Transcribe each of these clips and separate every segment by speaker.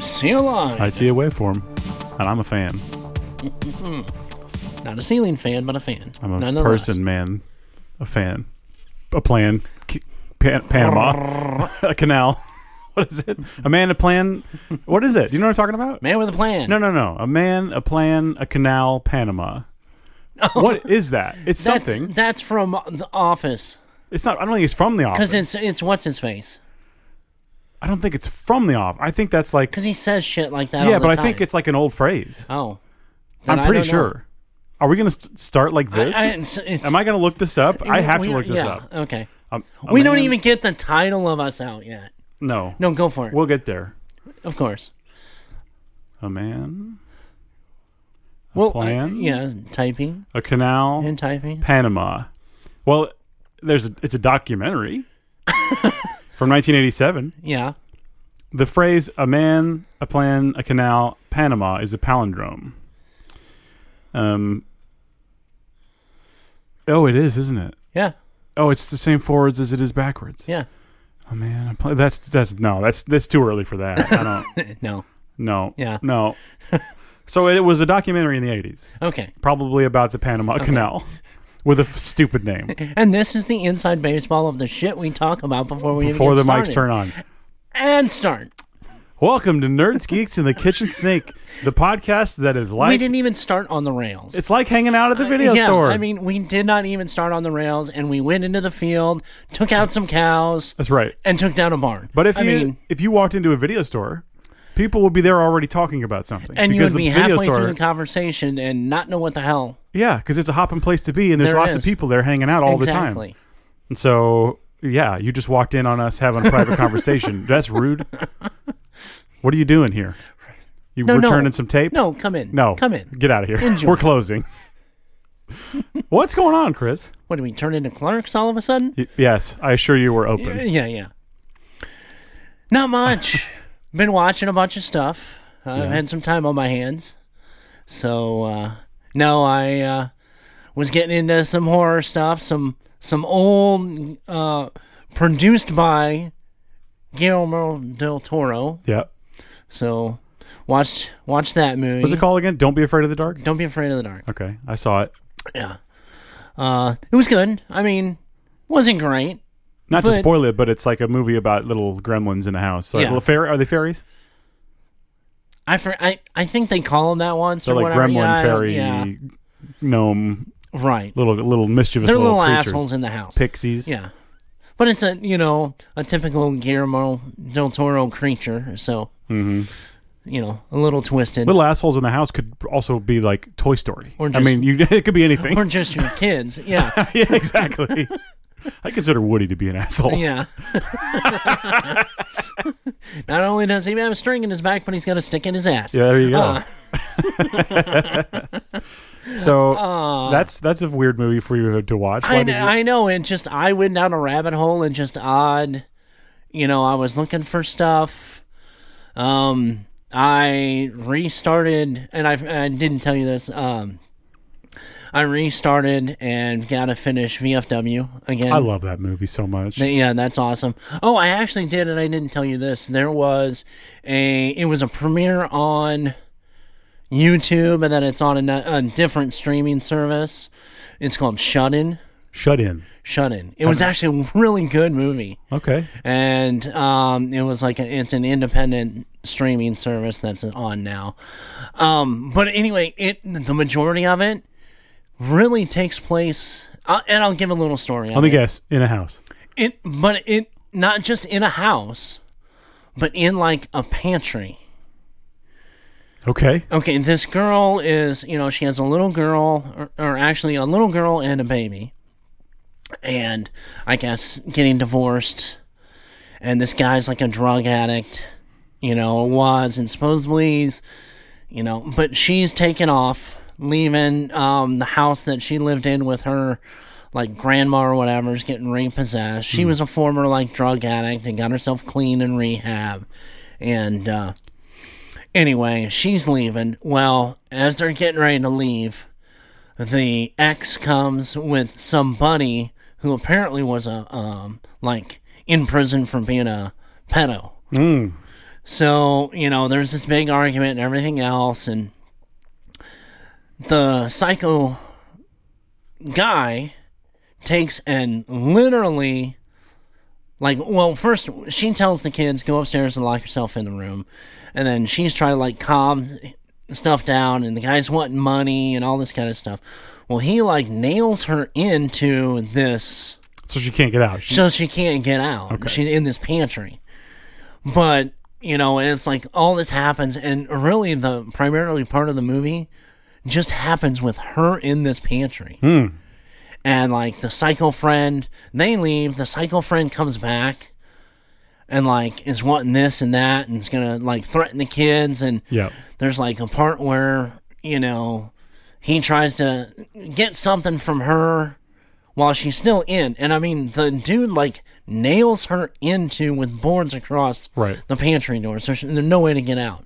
Speaker 1: seen a line.
Speaker 2: I see a waveform, and I'm a fan.
Speaker 1: Not a ceiling fan, but a fan.
Speaker 2: I'm a
Speaker 1: Nonetheless.
Speaker 2: person, man. A fan. A plan. K- Pan- Panama. a canal. What is it? A man, a plan. What is it? Do you know what I'm talking about?
Speaker 1: Man with a plan.
Speaker 2: No, no, no. A man, a plan, a canal, Panama. What is that? It's
Speaker 1: that's,
Speaker 2: something.
Speaker 1: That's from The Office.
Speaker 2: It's not. I don't think it's from the
Speaker 1: Because
Speaker 2: office.
Speaker 1: it's, it's what's his face.
Speaker 2: I don't think it's from the office. I think that's like.
Speaker 1: Because he says shit like that.
Speaker 2: Yeah,
Speaker 1: all the
Speaker 2: but I
Speaker 1: time.
Speaker 2: think it's like an old phrase.
Speaker 1: Oh. Then
Speaker 2: I'm
Speaker 1: I don't
Speaker 2: pretty
Speaker 1: know.
Speaker 2: sure. Are we gonna st- start like
Speaker 1: I-
Speaker 2: this?
Speaker 1: I- it's- it's-
Speaker 2: Am I gonna look this up? I have to
Speaker 1: we-
Speaker 2: look this
Speaker 1: yeah,
Speaker 2: up.
Speaker 1: Okay.
Speaker 2: Um, a
Speaker 1: we don't
Speaker 2: man-
Speaker 1: even get the title of us out yet.
Speaker 2: No.
Speaker 1: No, go for it.
Speaker 2: We'll get there.
Speaker 1: of course.
Speaker 2: A man,
Speaker 1: Well, uh,
Speaker 2: plan?
Speaker 1: yeah, typing
Speaker 2: a canal,
Speaker 1: and typing.
Speaker 2: Panama. Well, there's a, it's a documentary from 1987.
Speaker 1: Yeah.
Speaker 2: The phrase "a man, a plan, a canal, Panama" is a palindrome. Um. Oh, it is, isn't it?
Speaker 1: Yeah.
Speaker 2: Oh, it's the same forwards as it is backwards.
Speaker 1: Yeah.
Speaker 2: Oh man, a pla- that's that's no, that's that's too early for that. I don't.
Speaker 1: No.
Speaker 2: no.
Speaker 1: Yeah.
Speaker 2: No. So it was a documentary in the 80s,
Speaker 1: Okay.
Speaker 2: probably about the Panama Canal, with a f- stupid name.
Speaker 1: And this is the inside baseball of the shit we talk about before we
Speaker 2: before the
Speaker 1: even get
Speaker 2: mics
Speaker 1: started.
Speaker 2: turn on.
Speaker 1: and start.
Speaker 2: Welcome to Nerds, Geeks, and the Kitchen Sink, the podcast that is
Speaker 1: we
Speaker 2: like
Speaker 1: didn't even start on the rails.
Speaker 2: it's like hanging out at the video
Speaker 1: yeah,
Speaker 2: store.
Speaker 1: I mean, we did not even start on the rails, and we went into the field, took out some cows,
Speaker 2: that's right.
Speaker 1: and took down a barn.
Speaker 2: But if
Speaker 1: I
Speaker 2: you
Speaker 1: mean,
Speaker 2: if you walked into a video store, people would be there already talking about something.
Speaker 1: and you
Speaker 2: because
Speaker 1: would be
Speaker 2: the video
Speaker 1: halfway
Speaker 2: store,
Speaker 1: through the conversation and not know what the hell
Speaker 2: yeah, because it's a hopping place to be, and there's
Speaker 1: There
Speaker 2: lots of
Speaker 1: is.
Speaker 2: people there hanging out all the
Speaker 1: exactly.
Speaker 2: time. And so yeah, you just walked in on us having a private conversation. That's rude. What are you doing here? You
Speaker 1: No, no.
Speaker 2: returning some tapes?
Speaker 1: No, come in.
Speaker 2: No,
Speaker 1: come in.
Speaker 2: Get out of here.
Speaker 1: Enjoy.
Speaker 2: We're closing. What's going on, Chris?
Speaker 1: What do we turn into clerks all of a sudden?
Speaker 2: Y- yes, I assure you we're open.
Speaker 1: Yeah, yeah. Not much. Been watching a bunch of stuff. I've had some time on my hands. So, uh, no, I uh, was getting into some horror stuff, some some old, uh, produced by Guillermo del Toro.
Speaker 2: Yeah.
Speaker 1: So, watched watched that movie.
Speaker 2: What's it called again? Don't be afraid of the dark.
Speaker 1: Don't be afraid of the dark.
Speaker 2: Okay, I saw it.
Speaker 1: Yeah, uh, it was good. I mean, wasn't great.
Speaker 2: Not to
Speaker 1: But-
Speaker 2: spoil it, but it's like a movie about little gremlins in a house. So, like,
Speaker 1: Yeah.
Speaker 2: little fair- are they fairies?
Speaker 1: I, for, I I think they call them that once
Speaker 2: They're
Speaker 1: or
Speaker 2: like
Speaker 1: whatever.
Speaker 2: gremlin,
Speaker 1: yeah, I don't-
Speaker 2: fairy,
Speaker 1: yeah.
Speaker 2: gnome,
Speaker 1: Right.
Speaker 2: little little mischievous
Speaker 1: They're
Speaker 2: little,
Speaker 1: little
Speaker 2: creatures.
Speaker 1: assholes in the house.
Speaker 2: Pixies.
Speaker 1: Yeah. But it's a, you know, a typical Guillermo del Toro creature. So, you know, a little twisted.
Speaker 2: Mm-hmm. Little assholes in the house could also be like Toy Story.
Speaker 1: Or
Speaker 2: I
Speaker 1: just-
Speaker 2: mean, you, it could be anything.
Speaker 1: or just your kids. Yeah.
Speaker 2: yeah, exactly. I consider Woody to be an asshole.
Speaker 1: Yeah. Not only does he have a string in his back, but he's got a stick in his ass.
Speaker 2: Yeah, there you go.
Speaker 1: Uh.
Speaker 2: so that's that's a weird movie for you to watch. Why
Speaker 1: I,
Speaker 2: did
Speaker 1: kn-
Speaker 2: you-
Speaker 1: I know, and just I went down a rabbit hole and just odd, you know, I was looking for stuff. Um, I restarted, and I, I didn't tell you this. Um, I restarted and got to finish VFW again.
Speaker 2: I love that movie so much.
Speaker 1: Yeah, that's awesome. Oh, I actually did, and I didn't tell you this. There was a it was a premiere on YouTube, and then it's on a, a different streaming service. It's called Shut In.
Speaker 2: Shut in.
Speaker 1: Shut In. It was actually a really good movie,
Speaker 2: Okay.
Speaker 1: and um, it was like a, it's an independent streaming service that's on now. Um, but anyway, it the majority of it really takes place, uh, and I'll give a little story.
Speaker 2: Let me guess. In a house.
Speaker 1: It, but it not just in a house, but in like a pantry.
Speaker 2: Okay.
Speaker 1: Okay, this girl is, you know, she has a little girl, or, or actually a little girl and a baby. And I guess getting divorced. And this guy's like a drug addict, you know, was, and supposedly he's, you know, but she's taken off, leaving um, the house that she lived in with her, like, grandma or whatever, is getting repossessed. She was a former, like, drug addict and got herself clean in rehab. And, uh, Anyway, she's leaving. Well, as they're getting ready to leave, the ex comes with somebody who uh, apparently was a um like in prison for being a pedo. So, you know, there's this big argument and everything else, and the psycho guy takes and literally, like, well, first she tells the kids, go upstairs and lock yourself in the room. And then she's trying to, like, calm stuff down, and the guy's wanting money and all this kind of stuff. Well, he, like, nails her into this
Speaker 2: So she can't get out. She,
Speaker 1: so she can't get out. She's in this pantry. But, you know, it's like all this happens and really the primarily part of the movie just happens with her in this pantry. And like the psycho friend, they leave, the psycho friend comes back and like is wanting this and that and is gonna like threaten the kids and
Speaker 2: yeah.
Speaker 1: there's like a part where you know he tries to get something from her while she's still in and i mean the dude like nails her into with boards across
Speaker 2: Right.
Speaker 1: the pantry door so she, there's no way to get out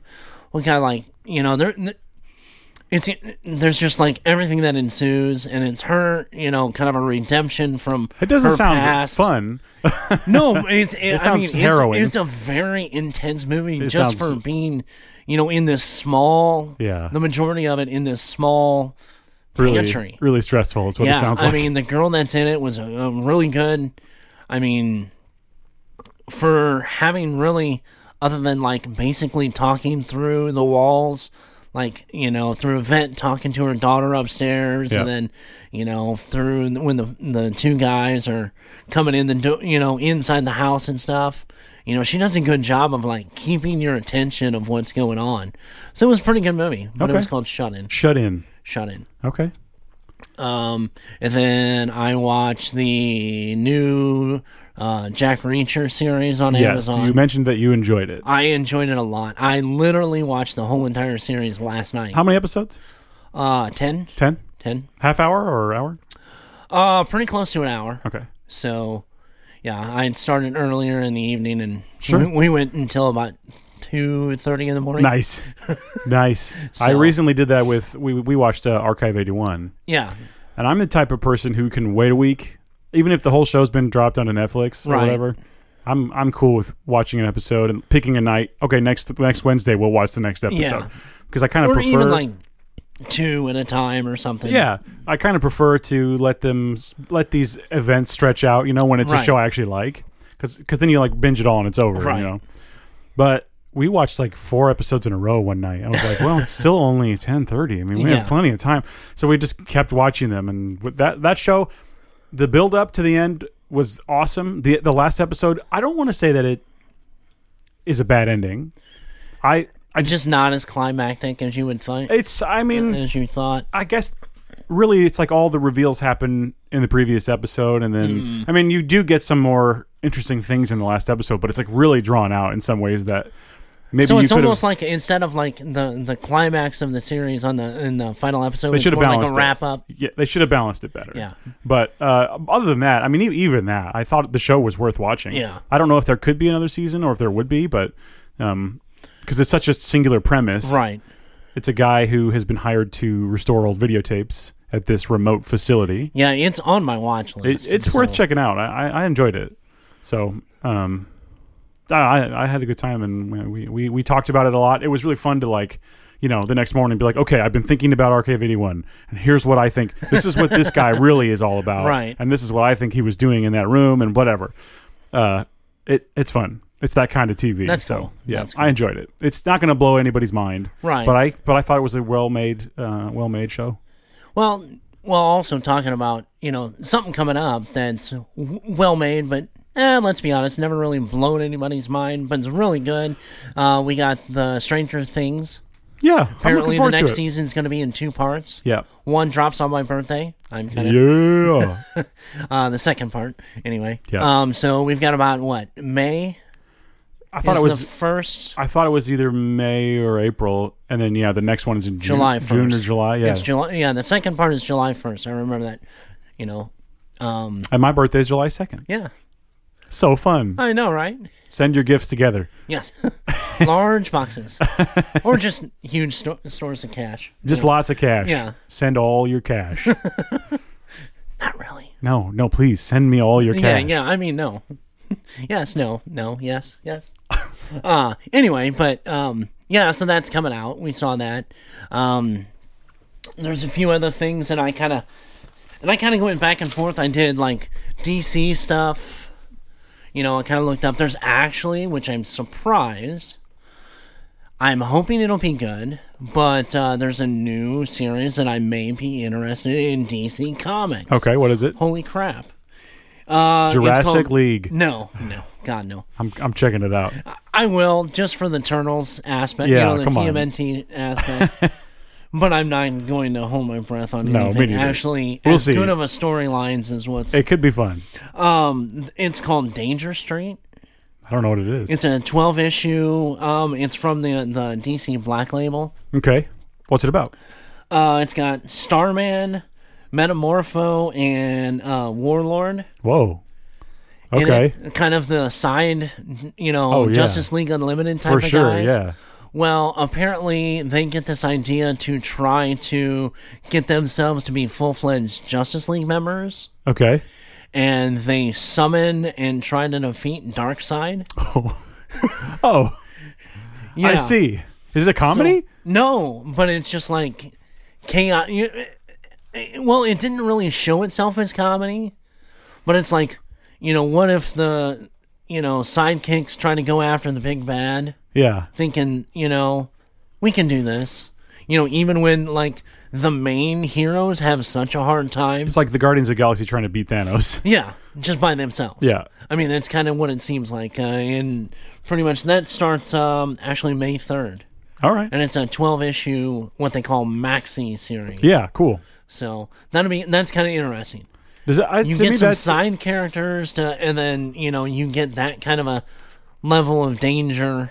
Speaker 1: we got like you know there it's there's just like everything that ensues and it's her you know kind of a redemption from
Speaker 2: It doesn't
Speaker 1: her
Speaker 2: sound
Speaker 1: past.
Speaker 2: fun.
Speaker 1: No, it's it, I
Speaker 2: sounds
Speaker 1: mean, it's-
Speaker 2: harrowing.
Speaker 1: It's, a very intense movie
Speaker 2: It
Speaker 1: just
Speaker 2: sounds-
Speaker 1: for being, you know, in this small.
Speaker 2: Yeah.
Speaker 1: The majority of it in this small
Speaker 2: Really,
Speaker 1: pantry.
Speaker 2: really stressful. Is what
Speaker 1: yeah,
Speaker 2: it sounds
Speaker 1: I
Speaker 2: like.
Speaker 1: mean, the girl that's in it was uh, really good. I mean, for having really, other than like basically talking through the walls, like you know through a vent talking to her daughter upstairs,
Speaker 2: Yeah.
Speaker 1: and then you know through when the the two guys are coming in the do- you know inside the house and stuff. You know, she does a good job of like keeping your attention of what's going on. So it was a pretty good movie, but it
Speaker 2: Okay.
Speaker 1: was called Shut In.
Speaker 2: Shut in.
Speaker 1: Shut In.
Speaker 2: Okay.
Speaker 1: Um, and then I watched the new uh, Jack Reacher series on
Speaker 2: Yes,
Speaker 1: Amazon. Uh,
Speaker 2: you mentioned that you enjoyed it.
Speaker 1: I enjoyed it a lot. I literally watched the whole entire series last night.
Speaker 2: How many episodes?
Speaker 1: Uh, 10?
Speaker 2: Ten?
Speaker 1: 10?
Speaker 2: Half hour or hour?
Speaker 1: Uh, pretty close to an hour.
Speaker 2: Okay.
Speaker 1: So, yeah, I had started earlier in the evening, and
Speaker 2: Sure.
Speaker 1: we, we went until about 2.30 in the morning.
Speaker 2: Nice, nice. I
Speaker 1: So-
Speaker 2: recently did that with we we watched uh, Archive eighty one,
Speaker 1: Yeah,
Speaker 2: and I'm the type of person who can wait a week, even if the whole show's been dropped onto Netflix or
Speaker 1: Right.
Speaker 2: whatever. I'm I'm cool with watching an episode and picking a night. Okay, next next Wednesday we'll watch the next episode because I kind of
Speaker 1: or
Speaker 2: prefer.
Speaker 1: even like two at a time or something.
Speaker 2: yeah, I kind of prefer to let them s- let these events stretch out. You know, when it's a
Speaker 1: Right.
Speaker 2: show I actually like, because then you like binge it all and it's over.
Speaker 1: Right.
Speaker 2: You know, but we watched like four episodes in a row one night. I was like, well, it's still only ten thirty. I mean, we
Speaker 1: Yeah.
Speaker 2: have plenty of time, so we just kept watching them. And with that that show, the build up to the end was awesome. the The last episode, I don't want to say that it is a bad ending. I I just
Speaker 1: just not as climactic as you would think,
Speaker 2: it's I mean.
Speaker 1: as you thought.
Speaker 2: I guess really it's like all the reveals happen in the previous episode and then
Speaker 1: Mm.
Speaker 2: I mean you do get some more interesting things in the last episode but it's like really drawn out in some ways that maybe
Speaker 1: So
Speaker 2: you
Speaker 1: it's
Speaker 2: could
Speaker 1: almost
Speaker 2: have
Speaker 1: like instead of like the the climax of the series on the in the final episode,
Speaker 2: they
Speaker 1: it's
Speaker 2: should have
Speaker 1: more
Speaker 2: balanced
Speaker 1: like a wrap up.
Speaker 2: it. Yeah, they should have balanced it better.
Speaker 1: Yeah.
Speaker 2: But uh, other than that, I mean e- even that, I thought the show was worth watching.
Speaker 1: Yeah.
Speaker 2: I don't know if there could be another season or if there would be, but um because it's such a singular premise.
Speaker 1: Right.
Speaker 2: It's a guy who has been hired to restore old videotapes at this remote facility.
Speaker 1: Yeah, it's on my watch
Speaker 2: It,
Speaker 1: list.
Speaker 2: it's
Speaker 1: so-
Speaker 2: worth checking out. I, I I enjoyed it. So, um, I- I, I had a good time and we, we, we talked about it a lot. It was really fun to like, you know, the next morning be like, okay, I've been thinking about Arcade 81 and here's what I think. This is what this guy really is all about.
Speaker 1: Right.
Speaker 2: And this is what I think he was doing in that room and whatever. Uh, it, it's fun. It's that kind of TV.
Speaker 1: That's
Speaker 2: so
Speaker 1: cool.
Speaker 2: yeah,
Speaker 1: That's
Speaker 2: I enjoyed it. It's not going to blow anybody's mind,
Speaker 1: Right.
Speaker 2: But I but I thought it was a well made, uh, well made show.
Speaker 1: Well, well, also talking about you know something coming up that's w- well made, but eh, let's be honest, never really blown anybody's mind, but it's really good. Uh, we got the Stranger Things.
Speaker 2: Yeah,
Speaker 1: Apparently,
Speaker 2: I'm
Speaker 1: the
Speaker 2: looking forward
Speaker 1: next
Speaker 2: to it.
Speaker 1: season's going to be in two parts.
Speaker 2: Yeah,
Speaker 1: One drops on my birthday. I'm kind of
Speaker 2: yeah.
Speaker 1: uh, the second part anyway.
Speaker 2: Yeah.
Speaker 1: Um. So we've got about what May.
Speaker 2: I thought
Speaker 1: is
Speaker 2: it was
Speaker 1: the first.
Speaker 2: I thought it was either May or April, and then yeah, the next one is in June,
Speaker 1: July
Speaker 2: June or
Speaker 1: 1st.
Speaker 2: July. Yeah,
Speaker 1: It's July. Yeah, the second part is July first. I remember that. You know. Um.
Speaker 2: and my birthday is July second.
Speaker 1: Yeah.
Speaker 2: So fun!
Speaker 1: I know, right?
Speaker 2: Send your gifts together.
Speaker 1: Yes. Large boxes, or just huge sto- stores of cash.
Speaker 2: Just lots of cash.
Speaker 1: Yeah.
Speaker 2: Send all your cash.
Speaker 1: Not really.
Speaker 2: no, no, please send me all your
Speaker 1: Yeah.
Speaker 2: cash.
Speaker 1: Yeah. I mean, no. yes, no, no, yes, yes. uh anyway, but um yeah, so that's coming out. We saw that. Um there's a few other things that I kind of and I kind of went back and forth. I did like DC stuff. You know, I kind of looked up. There's actually, which I'm surprised. I'm hoping it'll be good, but uh, there's a new series that I may be interested in DC Comics.
Speaker 2: Okay, what is it?
Speaker 1: Holy crap. Uh, it's
Speaker 2: Jurassic
Speaker 1: called-
Speaker 2: League.
Speaker 1: No, no, God, no.
Speaker 2: I'm I'm checking it out.
Speaker 1: I will just for the Turtles aspect,
Speaker 2: Yeah,
Speaker 1: you know, the
Speaker 2: come on.
Speaker 1: TMNT aspect. but I'm not going to hold my breath on
Speaker 2: No, me
Speaker 1: anything.
Speaker 2: neither.
Speaker 1: Actually,
Speaker 2: We'll
Speaker 1: as
Speaker 2: see.
Speaker 1: good of a storylines as what's.
Speaker 2: It could be fun.
Speaker 1: um, it's called Danger Street.
Speaker 2: I don't know what it is.
Speaker 1: It's a 12 issue. Um, it's from the the DC Black Label.
Speaker 2: okay, what's it about?
Speaker 1: Uh, it's got Starman, Metamorpho, and uh, Warlord.
Speaker 2: Whoa.
Speaker 1: in
Speaker 2: Okay,
Speaker 1: it. kind of the side, you know,
Speaker 2: Oh, yeah.
Speaker 1: Justice League Unlimited type
Speaker 2: for
Speaker 1: of
Speaker 2: sure.
Speaker 1: guys.
Speaker 2: Yeah.
Speaker 1: Well, apparently they get this idea to try to get themselves to be full fledged Justice League members,
Speaker 2: Okay.
Speaker 1: and they summon and try to defeat Darkseid.
Speaker 2: Oh, I see. Is it a comedy?
Speaker 1: No, but it's just like chaos. You, well, it didn't really show itself as comedy, but it's like, you know, what if the, you know, sidekicks trying to go after the big bad?
Speaker 2: yeah.
Speaker 1: thinking, you know, we can do this. You know, even when like the main heroes have such a hard time.
Speaker 2: It's like the Guardians of the Galaxy trying to beat Thanos.
Speaker 1: Yeah, just by themselves.
Speaker 2: Yeah.
Speaker 1: I mean, that's kind of what it seems like. Uh, and pretty much that starts um, actually May 3rd.
Speaker 2: All right.
Speaker 1: And it's a 12 issue, what they call maxi series.
Speaker 2: Yeah. Cool.
Speaker 1: So that'll be, that's kind of interesting.
Speaker 2: Does it, I,
Speaker 1: You
Speaker 2: to me
Speaker 1: get some
Speaker 2: that's-
Speaker 1: side characters to, and then, you know, you get that kind of a level of danger.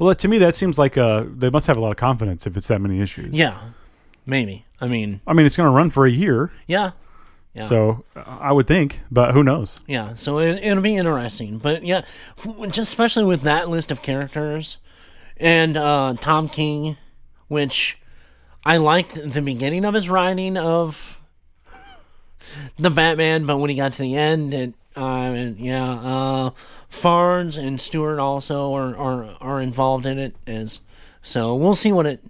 Speaker 2: well to me that seems like uh they must have a lot of confidence if it's that many issues.
Speaker 1: Yeah, maybe. I mean,
Speaker 2: I mean it's going to run for a year,
Speaker 1: yeah, Yeah.
Speaker 2: so uh, I would think, but who knows?
Speaker 1: Yeah, so it, it'll be interesting. But yeah, f- just especially with that list of characters and uh, Tom King, which I liked the beginning of his writing of the Batman, but when he got to the end, it, uh, and yeah, uh, Farnes and Stewart also are, are, are involved in it. As so, we'll see what it.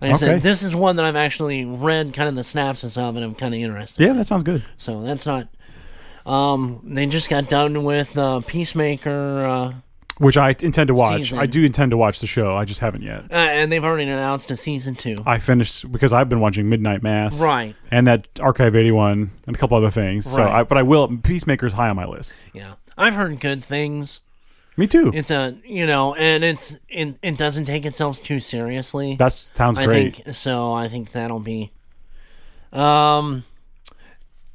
Speaker 1: Like I
Speaker 2: Okay.
Speaker 1: said, this is one that I've actually read kind of the synopsis of, and I'm kind of interested.
Speaker 2: Yeah, that sounds good.
Speaker 1: So that's not. Um, they just got done with uh, Peacemaker, uh,
Speaker 2: Which I intend to watch.
Speaker 1: Season.
Speaker 2: I do intend to watch the show. I just haven't yet.
Speaker 1: uh, and they've already announced a season two.
Speaker 2: I finished because I've been watching Midnight Mass,
Speaker 1: Right.
Speaker 2: and that Archive eighty one, and a couple other things. So,
Speaker 1: Right.
Speaker 2: I, but I will. Peacemaker's high on my list.
Speaker 1: Yeah, I've heard good things.
Speaker 2: Me too.
Speaker 1: It's a you know, and it's it, it doesn't take itself too seriously.
Speaker 2: that sounds
Speaker 1: I
Speaker 2: great.
Speaker 1: think so. I think that'll be. Um,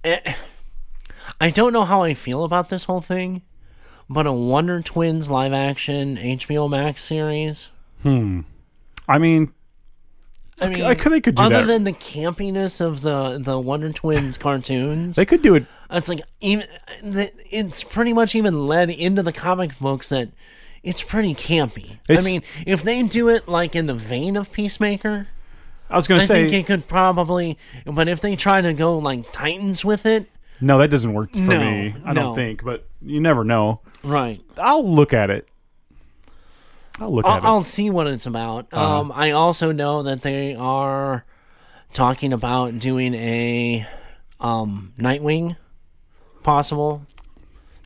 Speaker 1: eh, I don't know how I feel about this whole thing, but a Wonder Twins live action HBO Max series.
Speaker 2: I mean,
Speaker 1: I mean,
Speaker 2: I could- they could do
Speaker 1: other
Speaker 2: that.
Speaker 1: than the campiness of the the Wonder Twins cartoons.
Speaker 2: they could do it.
Speaker 1: it's like even it's pretty much even led into the comic books that it's pretty campy.
Speaker 2: It's-
Speaker 1: I mean, if they do it like in the vein of Peacemaker,
Speaker 2: I was going
Speaker 1: I
Speaker 2: to say
Speaker 1: think it could probably. But if they try to go like Titans with it,
Speaker 2: no. That doesn't work for
Speaker 1: No,
Speaker 2: me. I
Speaker 1: no.
Speaker 2: don't think. But you never know.
Speaker 1: right?
Speaker 2: I'll look at it. I'll look at
Speaker 1: I'll,
Speaker 2: it.
Speaker 1: I'll see what it's about.
Speaker 2: Uh-huh.
Speaker 1: Um, I also know that they are talking about doing a um, Nightwing possible.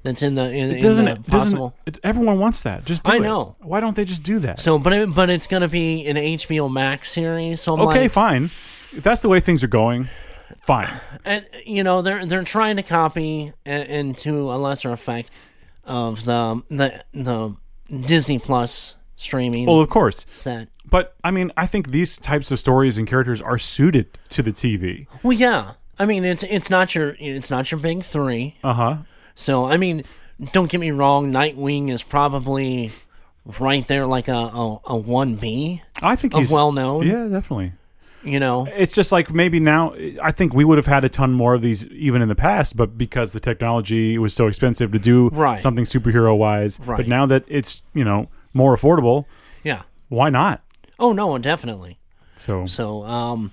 Speaker 1: That's in the in, in
Speaker 2: doesn't
Speaker 1: the
Speaker 2: it, doesn't
Speaker 1: possible.
Speaker 2: it, everyone wants that? Just do
Speaker 1: I
Speaker 2: it.
Speaker 1: know.
Speaker 2: Why don't they just do that?
Speaker 1: so, but it, but it's gonna be an HBO Max series. So I'm
Speaker 2: okay,
Speaker 1: like,
Speaker 2: fine. If that's the way things are going, fine.
Speaker 1: and, you know, they're they're trying to copy and, and to a lesser effect of the the the Disney Plus streaming
Speaker 2: Well, of course.
Speaker 1: set.
Speaker 2: But I mean, I think these types of stories and characters are suited to the TV.
Speaker 1: Well, yeah. I mean, it's it's not your it's not your big three.
Speaker 2: Uh huh.
Speaker 1: So I mean, don't get me wrong. Nightwing is probably right there, like a a one B.
Speaker 2: I think
Speaker 1: Of
Speaker 2: he's
Speaker 1: well-known.
Speaker 2: Yeah, definitely.
Speaker 1: You know,
Speaker 2: It's just like maybe now. I think we would have had a ton more of these even in the past, but because the technology was so expensive to do
Speaker 1: Right.
Speaker 2: something superhero wise, but
Speaker 1: Right.
Speaker 2: now that it's you know more affordable,
Speaker 1: yeah.
Speaker 2: why not?
Speaker 1: Oh no, definitely.
Speaker 2: So
Speaker 1: So um,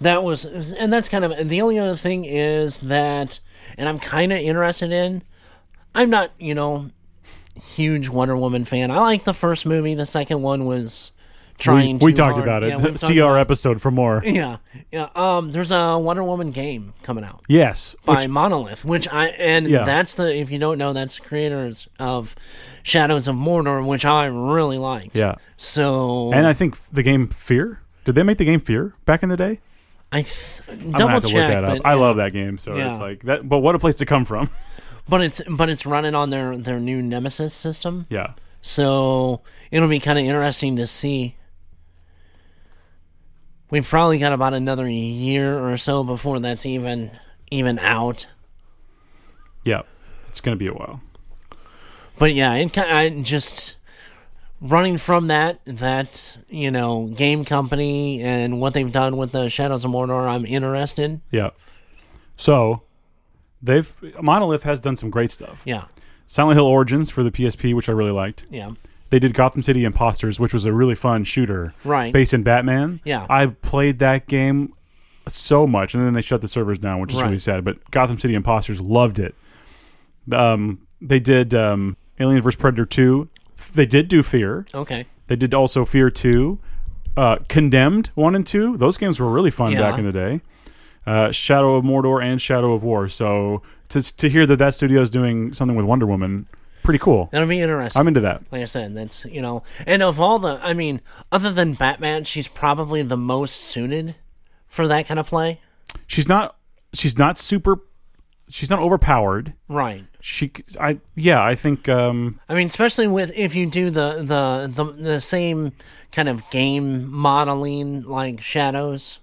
Speaker 1: that was, and that's kind of the only other thing is that, and I'm kind of interested in. I'm not, you know, huge Wonder Woman fan. I like the first movie. The second one was trying.
Speaker 2: we
Speaker 1: too
Speaker 2: talked
Speaker 1: hard.
Speaker 2: about it.
Speaker 1: Yeah, we've talked
Speaker 2: See our
Speaker 1: about-
Speaker 2: episode for more.
Speaker 1: Yeah, yeah. Um, there's a Wonder Woman game coming out
Speaker 2: Yes.
Speaker 1: by
Speaker 2: which-
Speaker 1: Monolith, which I and
Speaker 2: Yeah.
Speaker 1: that's the if you don't know that's the creators of Shadows of Mordor, which I really liked.
Speaker 2: yeah.
Speaker 1: So
Speaker 2: And I think the game Fear. Did they make the game Fear back in the day?
Speaker 1: I th-
Speaker 2: I'm gonna
Speaker 1: double
Speaker 2: have to
Speaker 1: check,
Speaker 2: look that up.
Speaker 1: but,
Speaker 2: I love that game, so
Speaker 1: Yeah.
Speaker 2: it's like that. But what a place to come from!
Speaker 1: but it's but it's running on their their new Nemesis system,
Speaker 2: Yeah,
Speaker 1: so it'll be kind of interesting to see. We've probably got about another year or so before that's even even out.
Speaker 2: yeah, it's gonna be a while.
Speaker 1: But yeah, it kind I just running from that that you know game company and what they've done with the Shadows of Mordor. I'm interested.
Speaker 2: Yeah. So they've Monolith has done some great stuff.
Speaker 1: Yeah,
Speaker 2: Silent Hill Origins for the PSP, which I really liked.
Speaker 1: yeah,
Speaker 2: They did Gotham City Imposters, which was a really fun shooter
Speaker 1: right.
Speaker 2: based in Batman.
Speaker 1: Yeah.
Speaker 2: I played that game so much, and then they shut the servers down, which is
Speaker 1: Right.
Speaker 2: really sad. But Gotham City Imposters loved it. Um, they did um, Alien vs Predator two. They did do Fear.
Speaker 1: okay,
Speaker 2: They did also Fear 2, uh, Condemned 1 and 2. Those games were really fun
Speaker 1: Yeah.
Speaker 2: back in the day. Uh, Shadow of Mordor and Shadow of War. So to, to hear that that studio is doing something with Wonder Woman, pretty cool.
Speaker 1: that'll be interesting.
Speaker 2: I'm into that.
Speaker 1: like I said, that's you know, and of all the, I mean, other than Batman, she's probably the most suited for that kind of play,
Speaker 2: She's not she's not super she's not overpowered.
Speaker 1: right?
Speaker 2: She c- I yeah, I think um
Speaker 1: I mean, especially with if you do the the the, the same kind of game modeling like Shadows,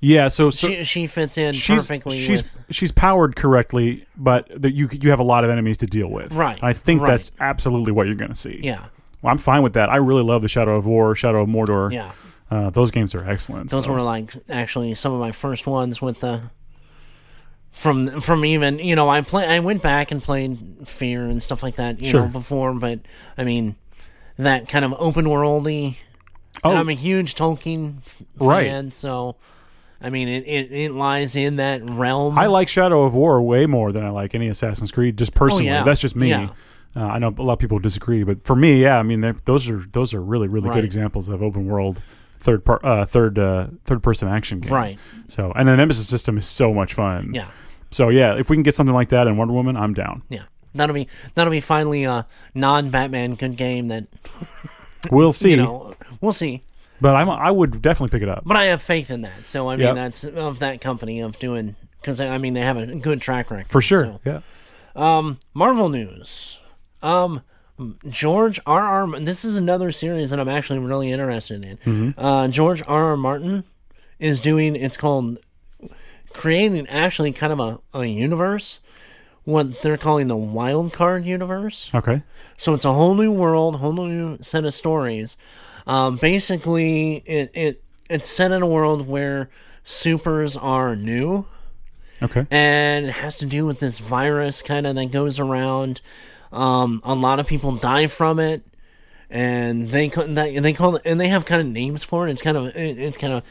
Speaker 2: yeah, so, so
Speaker 1: she she fits in
Speaker 2: she's
Speaker 1: perfectly.
Speaker 2: she's
Speaker 1: with,
Speaker 2: she's powered correctly, but the, you you have a lot of enemies to deal with.
Speaker 1: Right,
Speaker 2: I think
Speaker 1: right.
Speaker 2: that's absolutely what you're going to see.
Speaker 1: yeah,
Speaker 2: Well, I'm fine with that. I really love the Shadow of War, Shadow of Mordor.
Speaker 1: yeah.
Speaker 2: Uh, those games are excellent.
Speaker 1: Those
Speaker 2: so.
Speaker 1: were like actually some of my first ones with the from from even you know I play I went back and played Fear and stuff like that you
Speaker 2: Sure.
Speaker 1: know before, but I mean that kind of open worldy.
Speaker 2: Oh.
Speaker 1: I'm a huge Tolkien f-
Speaker 2: Right.
Speaker 1: fan, so I mean it, it, it lies in that realm.
Speaker 2: I like Shadow of War way more than I like any Assassin's Creed. Just personally,
Speaker 1: Oh, yeah.
Speaker 2: that's just me.
Speaker 1: Yeah.
Speaker 2: Uh, I know a lot of people disagree, but for me, yeah, I mean, they're- those are those are really really
Speaker 1: Right.
Speaker 2: good examples of open world third par- uh, third uh, third person action game.
Speaker 1: right?
Speaker 2: So, and the Nemesis system is so much fun.
Speaker 1: Yeah,
Speaker 2: So yeah, if we can get something like that in Wonder Woman, I'm down.
Speaker 1: yeah. That'll be that'll be finally a non Batman good game that
Speaker 2: We'll see.
Speaker 1: you know we'll see.
Speaker 2: But I'm I would definitely pick it up.
Speaker 1: But I have faith in that. So I mean,
Speaker 2: Yep.
Speaker 1: that's of that company of doing because I mean they have a good track record
Speaker 2: For sure.
Speaker 1: So.
Speaker 2: Yeah.
Speaker 1: Marvel news. Um, George R. R. This is another series that I'm actually really interested in.
Speaker 2: Mm-hmm.
Speaker 1: Uh, George R. R. Martin is doing. It's called creating actually kind of a, a universe. What they're calling the wild card universe.
Speaker 2: Okay.
Speaker 1: So it's a whole new world, whole new set of stories. Um, basically, it, it it's set in a world where supers are new,
Speaker 2: Okay.
Speaker 1: and it has to do with this virus kind of that goes around. Um, a lot of people die from it, and they ca- that and they call it and they have kind of names for it. It's kind of it, it's kind of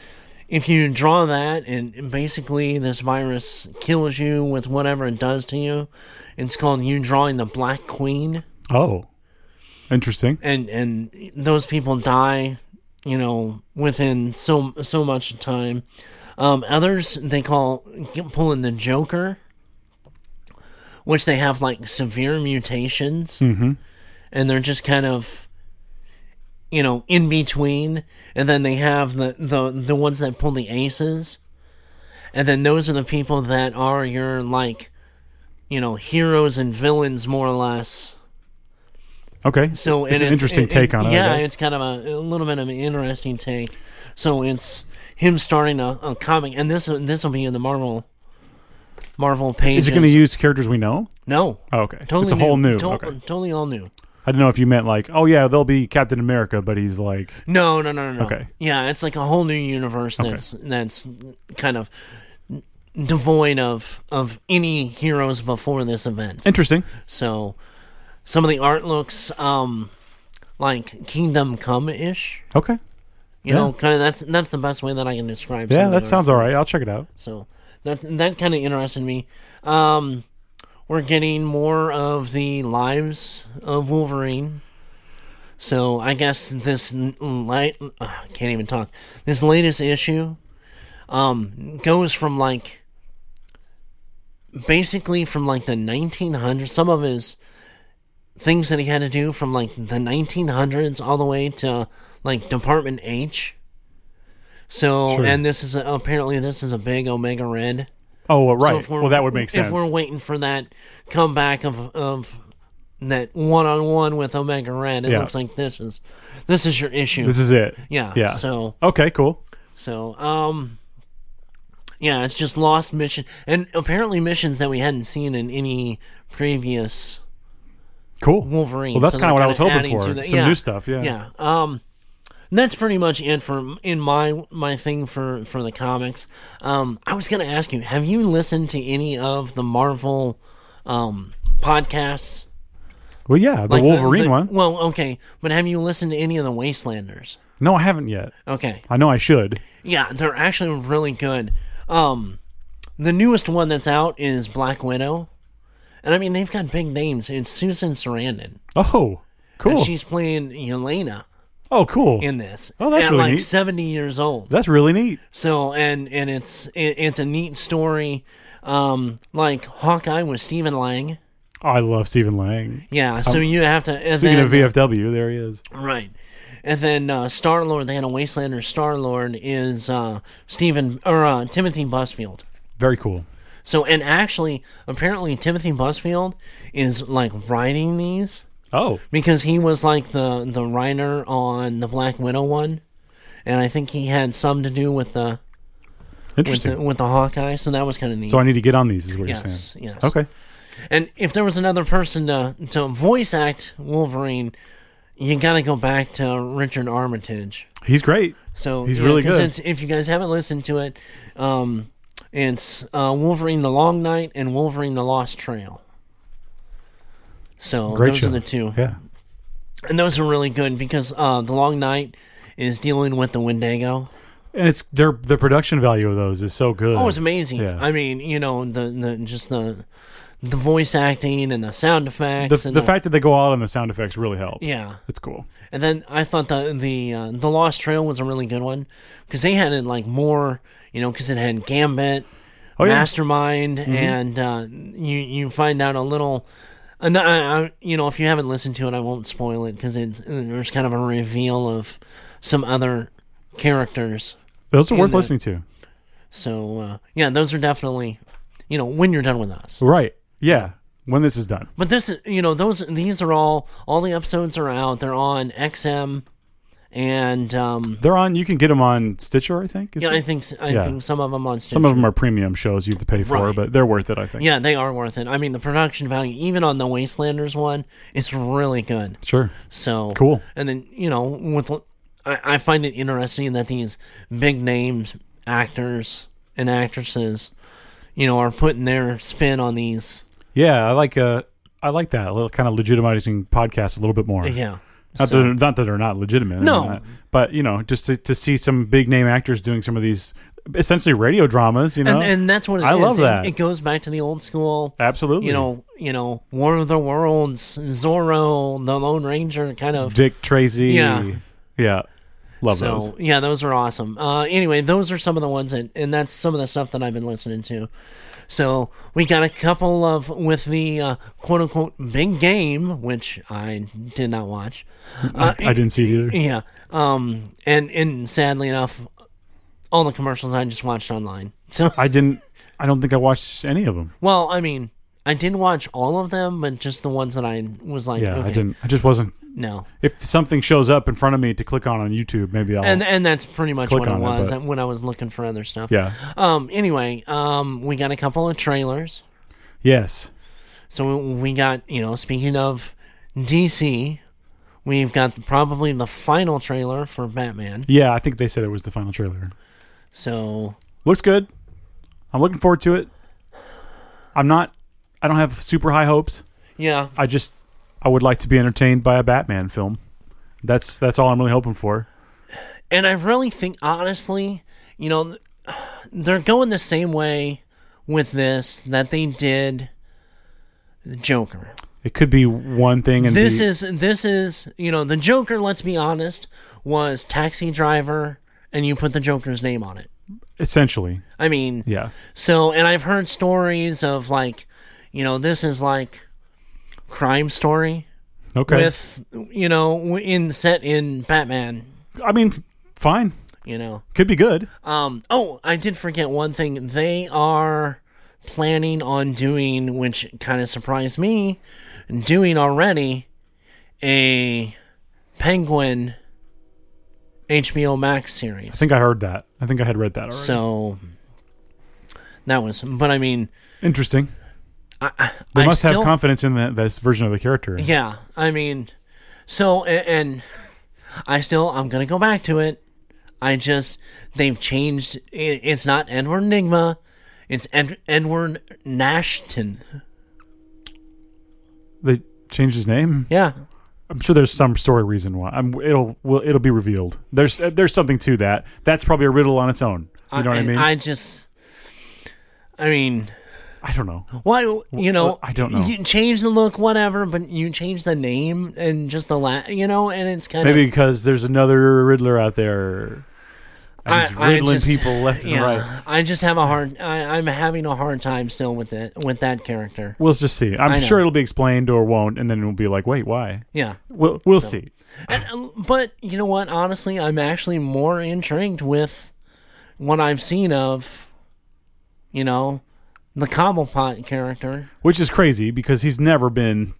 Speaker 1: if you draw that and and basically this virus kills you with whatever it does to you. It's called you drawing the Black Queen
Speaker 2: Oh, interesting.
Speaker 1: and and those people die you know within so so much time um others they call pulling the joker which they have like severe mutations and they're just kind of you know in between and then they have the the, the ones that pull the aces and then those are the people that are your like you know heroes and villains more or less
Speaker 2: Okay.
Speaker 1: so
Speaker 2: it's
Speaker 1: and
Speaker 2: an interesting take on it. I
Speaker 1: Yeah,
Speaker 2: guess.
Speaker 1: it's kind of a, a little bit of an interesting take. So it's him starting a, a comic, and this this will be in the Marvel Marvel pages.
Speaker 2: Is it going to use characters we know?
Speaker 1: No,
Speaker 2: Oh, okay.
Speaker 1: totally
Speaker 2: it's a whole new.
Speaker 1: to-
Speaker 2: okay.
Speaker 1: totally all new.
Speaker 2: I don't know if you meant like, oh yeah, they'll be Captain America, but he's like,
Speaker 1: No, no, no, no, no.
Speaker 2: Okay.
Speaker 1: Yeah, it's like a whole new universe that's that's kind of devoid of of any heroes before this event.
Speaker 2: interesting.
Speaker 1: So some of the art looks um like Kingdom Come ish.
Speaker 2: Okay.
Speaker 1: You
Speaker 2: Yeah.
Speaker 1: know, kind of that's that's the best way that I can describe. some
Speaker 2: Yeah,
Speaker 1: of
Speaker 2: that
Speaker 1: the
Speaker 2: sounds all right. I'll check it out.
Speaker 1: So that that kind of interested me. Um, We're getting more of the lives of Wolverine. So I guess this n- light uh, I can't even talk. This latest issue um goes from like basically from like the 1900s some of his things that he had to do from like the 1900s all the way to like department H. So
Speaker 2: Sure.
Speaker 1: and this is a, apparently this is a big Omega Red.
Speaker 2: Oh, well,
Speaker 1: So
Speaker 2: right.
Speaker 1: if we're-
Speaker 2: well, that would make sense.
Speaker 1: If we're waiting for that comeback of of that one on one with Omega Red, it
Speaker 2: Yeah.
Speaker 1: looks like this is this is your issue.
Speaker 2: This is it.
Speaker 1: yeah.
Speaker 2: Yeah.
Speaker 1: So
Speaker 2: Okay. Cool.
Speaker 1: so um yeah, it's just lost mission and apparently missions that we hadn't seen in any previous
Speaker 2: Cool.
Speaker 1: Wolverine.
Speaker 2: Well, that's
Speaker 1: so
Speaker 2: kind
Speaker 1: they're
Speaker 2: of what I was
Speaker 1: kinda
Speaker 2: hoping
Speaker 1: adding
Speaker 2: for.
Speaker 1: to the-
Speaker 2: Some
Speaker 1: yeah.
Speaker 2: new stuff. Yeah.
Speaker 1: Yeah. Um, and that's pretty much it for in my my thing for for the comics. Um, I was gonna ask you, have you listened to any of the Marvel um podcasts?
Speaker 2: Well, yeah. The
Speaker 1: Like
Speaker 2: Wolverine
Speaker 1: the-
Speaker 2: one.
Speaker 1: Well, okay, but have you listened to any of the Wastelanders?
Speaker 2: No, I haven't yet.
Speaker 1: Okay,
Speaker 2: I know I should.
Speaker 1: yeah, they're actually really good. Um, the newest one that's out is Black Widow, and I mean they've got big names. It's Susan Sarandon,
Speaker 2: Oh,
Speaker 1: and
Speaker 2: cool.
Speaker 1: she's playing Yelena
Speaker 2: Oh, cool.
Speaker 1: in this.
Speaker 2: Oh, that's
Speaker 1: at
Speaker 2: really
Speaker 1: like
Speaker 2: neat.
Speaker 1: seventy years old.
Speaker 2: That's really neat.
Speaker 1: So and and it's it, it's a neat story, um, like Hawkeye with Stephen Lang.
Speaker 2: Oh, I love Stephen Lang.
Speaker 1: Yeah, so you have to. And
Speaker 2: Um, Speaking
Speaker 1: then,
Speaker 2: of VFW, there he is.
Speaker 1: right, and then uh, Star Lord, they had a Wastelander. Star Lord is uh, Stephen or uh, Timothy Busfield.
Speaker 2: Very cool.
Speaker 1: So and actually, apparently Timothy Busfield is like writing these
Speaker 2: Oh,
Speaker 1: because he was like the the writer on the Black Widow one, and I think he had some to do with the with
Speaker 2: interesting.
Speaker 1: the, with the Hawkeye. So that was kind of neat.
Speaker 2: so I need to get on these, is what you're
Speaker 1: yes,
Speaker 2: saying.
Speaker 1: yes.
Speaker 2: Okay.
Speaker 1: And if there was another person to to voice act Wolverine, you gotta go back to Richard Armitage.
Speaker 2: He's great.
Speaker 1: So
Speaker 2: He's
Speaker 1: yeah,
Speaker 2: really
Speaker 1: 'cause
Speaker 2: good.
Speaker 1: It's, if you guys haven't listened to it, um, it's uh, Wolverine: The Long Night and Wolverine: The Lost Trail. So
Speaker 2: Great
Speaker 1: those
Speaker 2: show.
Speaker 1: are the two,
Speaker 2: Yeah.
Speaker 1: and those are really good because uh, The Long Night is dealing with the Wendigo.
Speaker 2: And it's their the production value of those is so good.
Speaker 1: Oh, it's amazing.
Speaker 2: Yeah.
Speaker 1: I mean, you know, the, the just the the voice acting and the sound
Speaker 2: the,
Speaker 1: effects. and
Speaker 2: the fact that they go all out on the sound effects really helps.
Speaker 1: Yeah.
Speaker 2: It's cool.
Speaker 1: And then I thought the the uh, the Lost Trail was a really good one because they had it like more, you know, because it had Gambit,
Speaker 2: Oh, yeah. Mm-hmm.
Speaker 1: Mastermind, and uh, you you find out a little. And I, I, you know, if you haven't listened to it, I won't spoil it because it's there's kind of a reveal of some other characters.
Speaker 2: Those are worth
Speaker 1: the-
Speaker 2: listening to.
Speaker 1: So uh, yeah, those are definitely, you know, when you're done with us.
Speaker 2: Right. Yeah. When this is done.
Speaker 1: But this is, you know, those these are all all the episodes are out. They're on XM, and um,
Speaker 2: They're on, you can get them on Stitcher, I think. is
Speaker 1: Yeah,
Speaker 2: it?
Speaker 1: I think s- I
Speaker 2: Yeah.
Speaker 1: think some of them on Stitcher.
Speaker 2: Some of them are premium shows you have to pay for,
Speaker 1: Right.
Speaker 2: but they're worth it, I think.
Speaker 1: Yeah, they are worth it. I mean, the production value, even on the Wastelanders one, it's really good.
Speaker 2: Sure.
Speaker 1: So
Speaker 2: Cool.
Speaker 1: And then you know, with I, I find it interesting that these big names actors and actresses, you know, are putting their spin on these.
Speaker 2: Yeah, I like uh I like that. A little kind of legitimizing podcasts a little bit more.
Speaker 1: Yeah.
Speaker 2: Not,
Speaker 1: So-
Speaker 2: that, they're- not that they're not legitimate.
Speaker 1: No.
Speaker 2: They're not. but you know, just to, to see some big name actors doing some of these essentially radio dramas, you know,
Speaker 1: and, and that's what it
Speaker 2: I
Speaker 1: is.
Speaker 2: love
Speaker 1: It-
Speaker 2: that.
Speaker 1: It, goes back to the old school.
Speaker 2: absolutely.
Speaker 1: You know, you know, War of the Worlds, Zorro, the Lone Ranger, kind of
Speaker 2: Dick Tracy.
Speaker 1: Yeah.
Speaker 2: yeah, love
Speaker 1: so
Speaker 2: those.
Speaker 1: yeah, those are awesome. Uh, anyway, those are some of the ones, that, and that's some of the stuff that I've been listening to. So we got a couple of with the uh, quote unquote big game, which I did not watch. Uh,
Speaker 2: I didn't see it either.
Speaker 1: yeah, um, and and sadly enough, all the commercials I just watched online. So
Speaker 2: I didn't. I don't think I watched any of them.
Speaker 1: well, I mean, I did watch all of them, but just the ones that I was like,
Speaker 2: Yeah,
Speaker 1: okay,
Speaker 2: I didn't. I just wasn't.
Speaker 1: no.
Speaker 2: If something shows up in front of me to click on on YouTube, maybe I'll.
Speaker 1: And, and that's pretty much
Speaker 2: Click
Speaker 1: what it
Speaker 2: on it,
Speaker 1: was
Speaker 2: but-
Speaker 1: when I was looking for other stuff.
Speaker 2: yeah.
Speaker 1: Um. Anyway, um, we got a couple of trailers.
Speaker 2: Yes.
Speaker 1: So we we got you know, speaking of DC, we've got probably the final trailer for Batman.
Speaker 2: Yeah, I think they said it was the final trailer.
Speaker 1: So
Speaker 2: Looks good. I'm looking forward to it. I'm not. I don't have super high hopes.
Speaker 1: yeah,
Speaker 2: I just I would like to be entertained by a Batman film. That's that's all I'm really hoping for.
Speaker 1: and I really think honestly, you know, they're going the same way with this that they did the Joker.
Speaker 2: It could be one thing, and
Speaker 1: This
Speaker 2: be-
Speaker 1: is this is you know the Joker. Let's be honest, was Taxi Driver, and you put the Joker's name on it.
Speaker 2: essentially,
Speaker 1: I mean,
Speaker 2: yeah,
Speaker 1: So, and I've heard stories of like, you know, this is like crime story
Speaker 2: okay.
Speaker 1: with, you know, w- in set in Batman,
Speaker 2: I mean, fine,
Speaker 1: you know.
Speaker 2: could be good.
Speaker 1: Um, oh, I did forget one thing. They are planning on doing, which kind of surprised me, doing already a Penguin HBO Max series.
Speaker 2: I think I heard that. I think I had read that already.
Speaker 1: So that was, but I mean,
Speaker 2: Interesting.
Speaker 1: I, I,
Speaker 2: They
Speaker 1: I
Speaker 2: must
Speaker 1: still-
Speaker 2: have confidence in that this version of the character.
Speaker 1: Yeah, I mean, so a- and I still I'm gonna go back to it. I just they've changed. i- It's not Edward Nigma, it's Ed, Edward Nashton.
Speaker 2: They changed his name.
Speaker 1: Yeah,
Speaker 2: I'm sure there's some story reason why. I'm, it'll will it'll be revealed. There's uh, there's something to that. That's probably a riddle on its own. You know what I mean?
Speaker 1: I just, I mean,
Speaker 2: I don't know.
Speaker 1: why you know?
Speaker 2: I don't know.
Speaker 1: You change the look, whatever, but you change the name and just the la, you know, and it's kind
Speaker 2: Maybe
Speaker 1: of
Speaker 2: because there's another Riddler out
Speaker 1: I-
Speaker 2: there. And he's
Speaker 1: I
Speaker 2: riddling
Speaker 1: just-
Speaker 2: people left and
Speaker 1: yeah.
Speaker 2: right.
Speaker 1: I just have a hard. I, I'm having a hard time still with it with that character.
Speaker 2: We'll just see.
Speaker 1: I
Speaker 2: I'm
Speaker 1: know.
Speaker 2: sure it'll be explained or won't, and then it'll be like, wait, why?
Speaker 1: Yeah.
Speaker 2: We'll we'll see.
Speaker 1: And, uh, but you know what? Honestly, I'm actually more intrigued with what I've seen of, you know, the Cobblepot character.
Speaker 2: Which is crazy because he's never been.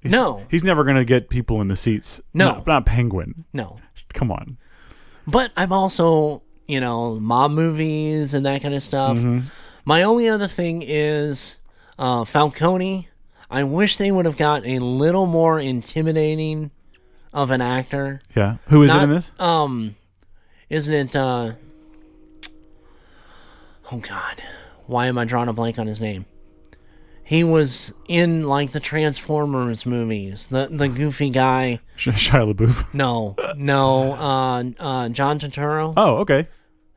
Speaker 2: He's,
Speaker 1: No.
Speaker 2: he's never gonna get people in the seats.
Speaker 1: No.
Speaker 2: not, not Penguin.
Speaker 1: No,
Speaker 2: Come on.
Speaker 1: but I'm also you know mob movies and that kind of stuff. My only other thing is uh, Falcone. I wish they would have got a little more intimidating of an actor.
Speaker 2: Yeah, who is it
Speaker 1: Not-
Speaker 2: in this?
Speaker 1: Um, isn't it? Uh, oh God, why am I drawing a blank on his name? He was in like the Transformers movies. The the goofy guy.
Speaker 2: Sh- Shia LaBeouf.
Speaker 1: No, no. Uh, uh, John Turturro.
Speaker 2: Oh, okay.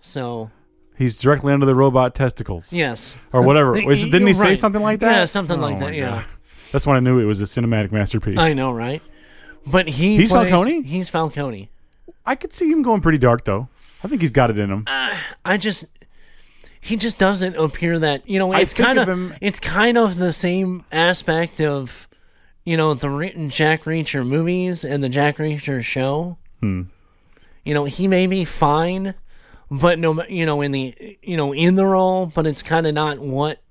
Speaker 1: So
Speaker 2: He's directly under the robot testicles.
Speaker 1: yes.
Speaker 2: or whatever.
Speaker 1: Y-
Speaker 2: Was-
Speaker 1: y-
Speaker 2: didn't he
Speaker 1: you're
Speaker 2: say
Speaker 1: right.
Speaker 2: something like that?
Speaker 1: Yeah, something like
Speaker 2: Oh
Speaker 1: that.
Speaker 2: my
Speaker 1: Yeah,
Speaker 2: God. That's when I knew it was a cinematic masterpiece.
Speaker 1: I know, right? But he
Speaker 2: He's
Speaker 1: plays-
Speaker 2: Falcone?
Speaker 1: He's Falcone.
Speaker 2: I could see him going pretty dark though. I think he's got it in him.
Speaker 1: I just he just doesn't appear that you know
Speaker 2: I
Speaker 1: it's
Speaker 2: think
Speaker 1: kind of
Speaker 2: of him-
Speaker 1: it's kind of the same aspect of you know the written Jack Reacher movies and the Jack Reacher show.
Speaker 2: Hmm.
Speaker 1: You know he may be fine, but no, ma- you know in the you know in the role, but it's kind of not what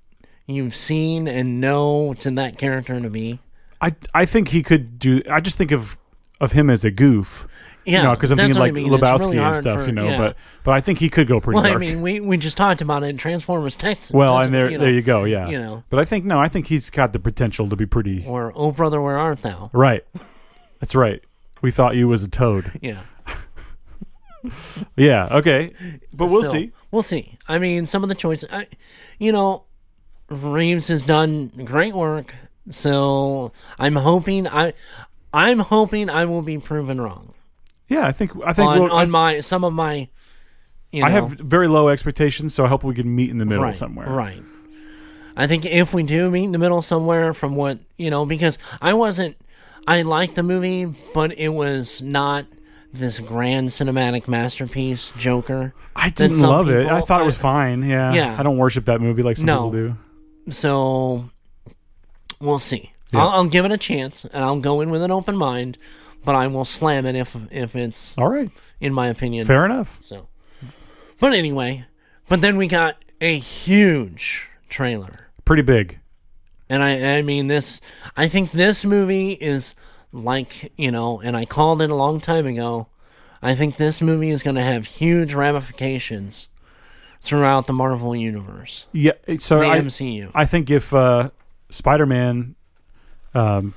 Speaker 1: you've seen and know to that character to be.
Speaker 2: I I think he could do. I just think of of him as a goof.
Speaker 1: Yeah,
Speaker 2: you know, because I'm
Speaker 1: that's
Speaker 2: thinking
Speaker 1: what
Speaker 2: like
Speaker 1: I mean. It's
Speaker 2: Lebowski
Speaker 1: really
Speaker 2: and
Speaker 1: hard
Speaker 2: stuff.
Speaker 1: for-
Speaker 2: you know,
Speaker 1: yeah.
Speaker 2: but but I think he could go pretty
Speaker 1: well,
Speaker 2: dark.
Speaker 1: I mean, we, we just talked about it in Transformers Texas.
Speaker 2: well,
Speaker 1: doesn't-
Speaker 2: and there
Speaker 1: you
Speaker 2: there
Speaker 1: know,
Speaker 2: you go. Yeah.
Speaker 1: you know.
Speaker 2: But I think no. I think he's got the potential to be pretty.
Speaker 1: Or oh brother, where art thou?
Speaker 2: Right. That's right. We thought you was a toad.
Speaker 1: Yeah.
Speaker 2: Yeah. Okay. But we'll
Speaker 1: So,
Speaker 2: see.
Speaker 1: We'll see. I mean, some of the choices, I, you know, Reeves has done great work. So I'm hoping I, I'm hoping I will be proven wrong
Speaker 2: Yeah. I think I think
Speaker 1: on,
Speaker 2: we'll,
Speaker 1: on my some of my. You know,
Speaker 2: I have very low expectations, so I hope we can meet in the middle
Speaker 1: right,
Speaker 2: somewhere.
Speaker 1: Right. I think if we do meet in the middle somewhere, from what you know, because I wasn't, I liked the movie, but it was not this grand cinematic masterpiece, Joker.
Speaker 2: I
Speaker 1: than
Speaker 2: didn't
Speaker 1: some
Speaker 2: love it. I
Speaker 1: people.
Speaker 2: thought it was
Speaker 1: I-
Speaker 2: fine. Yeah.
Speaker 1: Yeah.
Speaker 2: I don't worship that movie like some
Speaker 1: No.
Speaker 2: people do.
Speaker 1: So we'll see.
Speaker 2: Yeah.
Speaker 1: I'll, I'll give it a chance, and I'll go in with an open mind, but I will slam it if if it's
Speaker 2: All right.
Speaker 1: in my opinion.
Speaker 2: Fair enough.
Speaker 1: So, but anyway, but then we got a huge trailer,
Speaker 2: Pretty big.
Speaker 1: and I I mean this. I think this movie is like you know, and I called it a long time ago. I think this movie is going to have huge ramifications throughout the Marvel universe,
Speaker 2: Yeah. it- So
Speaker 1: the
Speaker 2: Uh, I,
Speaker 1: MCU.
Speaker 2: I think if uh, Spider Man um,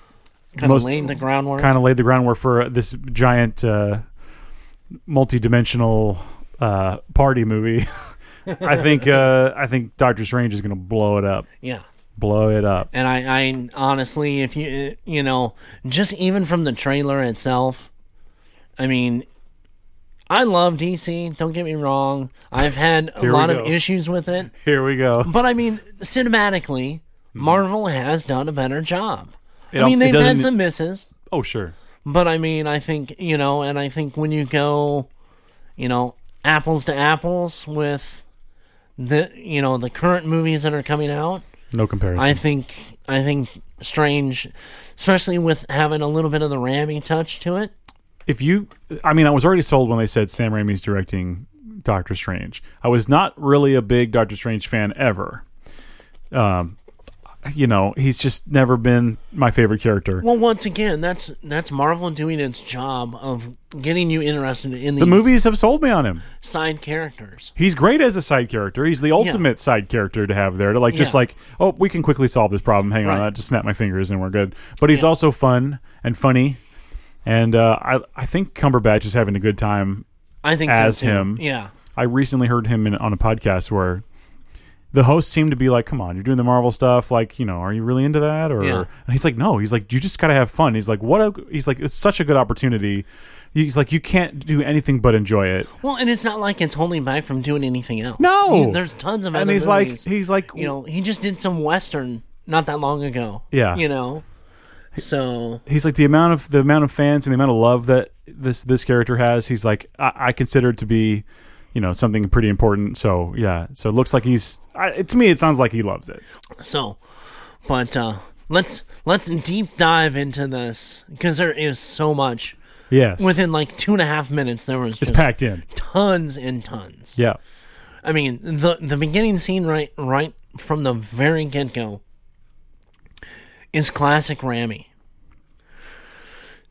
Speaker 1: Kind of laying the groundwork.
Speaker 2: kind of laid the groundwork for this giant uh, multi dimensional uh, party movie. I think uh, I think Doctor Strange is going to blow it up,
Speaker 1: yeah.
Speaker 2: blow it up.
Speaker 1: And I, I honestly, if you, you know, just even from the trailer itself, I mean, I love DC. Don't get me wrong. I've had a
Speaker 2: Here we
Speaker 1: lot of
Speaker 2: go.
Speaker 1: issues with it,
Speaker 2: Here we go.
Speaker 1: but I mean, cinematically, Marvel has done a better job.
Speaker 2: It
Speaker 1: I
Speaker 2: al-
Speaker 1: mean,
Speaker 2: it
Speaker 1: they've had
Speaker 2: doesn't-
Speaker 1: some misses,
Speaker 2: Oh, sure.
Speaker 1: but I mean, I think you know, and I think when you go, you know, apples to apples with the you know the current movies that are coming out,
Speaker 2: No comparison.
Speaker 1: I think I think Strange, especially with having a little bit of the Rami touch to it.
Speaker 2: if you i mean i was already sold when they said sam raimi's directing doctor strange i was not really a big doctor strange fan ever um you know he's just never been my favorite character
Speaker 1: Well, once again, that's that's Marvel doing its job of getting you interested in these
Speaker 2: the movies have sold me on him
Speaker 1: side characters.
Speaker 2: he's great as a side character he's the ultimate side character to have there to like just
Speaker 1: Yeah.
Speaker 2: like oh we can quickly solve this problem hang on
Speaker 1: Right.
Speaker 2: i just snap my fingers and we're good but he's also fun and funny and uh, I, I think cumberbatch is having a good time
Speaker 1: I think
Speaker 2: As
Speaker 1: so too.
Speaker 2: him.
Speaker 1: Yeah.
Speaker 2: I recently heard him in, on a podcast where the host seemed to be like, "Come on, you're doing the Marvel stuff. Like, you know, are you really into that?" Or
Speaker 1: Yeah.
Speaker 2: and he's like, "No." He's like, "You just gotta have fun." He's like, "What?" A, he's like, "It's such a good opportunity." He's like, "You can't do anything but enjoy it."
Speaker 1: Well, and it's not like it's holding back from doing anything else.
Speaker 2: No!
Speaker 1: He- there's tons of
Speaker 2: and
Speaker 1: other
Speaker 2: he's
Speaker 1: movies.
Speaker 2: like, he's like,
Speaker 1: you know, he just did some western not that long ago.
Speaker 2: Yeah.
Speaker 1: you know, so
Speaker 2: he's like the amount of the amount of fans and the amount of love that this this character has. He's like, I, I consider it to be. You know something pretty important, so yeah. So it looks like he's. I, to me, it sounds like he loves it.
Speaker 1: so, but uh, let's let's deep dive into this because there is so much.
Speaker 2: Yes,
Speaker 1: Within like two and a half minutes, there was
Speaker 2: it's
Speaker 1: just
Speaker 2: packed in.
Speaker 1: tons and tons.
Speaker 2: Yeah,
Speaker 1: I mean, the the beginning scene right right from the very get go is classic Rami.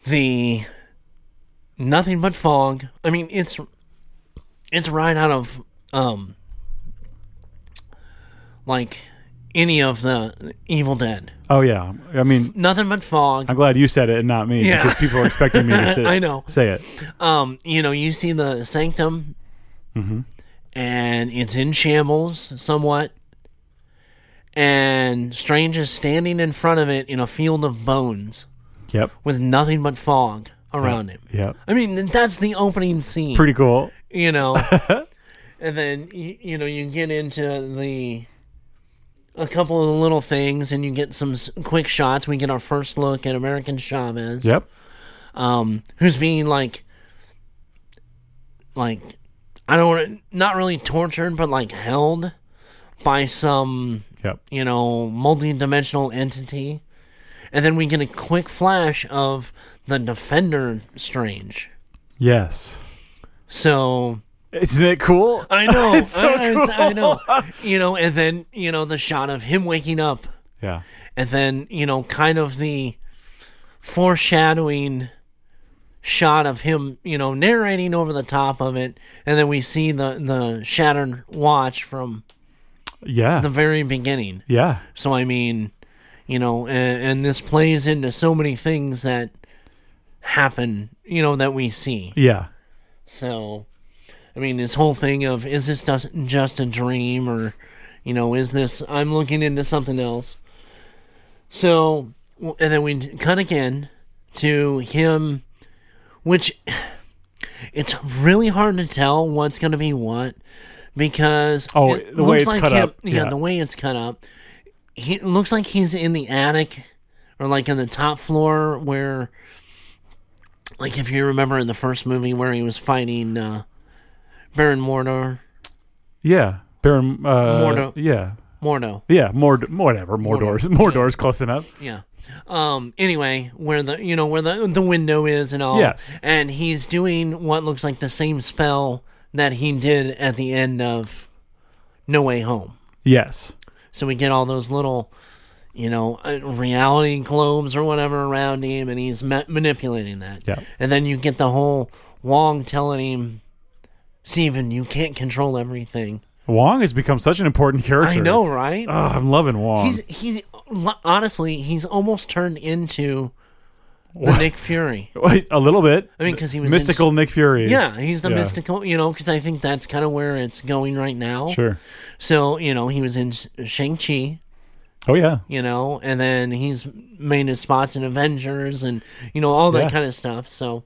Speaker 1: The nothing but fog. I mean, it's it's right out of um like any of the Evil Dead.
Speaker 2: Oh yeah, I mean,
Speaker 1: Nothing but fog.
Speaker 2: I'm glad you said it and not me
Speaker 1: Yeah.
Speaker 2: because people are expecting me to say.
Speaker 1: I know.
Speaker 2: Say it.
Speaker 1: um, you know, you see the sanctum, and it's in shambles somewhat, and Strange is standing in front of it in a field of bones
Speaker 2: Yep.
Speaker 1: with nothing but fog around him.
Speaker 2: Yep.
Speaker 1: I mean, that's the opening scene,
Speaker 2: Pretty cool.
Speaker 1: you know, and then you, you know you get into the. A couple of the little things, and you get some s- quick shots. We get our first look at American Chavez
Speaker 2: Yep.
Speaker 1: um, who's being like, like, I don't want to, not really tortured, but like held by some,
Speaker 2: Yep.
Speaker 1: you know, multi-dimensional entity. And then we get a quick flash of the Defender Strange.
Speaker 2: Yes.
Speaker 1: So
Speaker 2: Isn't it cool?
Speaker 1: I know,
Speaker 2: It's so
Speaker 1: I, it's- I know, you know, and then you know the shot of him waking up,
Speaker 2: yeah.
Speaker 1: and then you know, kind of the foreshadowing shot of him, you know, narrating over the top of it, and then we see the the shattered watch from
Speaker 2: Yeah.
Speaker 1: the very beginning.
Speaker 2: yeah.
Speaker 1: So I mean, you know, and, and this plays into so many things that happen, you know, that we see.
Speaker 2: Yeah.
Speaker 1: So, I mean, this whole thing of is this just, just a dream or, you know, is this I'm looking into something else? So, w- and then we cut again to him, which it's really hard to tell what's going to be what because
Speaker 2: Oh,
Speaker 1: it
Speaker 2: the way
Speaker 1: looks
Speaker 2: it's cut up,
Speaker 1: Yeah,
Speaker 2: yeah.
Speaker 1: the way it's cut up, he it looks like he's in the attic or like on the top floor where like if you remember in the first movie where he was fighting uh Baron Mordor
Speaker 2: Yeah. Baron. Uh,
Speaker 1: Mordo.
Speaker 2: Yeah.
Speaker 1: Mordo.
Speaker 2: Yeah. Mord. Whatever. Mordor's. Mordor's close enough.
Speaker 1: Yeah. Um anyway, where the you know, where the the window is and all.
Speaker 2: Yes.
Speaker 1: And he's doing what looks like the same spell that he did at the end of No Way Home.
Speaker 2: Yes.
Speaker 1: So we get all those little you know, uh, reality globes or whatever around him, and he's ma- manipulating that.
Speaker 2: Yeah.
Speaker 1: And then you get the whole Wong telling him, Steven, you can't control everything.
Speaker 2: Wong has become such an important character.
Speaker 1: I know, right?
Speaker 2: Ugh, I'm loving Wong.
Speaker 1: he's he's honestly he's almost turned into the Nick Fury.
Speaker 2: Wait, a little bit.
Speaker 1: I mean, because he was in-
Speaker 2: mystical Nick Fury.
Speaker 1: yeah, he's the
Speaker 2: Yeah.
Speaker 1: mystical, you know, because I think that's kind of where it's going right now.
Speaker 2: Sure.
Speaker 1: So you know, he was in Shang Chi,
Speaker 2: Oh yeah.
Speaker 1: you know, and then he's made his spots in Avengers and you know all that
Speaker 2: Yeah.
Speaker 1: kind of stuff. So.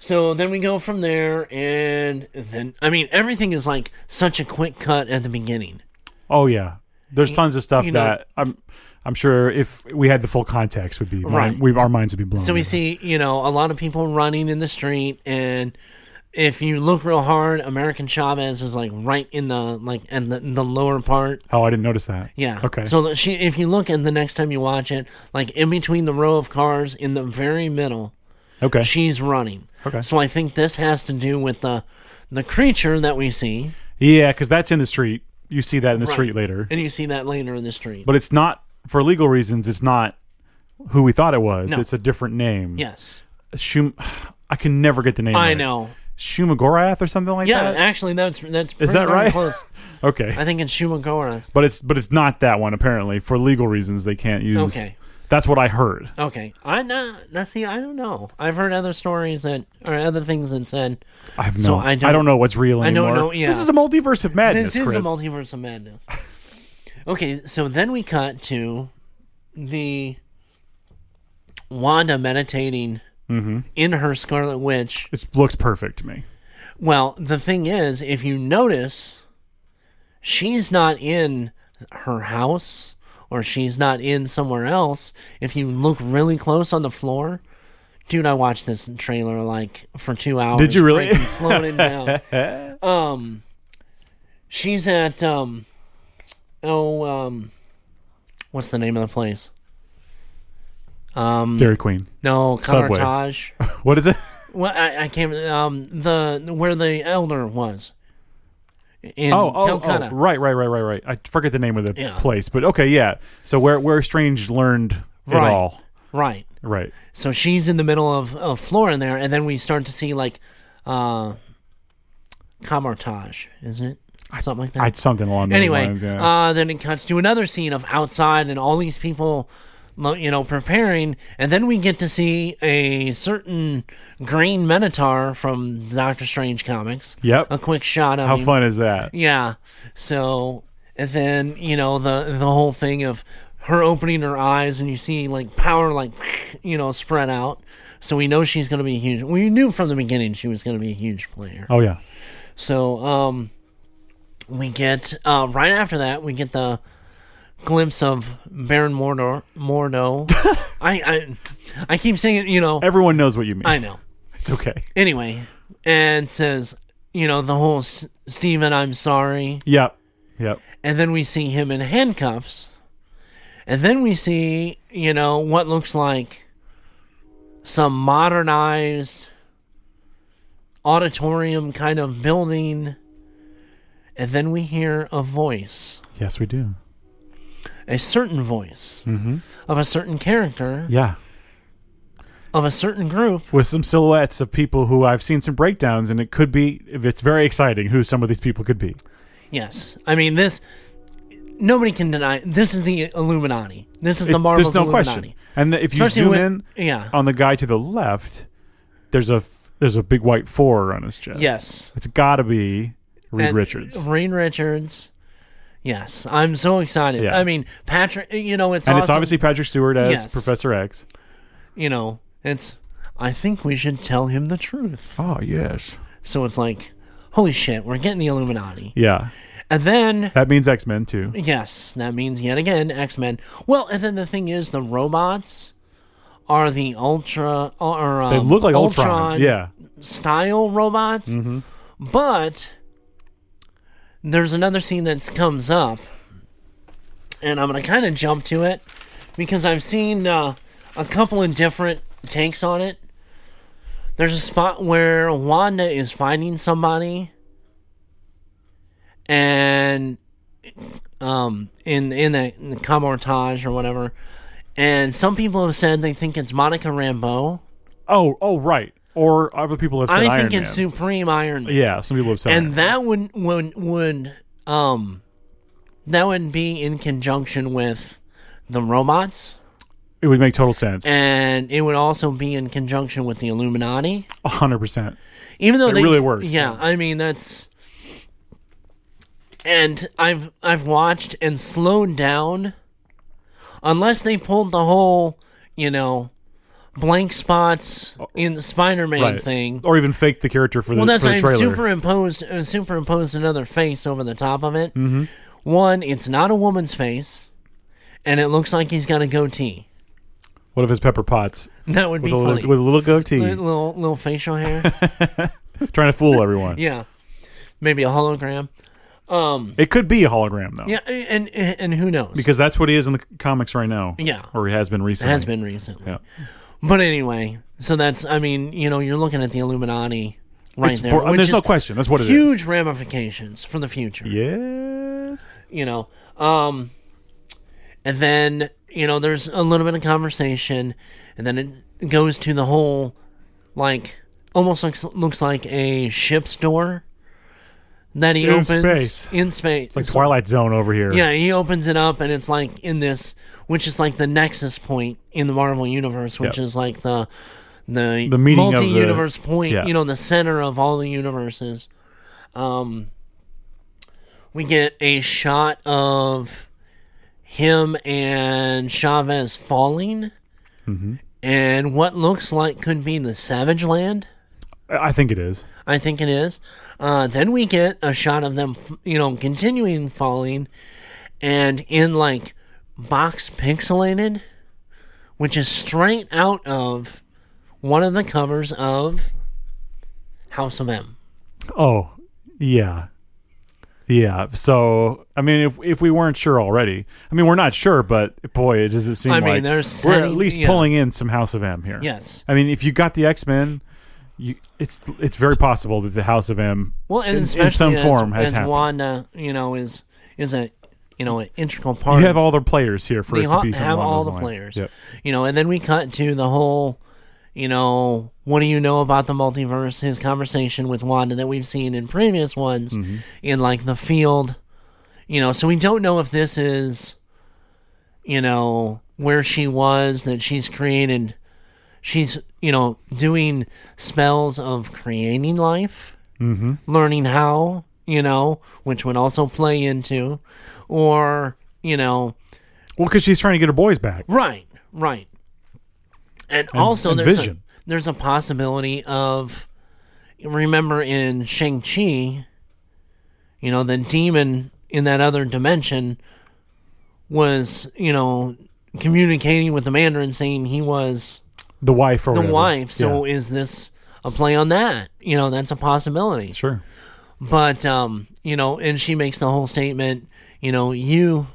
Speaker 1: So then we go from there, and then I mean everything is like such a quick cut at the beginning.
Speaker 2: Oh yeah. There's tons of stuff
Speaker 1: you know-
Speaker 2: that I'm I'm sure if we had the full context would be
Speaker 1: Right.
Speaker 2: we our minds would be blown.
Speaker 1: So we
Speaker 2: over.
Speaker 1: see, you know, a lot of people running in the street, and if you look real hard, American Chavez is like right in the like in the, in the lower part.
Speaker 2: Oh, I didn't notice that.
Speaker 1: Yeah.
Speaker 2: Okay.
Speaker 1: So that she, if you look at the next time you watch it, like in between the row of cars, in the very middle,
Speaker 2: okay.
Speaker 1: she's running.
Speaker 2: Okay.
Speaker 1: So I think this has to do with the the creature that we see,
Speaker 2: Yeah, because that's in the street. You see that in the
Speaker 1: Right.
Speaker 2: street later,
Speaker 1: and you see that later in the street.
Speaker 2: but it's not for legal reasons. It's not who we thought it was.
Speaker 1: No.
Speaker 2: It's a different name.
Speaker 1: yes,
Speaker 2: Shum- I can never get the name.
Speaker 1: I
Speaker 2: right.
Speaker 1: know.
Speaker 2: Shumagorath or something like
Speaker 1: Yeah,
Speaker 2: that.
Speaker 1: actually, that's that's
Speaker 2: Is
Speaker 1: pretty
Speaker 2: that
Speaker 1: darn
Speaker 2: right?
Speaker 1: Close.
Speaker 2: Okay.
Speaker 1: I think it's Shumagora.
Speaker 2: But it's but it's not that one apparently for legal reasons they can't use.
Speaker 1: Okay.
Speaker 2: That's what I heard.
Speaker 1: Okay, I know. Now, see, I don't know. I've heard other stories that or other things that said
Speaker 2: I have no.
Speaker 1: So
Speaker 2: I,
Speaker 1: I
Speaker 2: don't,
Speaker 1: don't-
Speaker 2: know what's real
Speaker 1: I don't
Speaker 2: anymore.
Speaker 1: know, yeah.
Speaker 2: This is a multiverse of madness.
Speaker 1: this is a
Speaker 2: Chris.
Speaker 1: multiverse of madness. Okay, so then we cut to the Wanda meditating in her Scarlet Witch.
Speaker 2: This looks perfect to me.
Speaker 1: Well, the thing is, if you notice, she's not in her house or she's not in somewhere else. If you look really close on the floor, dude, I watched this trailer like for two hours.
Speaker 2: Did you really?
Speaker 1: breaking, slowing it down? Um, she's at um, oh um, what's the name of the place?
Speaker 2: Dairy Queen.
Speaker 1: No,
Speaker 2: Subway.
Speaker 1: Cartage.
Speaker 2: What is it?
Speaker 1: Well, I, I can't. Um, the where the elder was in
Speaker 2: Oh, oh,
Speaker 1: Calcutta.
Speaker 2: oh, right, right, right, right, right. I forget the name of the
Speaker 1: Yeah.
Speaker 2: place, but okay, yeah. So where where Strange learned it
Speaker 1: Right.
Speaker 2: all,
Speaker 1: Right.
Speaker 2: right?
Speaker 1: So she's in the middle of, of Flora in there, and then we start to see like, uh, Camartage, isn't it? Something like that.
Speaker 2: I something along those
Speaker 1: anyway,
Speaker 2: lines. Yeah.
Speaker 1: uh, then it cuts to another scene of outside and all these people, lo- you know, preparing, and then we get to see a certain green Minotaur from Doctor Strange comics.
Speaker 2: Yep.
Speaker 1: A quick shot of
Speaker 2: How
Speaker 1: him.
Speaker 2: fun is that?
Speaker 1: Yeah. So and then you know the the whole thing of her opening her eyes and you see like power like you know spread out. So we know she's going to be huge. We knew from the beginning she was going to be a huge player.
Speaker 2: Oh yeah.
Speaker 1: So um, we get uh, right after that we get the glimpse of Baron Mordor Mordo. I I I keep saying it, you know.
Speaker 2: Everyone knows what you mean.
Speaker 1: I know
Speaker 2: It's okay.
Speaker 1: anyway, and says, you know, the whole S- Steven, I'm sorry.
Speaker 2: Yep. Yep.
Speaker 1: And then we see him in handcuffs. And then we see, you know, what looks like some modernized auditorium kind of building. And then we hear a voice,
Speaker 2: Yes, we do.
Speaker 1: a certain voice
Speaker 2: Mm-hmm.
Speaker 1: of a certain character,
Speaker 2: Yeah.
Speaker 1: of a certain group.
Speaker 2: with some silhouettes of people who I've seen some breakdowns, and it could be if it's very exciting who some of these people could be.
Speaker 1: Yes. I mean, this, nobody can deny, this is the Illuminati. This is
Speaker 2: It-
Speaker 1: the Marvel's
Speaker 2: there's no
Speaker 1: Illuminati.
Speaker 2: question. And the, if you
Speaker 1: Especially
Speaker 2: zoom
Speaker 1: when-
Speaker 2: in uh,
Speaker 1: yeah.
Speaker 2: on the guy to the left, there's a f- there's a big white four on his chest.
Speaker 1: Yes.
Speaker 2: it's got to be Reed
Speaker 1: And-
Speaker 2: Richards,
Speaker 1: Uh, Reed Richards. Yes, I'm so excited.
Speaker 2: Yeah.
Speaker 1: I mean, Patrick. You know, it's
Speaker 2: and it's
Speaker 1: awesome.
Speaker 2: obviously Patrick Stewart as
Speaker 1: Yes.
Speaker 2: Professor X.
Speaker 1: you know, it's. I think we should tell him the truth.
Speaker 2: Oh yes,
Speaker 1: So it's like, holy shit, we're getting the Illuminati,
Speaker 2: yeah.
Speaker 1: and then
Speaker 2: That means X Men too.
Speaker 1: yes, that means yet again X Men. Well, and then the thing is, the robots are the Ultra or um,
Speaker 2: They look like Ultron.
Speaker 1: Ultron
Speaker 2: Yeah,
Speaker 1: style robots,
Speaker 2: Mm-hmm.
Speaker 1: but there's another scene that comes up, and I'm gonna kind of jump to it because I've seen uh, a couple of different takes on it. There's a spot where Wanda is finding somebody, and um, in in the, in the Camartage or whatever, and some people have said they think it's Monica Rambeau.
Speaker 2: Oh, oh, right. Or other people have said
Speaker 1: I think
Speaker 2: Iron
Speaker 1: it's
Speaker 2: Man.
Speaker 1: Supreme Iron Man.
Speaker 2: yeah, some people have said. Iron
Speaker 1: And
Speaker 2: Man.
Speaker 1: that would would would um that would be in conjunction with the robots
Speaker 2: it would make total sense.
Speaker 1: and it would also be in conjunction with the Illuminati.
Speaker 2: hundred percent.
Speaker 1: Even though
Speaker 2: It
Speaker 1: they
Speaker 2: really works,
Speaker 1: Yeah, I mean that's and I've I've watched and slowed down unless they pulled the whole, you know, blank spots in the Spider-Man
Speaker 2: Oh. Right.
Speaker 1: thing.
Speaker 2: or even fake the character for the,
Speaker 1: Well, that's
Speaker 2: for
Speaker 1: why
Speaker 2: the
Speaker 1: I'm
Speaker 2: trailer. Mm-hmm.
Speaker 1: superimposed uh, superimposed another face over the top of it, One, it's not a woman's face, and it looks like he's got a goatee.
Speaker 2: What if it's Pepper Potts
Speaker 1: That would be
Speaker 2: with a
Speaker 1: funny.
Speaker 2: little, with a little goatee,
Speaker 1: Li- little little facial hair.
Speaker 2: trying to fool everyone?
Speaker 1: yeah, maybe a hologram.
Speaker 2: It could be a hologram though,
Speaker 1: Yeah, and and, and who knows?
Speaker 2: because that's what he is in the comics right now.
Speaker 1: Yeah.
Speaker 2: or he has been
Speaker 1: it
Speaker 2: recently.
Speaker 1: has been recently.
Speaker 2: Yeah.
Speaker 1: But anyway, so that's I mean you know you're looking at the Illuminati right
Speaker 2: It's
Speaker 1: there.
Speaker 2: for- and
Speaker 1: which
Speaker 2: there's no
Speaker 1: is
Speaker 2: question. That's what it is.
Speaker 1: Huge ramifications for the future.
Speaker 2: Yes.
Speaker 1: you know um and then you know there's a little bit of conversation and then it goes to the whole like almost looks, looks like a ship's door that he
Speaker 2: In
Speaker 1: opens
Speaker 2: space.
Speaker 1: in space
Speaker 2: It's like Twilight Zone over here.
Speaker 1: yeah he opens it up and it's like in this which is like the nexus point in the marvel universe which
Speaker 2: Yep.
Speaker 1: is like the the,
Speaker 2: The meeting of the-
Speaker 1: multi-universe point
Speaker 2: yeah.
Speaker 1: you know the center of all the universes um we get a shot of him and chavez falling
Speaker 2: Mm-hmm.
Speaker 1: and what looks like could be the savage land
Speaker 2: I I think it is.
Speaker 1: I think it is. Uh, then we get a shot of them, f- you know, continuing falling, and in like box pixelated, which is straight out of one of the covers of House of M.
Speaker 2: Oh, yeah. Yeah. So, I mean, if if we weren't sure already, I mean, we're not sure, but boy, it does it seem
Speaker 1: I mean,
Speaker 2: like
Speaker 1: they're
Speaker 2: we're at
Speaker 1: setting-
Speaker 2: least
Speaker 1: yeah.
Speaker 2: pulling in some House of M here.
Speaker 1: Yes.
Speaker 2: I mean, if you got the X Men, you it's it's very possible that the House of M.
Speaker 1: Well, and
Speaker 2: In- in
Speaker 1: especially
Speaker 2: some
Speaker 1: as,
Speaker 2: form has
Speaker 1: as
Speaker 2: happened.
Speaker 1: Wanda, you know, is is a you know an integral part.
Speaker 2: You have all the players here for
Speaker 1: they
Speaker 2: it to
Speaker 1: ha-
Speaker 2: be something
Speaker 1: have
Speaker 2: along
Speaker 1: all
Speaker 2: those
Speaker 1: the
Speaker 2: lines.
Speaker 1: players.
Speaker 2: Yep.
Speaker 1: You know, and then we cut to the whole, you know, what do you know about the multiverse? His conversation with Wanda that we've seen in previous ones
Speaker 2: Mm-hmm.
Speaker 1: in like the field. You know, so we don't know if this is, you know, where she was that she's created. She's, you know, doing spells of creating life, mm-hmm. learning how, you know, which would also play into, or, you know,
Speaker 2: Well, because she's trying to get her boys back.
Speaker 1: Right, right. And, also,
Speaker 2: and
Speaker 1: there's
Speaker 2: vision.
Speaker 1: a there's a possibility of remember in Shang Chi, you know, the demon in that other dimension was you know communicating with the Mandarin, saying he was
Speaker 2: The wife or
Speaker 1: the
Speaker 2: whatever.
Speaker 1: wife. So
Speaker 2: Yeah.
Speaker 1: is this a play on that? You know, that's a possibility.
Speaker 2: sure.
Speaker 1: But um, you know, and she makes the whole statement, you know, you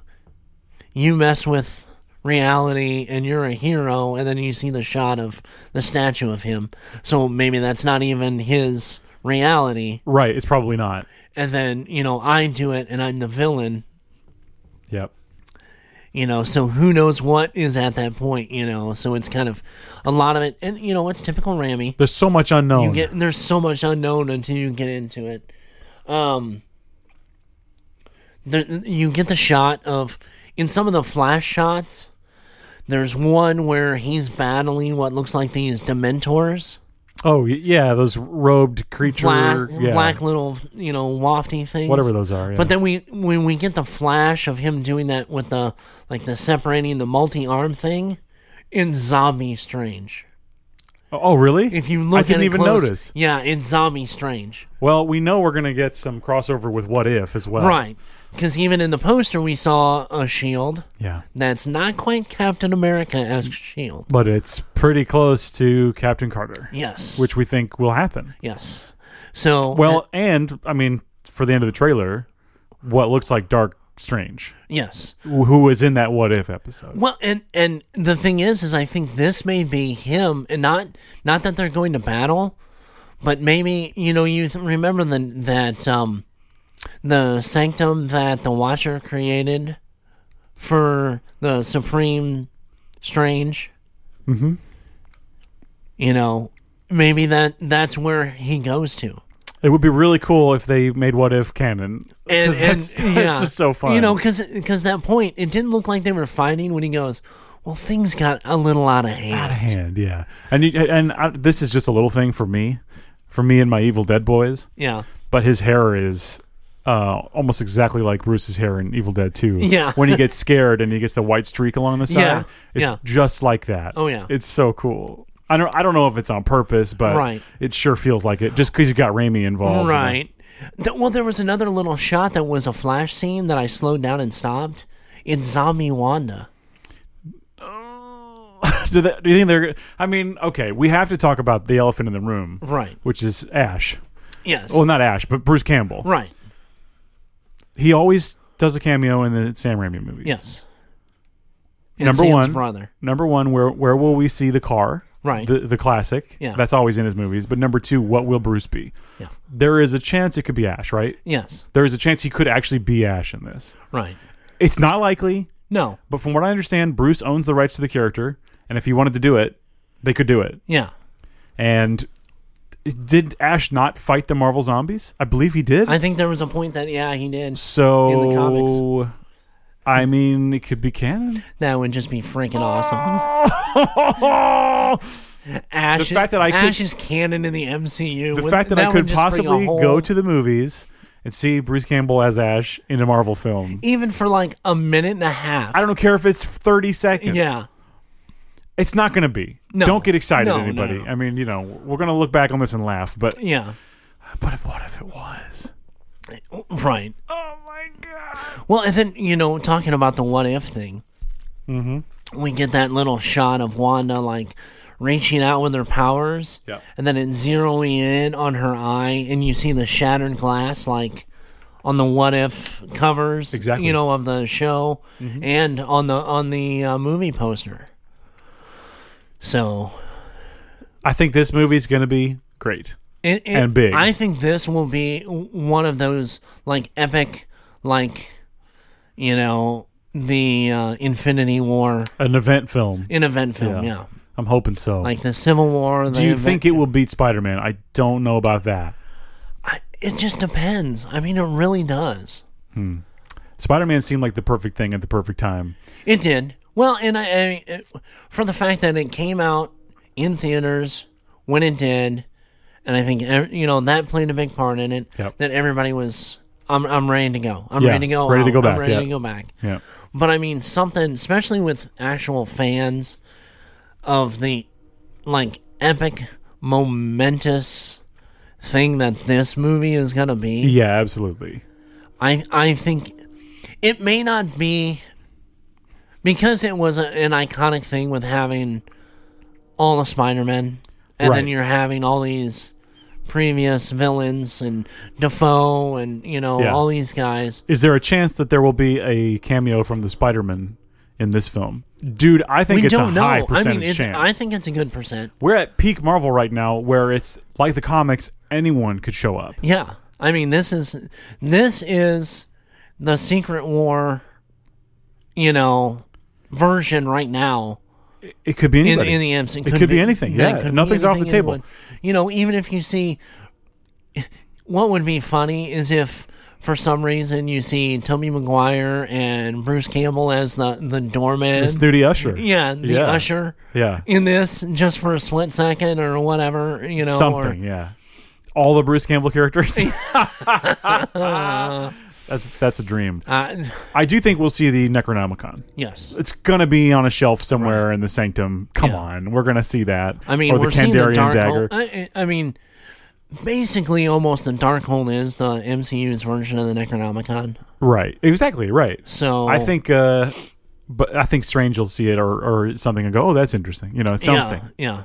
Speaker 1: you mess with reality and you're a hero and then you see the shot of the statue of him. So maybe that's not even his reality.
Speaker 2: Right. It's probably not.
Speaker 1: And then, you know, I do it and I'm the villain,
Speaker 2: Yep.
Speaker 1: you know, so who knows what is at that point, you know. So it's kind of a lot of it and you know, it's typical Rami.
Speaker 2: There's so much unknown.
Speaker 1: You get there's so much unknown until you get into it. Um, there, you get the shot of in some of the flash shots. There's one where he's battling what looks like these Dementors,
Speaker 2: oh y- yeah, those robed creature.
Speaker 1: black,
Speaker 2: yeah.
Speaker 1: black little you know wafty things,
Speaker 2: whatever those are. Yeah.
Speaker 1: But then we when we get the flash of him doing that with the like the separating the multi arm thing in Zombie Strange.
Speaker 2: oh, really?
Speaker 1: If you look
Speaker 2: I didn't
Speaker 1: at it
Speaker 2: even
Speaker 1: close-
Speaker 2: notice.
Speaker 1: yeah, in Zombie Strange.
Speaker 2: Well, we know we're going to get some crossover with What If as well.
Speaker 1: Right. Because even in the poster, we saw a shield
Speaker 2: Yeah.
Speaker 1: that's not quite Captain America esque shield.
Speaker 2: But it's pretty close to Captain Carter,
Speaker 1: Yes.
Speaker 2: which we think will happen.
Speaker 1: Yes. So.
Speaker 2: Well, and I mean, for the end of the trailer, what looks like Dark Strange,
Speaker 1: yes.
Speaker 2: who who is in that What If episode.
Speaker 1: Well, and and the thing is, is I think this may be him, and not not that they're going to battle, but maybe you know you th- remember the that um, the sanctum that the Watcher created for the Supreme Strange. Mm-hmm. You know, maybe that that's where he goes to.
Speaker 2: It would be really cool if they made What If canon. 'Cause that's,
Speaker 1: yeah.
Speaker 2: that's just so fun.
Speaker 1: You know, because that point, it didn't look like they were fighting when he goes. Well, things got a little out of hand.
Speaker 2: out of hand, yeah. And you, and I, this is just a little thing for me, for me and my Evil Dead boys.
Speaker 1: Yeah.
Speaker 2: but his hair is uh, almost exactly like Bruce's hair in Evil Dead 2.
Speaker 1: Yeah.
Speaker 2: when he gets scared and he gets the white streak along the side,
Speaker 1: Yeah,
Speaker 2: it's
Speaker 1: yeah.
Speaker 2: just like that.
Speaker 1: Oh, yeah.
Speaker 2: it's so cool. I don't I don't know if it's on purpose, but
Speaker 1: Right.
Speaker 2: it sure feels like it just because you got Raimi involved. you know?
Speaker 1: Right. Th- well, there was another little shot that was a flash scene that I slowed down and stopped in Zombie Wanda.
Speaker 2: do, they, do you think they're? I mean, okay, we have to talk about the elephant in the room,
Speaker 1: Right.
Speaker 2: which is Ash.
Speaker 1: Yes.
Speaker 2: Well, not Ash, but Bruce Campbell.
Speaker 1: right.
Speaker 2: He always does a cameo in the Sam Raimi movies.
Speaker 1: Yes. And
Speaker 2: Number
Speaker 1: Sam's
Speaker 2: one.
Speaker 1: brother.
Speaker 2: Number one, where where will we see the car?
Speaker 1: Right.
Speaker 2: The the classic.
Speaker 1: Yeah.
Speaker 2: That's always in his movies. But number two, what will Bruce be?
Speaker 1: Yeah.
Speaker 2: There is a chance it could be Ash, right?
Speaker 1: Yes.
Speaker 2: There is a chance he could actually be Ash in this.
Speaker 1: Right.
Speaker 2: It's not likely,
Speaker 1: No.
Speaker 2: but from what I understand, Bruce owns the rights to the character, and if he wanted to do it, they could do it.
Speaker 1: Yeah.
Speaker 2: And did Ash not fight the Marvel zombies? I believe he did.
Speaker 1: I think there was a point that yeah he did.
Speaker 2: so
Speaker 1: in the comics.
Speaker 2: I mean, it could be canon.
Speaker 1: That would just be freaking awesome.
Speaker 2: the
Speaker 1: Ash.
Speaker 2: The fact that I could-
Speaker 1: Ash is canon in the MCU. Wouldn't-
Speaker 2: fact that, I
Speaker 1: would
Speaker 2: could
Speaker 1: just bring a
Speaker 2: possibly
Speaker 1: whole-
Speaker 2: go to the movies and see Bruce Campbell as Ash in a Marvel film.
Speaker 1: even for like a minute and a half.
Speaker 2: I don't care if it's 30 seconds.
Speaker 1: Yeah.
Speaker 2: It's not going to be.
Speaker 1: No.
Speaker 2: Don't get excited,
Speaker 1: No, no,
Speaker 2: anybody.
Speaker 1: no.
Speaker 2: I mean, you know, we're going to look back on this and laugh, but
Speaker 1: Yeah.
Speaker 2: but if, what if it was?
Speaker 1: Right.
Speaker 2: Oh my god.
Speaker 1: Well, and then you know, talking about the what if thing, mm-hmm. we get that little shot of Wanda like reaching out with her powers,
Speaker 2: Yeah.
Speaker 1: and then it zeroing in on her eye, and you see the shattered glass like on the what if covers,
Speaker 2: Exactly. Mm-hmm.
Speaker 1: you know, of the show and on the on the uh, movie poster. So
Speaker 2: I think this movie's going to be great.
Speaker 1: it, it-
Speaker 2: And big.
Speaker 1: I think this will be w- one of those like epic, like you know, the uh, Infinity War
Speaker 2: An event film.
Speaker 1: in event film. Yeah,
Speaker 2: Yeah. I'm hoping so.
Speaker 1: like the Civil War.
Speaker 2: Do you think it will beat Spider-Man? I don't know about that.
Speaker 1: I, it just depends. I mean, it really does.
Speaker 2: Spider-Man seemed like the perfect thing at the perfect time.
Speaker 1: It did well, and I, I it, for the fact that it came out in theaters when it did, and I think ev- you know that played a big part in it.
Speaker 2: Yep.
Speaker 1: That everybody was. I'm, I'm ready to go. I'm
Speaker 2: Yeah,
Speaker 1: ready to go.
Speaker 2: ready to
Speaker 1: out.
Speaker 2: go
Speaker 1: I'm
Speaker 2: back,
Speaker 1: ready
Speaker 2: yeah.
Speaker 1: to go back.
Speaker 2: Yeah.
Speaker 1: But I mean, something, especially with actual fans of the like epic, momentous thing that this movie is gonna be.
Speaker 2: Yeah, absolutely.
Speaker 1: I I think it may not be because it was a, an iconic thing with having all the Spider Men, and then
Speaker 2: Right.
Speaker 1: you're having all these previous villains and Defoe and you know
Speaker 2: Yeah.
Speaker 1: all these guys.
Speaker 2: Is there a chance that there will be a cameo from the Spider-Man in this film? Dude, I think
Speaker 1: We
Speaker 2: it's a
Speaker 1: don't know.
Speaker 2: high
Speaker 1: I
Speaker 2: percentage
Speaker 1: mean, it,
Speaker 2: chance.
Speaker 1: I think it's a good percent.
Speaker 2: We're at peak Marvel right now where it's like the comics anyone could show up.
Speaker 1: Yeah, I mean this is this is the Secret War, you know, version right now
Speaker 2: It could be
Speaker 1: in,
Speaker 2: anybody.
Speaker 1: in the MC.
Speaker 2: could be anything, yeah. Nothing's off the table.
Speaker 1: anyone- You know, even if you see, what would be funny is if for some reason you see Tommy Maguire and Bruce Campbell as the the doorman.
Speaker 2: it's Nudie Usher.
Speaker 1: yeah, the
Speaker 2: Yeah.
Speaker 1: usher
Speaker 2: Yeah.
Speaker 1: in this just for a split second or whatever, you know,
Speaker 2: Something,
Speaker 1: or
Speaker 2: yeah. All the Bruce Campbell characters. that's that's a dream.
Speaker 1: uh,
Speaker 2: I do think we'll see the Necronomicon.
Speaker 1: yes.
Speaker 2: It's gonna be on a shelf somewhere in the Sanctum. Come
Speaker 1: Yeah.
Speaker 2: on, we're gonna see that.
Speaker 1: I mean,
Speaker 2: or
Speaker 1: we're
Speaker 2: the
Speaker 1: seeing
Speaker 2: Kandarian
Speaker 1: the dark
Speaker 2: dagger.
Speaker 1: hole. I, I I mean, basically, almost the dark hole is the MCU's version of the Necronomicon.
Speaker 2: Right, exactly. Right.
Speaker 1: So
Speaker 2: I think, uh, but I think Strange will see it or, or something and go, "Oh, that's interesting." You know, something.
Speaker 1: Yeah,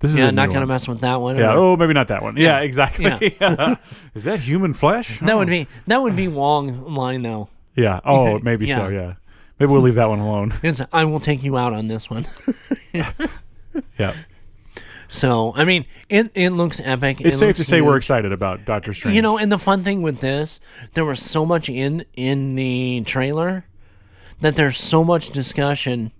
Speaker 2: This is
Speaker 1: yeah, yeah.
Speaker 2: a
Speaker 1: Not
Speaker 2: new
Speaker 1: gonna
Speaker 2: one.
Speaker 1: mess with that one.
Speaker 2: Yeah.
Speaker 1: Or-
Speaker 2: Oh, maybe not that one. Yeah, exactly. is that human flesh?
Speaker 1: That would be that would be Wong line though.
Speaker 2: Yeah. Oh, maybe so.
Speaker 1: Yeah.
Speaker 2: Yeah. Maybe we'll leave that one alone.
Speaker 1: It's, I will take you out on this one.
Speaker 2: Yeah.
Speaker 1: So I mean, it it looks epic.
Speaker 2: It's
Speaker 1: It
Speaker 2: safe
Speaker 1: looks
Speaker 2: to say we're
Speaker 1: huge.
Speaker 2: excited about Doctor Strange.
Speaker 1: You know, and the fun thing with this, there was so much in in the trailer that there's so much discussion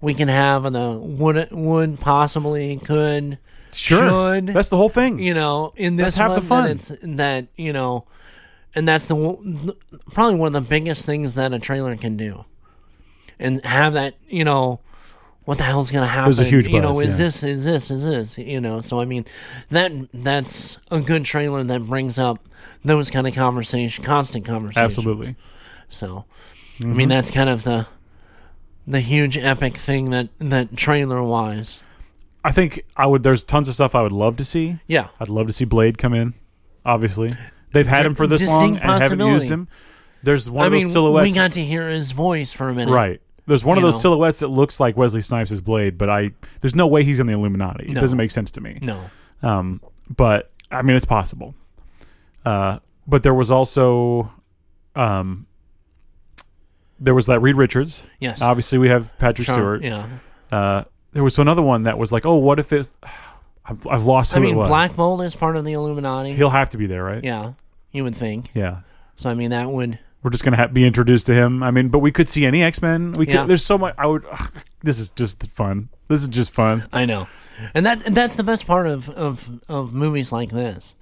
Speaker 1: we can have on the would it, would possibly could
Speaker 2: sure.
Speaker 1: should
Speaker 2: That's the whole thing.
Speaker 1: you know in this
Speaker 2: That's half the
Speaker 1: one, that
Speaker 2: fun.
Speaker 1: it's that you know, and that's the one- probably one of the biggest things that a trailer can do, and have that you know. What the hell's gonna happen?
Speaker 2: was a huge
Speaker 1: you know,
Speaker 2: buzz,
Speaker 1: is
Speaker 2: yeah.
Speaker 1: this is this is this you know? So I mean, that that's a good trailer that brings up those kind of conversation, constant conversation.
Speaker 2: Absolutely. Mm-hmm.
Speaker 1: So, I mean, that's kind of the the huge epic thing that that trailer wise.
Speaker 2: I think I would. There's tons of stuff I would love to see.
Speaker 1: Yeah,
Speaker 2: I'd love to see Blade come in. Obviously, They've had him for this long
Speaker 1: Distinct
Speaker 2: and haven't used
Speaker 1: possibility.
Speaker 2: him. There's one
Speaker 1: I
Speaker 2: of
Speaker 1: mean,
Speaker 2: those silhouettes.
Speaker 1: we got to hear his voice for a minute.
Speaker 2: right. There's one of
Speaker 1: you
Speaker 2: those
Speaker 1: know.
Speaker 2: silhouettes that looks like Wesley Snipes' blade, but I there's no way he's in the Illuminati. It
Speaker 1: No.
Speaker 2: doesn't make sense to me.
Speaker 1: No.
Speaker 2: Um, but I mean, it's possible. Uh, but there was also, um, there was that Reed Richards.
Speaker 1: Yes.
Speaker 2: Obviously, we have Patrick
Speaker 1: Sean-
Speaker 2: Stewart.
Speaker 1: Yeah.
Speaker 2: Uh, there was another one that was like, oh, what if it's? I've, I've lost who
Speaker 1: I mean,
Speaker 2: it was.
Speaker 1: Black Bolt is part of the Illuminati.
Speaker 2: He'll have to be there, right?
Speaker 1: yeah. You would think.
Speaker 2: Yeah.
Speaker 1: So I mean, that would.
Speaker 2: We're just gonna ha- be introduced to him. I mean, but we could see any X Men. We could.
Speaker 1: Yeah.
Speaker 2: There's so much. I would. This is just fun. This is just fun.
Speaker 1: I know, and that and that's the best part of of of movies like this.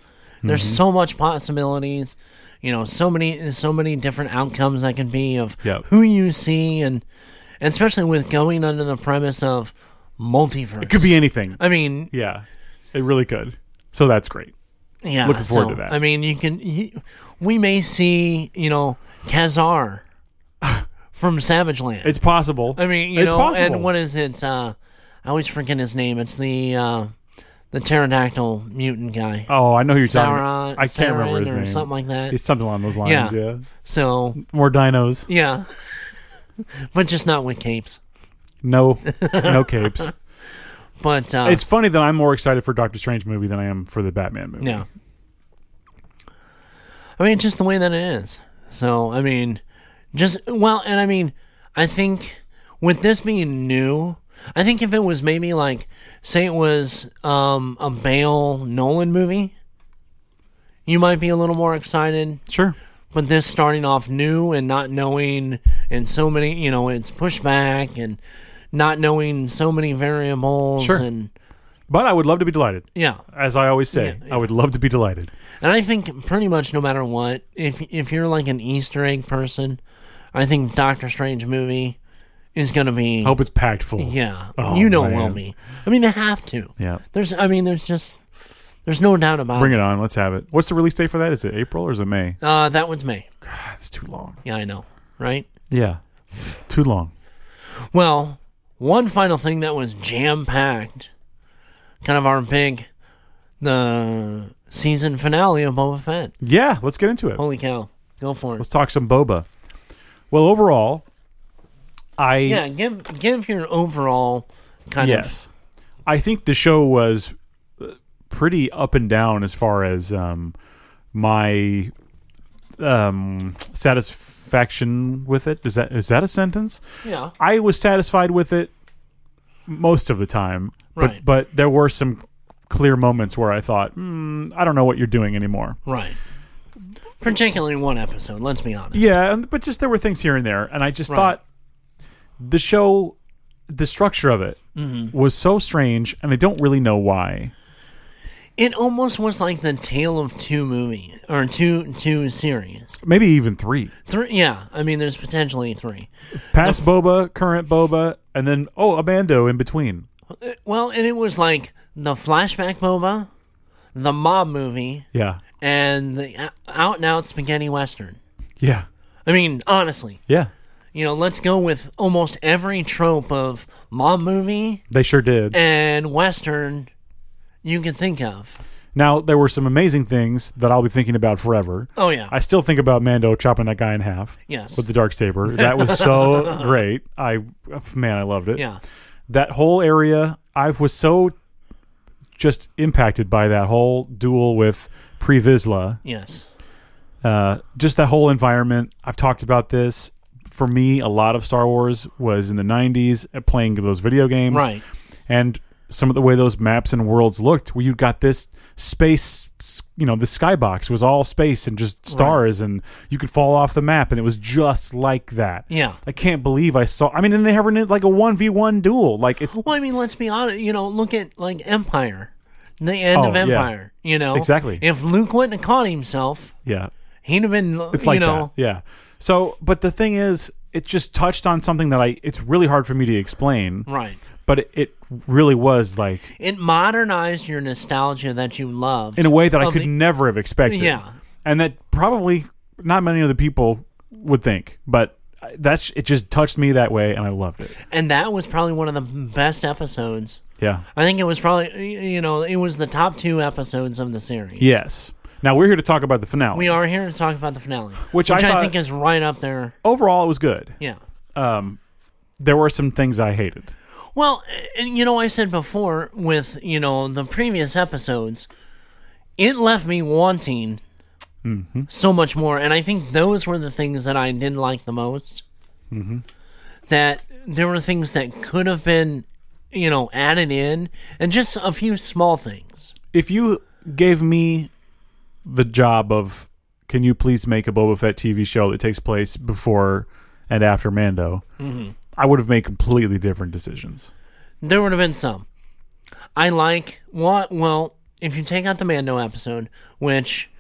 Speaker 1: There's
Speaker 2: Mm-hmm.
Speaker 1: so much possibilities, you know, so many so many different outcomes that can be of
Speaker 2: Yep.
Speaker 1: who you see, and, and especially with going under the premise of multiverse.
Speaker 2: It could be anything.
Speaker 1: I mean,
Speaker 2: Yeah. It really could. So that's great.
Speaker 1: yeah.
Speaker 2: Looking forward
Speaker 1: so,
Speaker 2: to that.
Speaker 1: I mean, you can. You, we may see, you know, Kazar from Savage Land.
Speaker 2: It's possible.
Speaker 1: I mean, you
Speaker 2: it's
Speaker 1: know,
Speaker 2: possible.
Speaker 1: and what is it? Uh, I always forget his name. It's the uh, the pterodactyl mutant guy.
Speaker 2: Oh, I know who you're
Speaker 1: Sauron,
Speaker 2: talking. About. I can't remember
Speaker 1: Sauron
Speaker 2: his
Speaker 1: or
Speaker 2: name.
Speaker 1: something like that.
Speaker 2: It's something along those lines. Yeah.
Speaker 1: Yeah. so
Speaker 2: More dinos.
Speaker 1: yeah, but just not with capes.
Speaker 2: No. No capes.
Speaker 1: But uh,
Speaker 2: It's funny that I'm more excited for Doctor Strange movie than I am for the Batman movie.
Speaker 1: yeah. I mean, just the way that it is. So I mean, just well, and I mean, I think with this being new, I think if it was maybe like, say it was um, a Bale Nolan movie, you might be a little more excited.
Speaker 2: Sure.
Speaker 1: but this starting off new and not knowing and so many you know it's pushback and not knowing so many variables
Speaker 2: Sure.
Speaker 1: and
Speaker 2: But I would love to be delighted.
Speaker 1: yeah
Speaker 2: As I always say, I would love to be delighted.
Speaker 1: and i think pretty much no matter what if if you're like an easter egg person i think doctor strange movie is going to be
Speaker 2: I hope it's packed full.
Speaker 1: yeah
Speaker 2: Oh,
Speaker 1: you know it
Speaker 2: man.
Speaker 1: will be i mean they have to
Speaker 2: Yeah.
Speaker 1: there's i mean there's just there's no doubt about
Speaker 2: Bring
Speaker 1: it
Speaker 2: it on. Let's have it. What's the release date for that? Is it April or is it May?
Speaker 1: uh that one's may
Speaker 2: That's too long.
Speaker 1: yeah i know right
Speaker 2: Yeah. Too long.
Speaker 1: Well, one final thing that was jam packed, kind of our big, the season finale of Boba Fett.
Speaker 2: Yeah, let's get into it.
Speaker 1: Holy cow, go for it!
Speaker 2: Let's talk some boba. Well, overall, I
Speaker 1: Yeah, give give your overall kind
Speaker 2: yes, I think the show was uh, pretty up and down as far as um, my um, satisfaction with it. Is that is that a sentence?
Speaker 1: of yeah,
Speaker 2: I was satisfied with it most of the time, but
Speaker 1: Right.
Speaker 2: but there were some clear moments where I thought, mm, I don't know what you're doing anymore.
Speaker 1: right. Particularly one episode. Let's be honest.
Speaker 2: Yeah, and- but just there were things here and there, and I just
Speaker 1: Right.
Speaker 2: thought the show, the structure of it was so strange, and I don't really know why.
Speaker 1: It almost was like the tale of two movie or two two series.
Speaker 2: Maybe even three.
Speaker 1: Three. Yeah, I mean, there's potentially three.
Speaker 2: Past Boba, current Boba, and then oh, a Bando in between.
Speaker 1: Uh, Well, and it was like the flashback Boba, the mob movie.
Speaker 2: Yeah,
Speaker 1: and the out and out spaghetti western.
Speaker 2: yeah,
Speaker 1: I mean, honestly,
Speaker 2: yeah.
Speaker 1: you know, let's go with almost every trope of mob movie
Speaker 2: They sure did.
Speaker 1: and western you can think of.
Speaker 2: now there were some amazing things that I'll be thinking about forever.
Speaker 1: Oh yeah,
Speaker 2: I still think about Mando chopping that guy in half
Speaker 1: yes,
Speaker 2: with the dark saber. That was so great. I man, I loved it.
Speaker 1: yeah,
Speaker 2: that whole area i was so just impacted by that whole duel with previsla
Speaker 1: yes,
Speaker 2: uh, just that whole environment i've talked about this for me a lot of star wars was in the 90s uh, playing those video games
Speaker 1: right,
Speaker 2: and some of the way those maps and worlds looked where you got this space s- you know the skybox was all space and just stars and you could fall off the map and it was just like that
Speaker 1: yeah.
Speaker 2: i can't believe i saw i mean and they have like a 1v1 duel like it's
Speaker 1: Well, I mean, let's be honest. You know, look at like Empire, the end
Speaker 2: Oh,
Speaker 1: of
Speaker 2: yeah.
Speaker 1: Empire. You know,
Speaker 2: Exactly.
Speaker 1: If Luke wouldn't have caught himself,
Speaker 2: yeah
Speaker 1: he'd have been.
Speaker 2: It's like
Speaker 1: you know,
Speaker 2: that. Yeah. So, but the thing is, it just touched on something that I. It's really hard for me to explain,
Speaker 1: right.
Speaker 2: but it, it really was like
Speaker 1: It modernized your nostalgia that you loved
Speaker 2: in a way that I
Speaker 1: Of
Speaker 2: could
Speaker 1: the-
Speaker 2: never have expected.
Speaker 1: Yeah.
Speaker 2: And that probably not many other people would think, but that's it. Just touched me that way, and I loved it.
Speaker 1: And that was probably one of the best episodes.
Speaker 2: Yeah.
Speaker 1: I think it was probably, you know, it was the top two episodes of the series.
Speaker 2: Yes. Now we're here to talk about the finale,
Speaker 1: We are here to talk about the finale,
Speaker 2: Which I thought-
Speaker 1: I think is right up there.
Speaker 2: overall it was good.
Speaker 1: Yeah.
Speaker 2: There were some things I hated.
Speaker 1: Well, and you know, I said before with you know the previous episodes, it left me wanting so much more, and I think those were the things that I didn't like the most. Mm-hmm. That there were things that could have been, you know, added in, and just a few small things.
Speaker 2: If you gave me the job of, can you please make a Boba Fett TV show that takes place before and after Mando, I would have made completely different decisions.
Speaker 1: There would have been some. I like what well, if you take out the Mando episode, which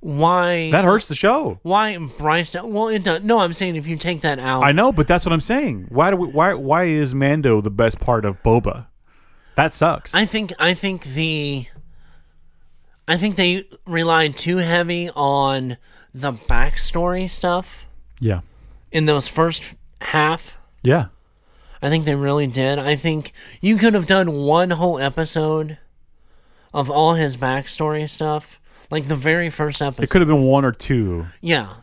Speaker 1: why
Speaker 2: That hurts the show.
Speaker 1: why Bryce? Well, it does. No, I'm saying if you take that out,
Speaker 2: I know, but that's what I'm saying. Why do we, why why is Mando the best part of Boba? That sucks.
Speaker 1: I think I think the I think they relied too heavy on the backstory stuff
Speaker 2: yeah.
Speaker 1: in those first half.
Speaker 2: Yeah.
Speaker 1: I think they really did. I think you could have done one whole episode of all his backstory stuff, like the very first
Speaker 2: It
Speaker 1: episode.
Speaker 2: could have been one or two.
Speaker 1: yeah,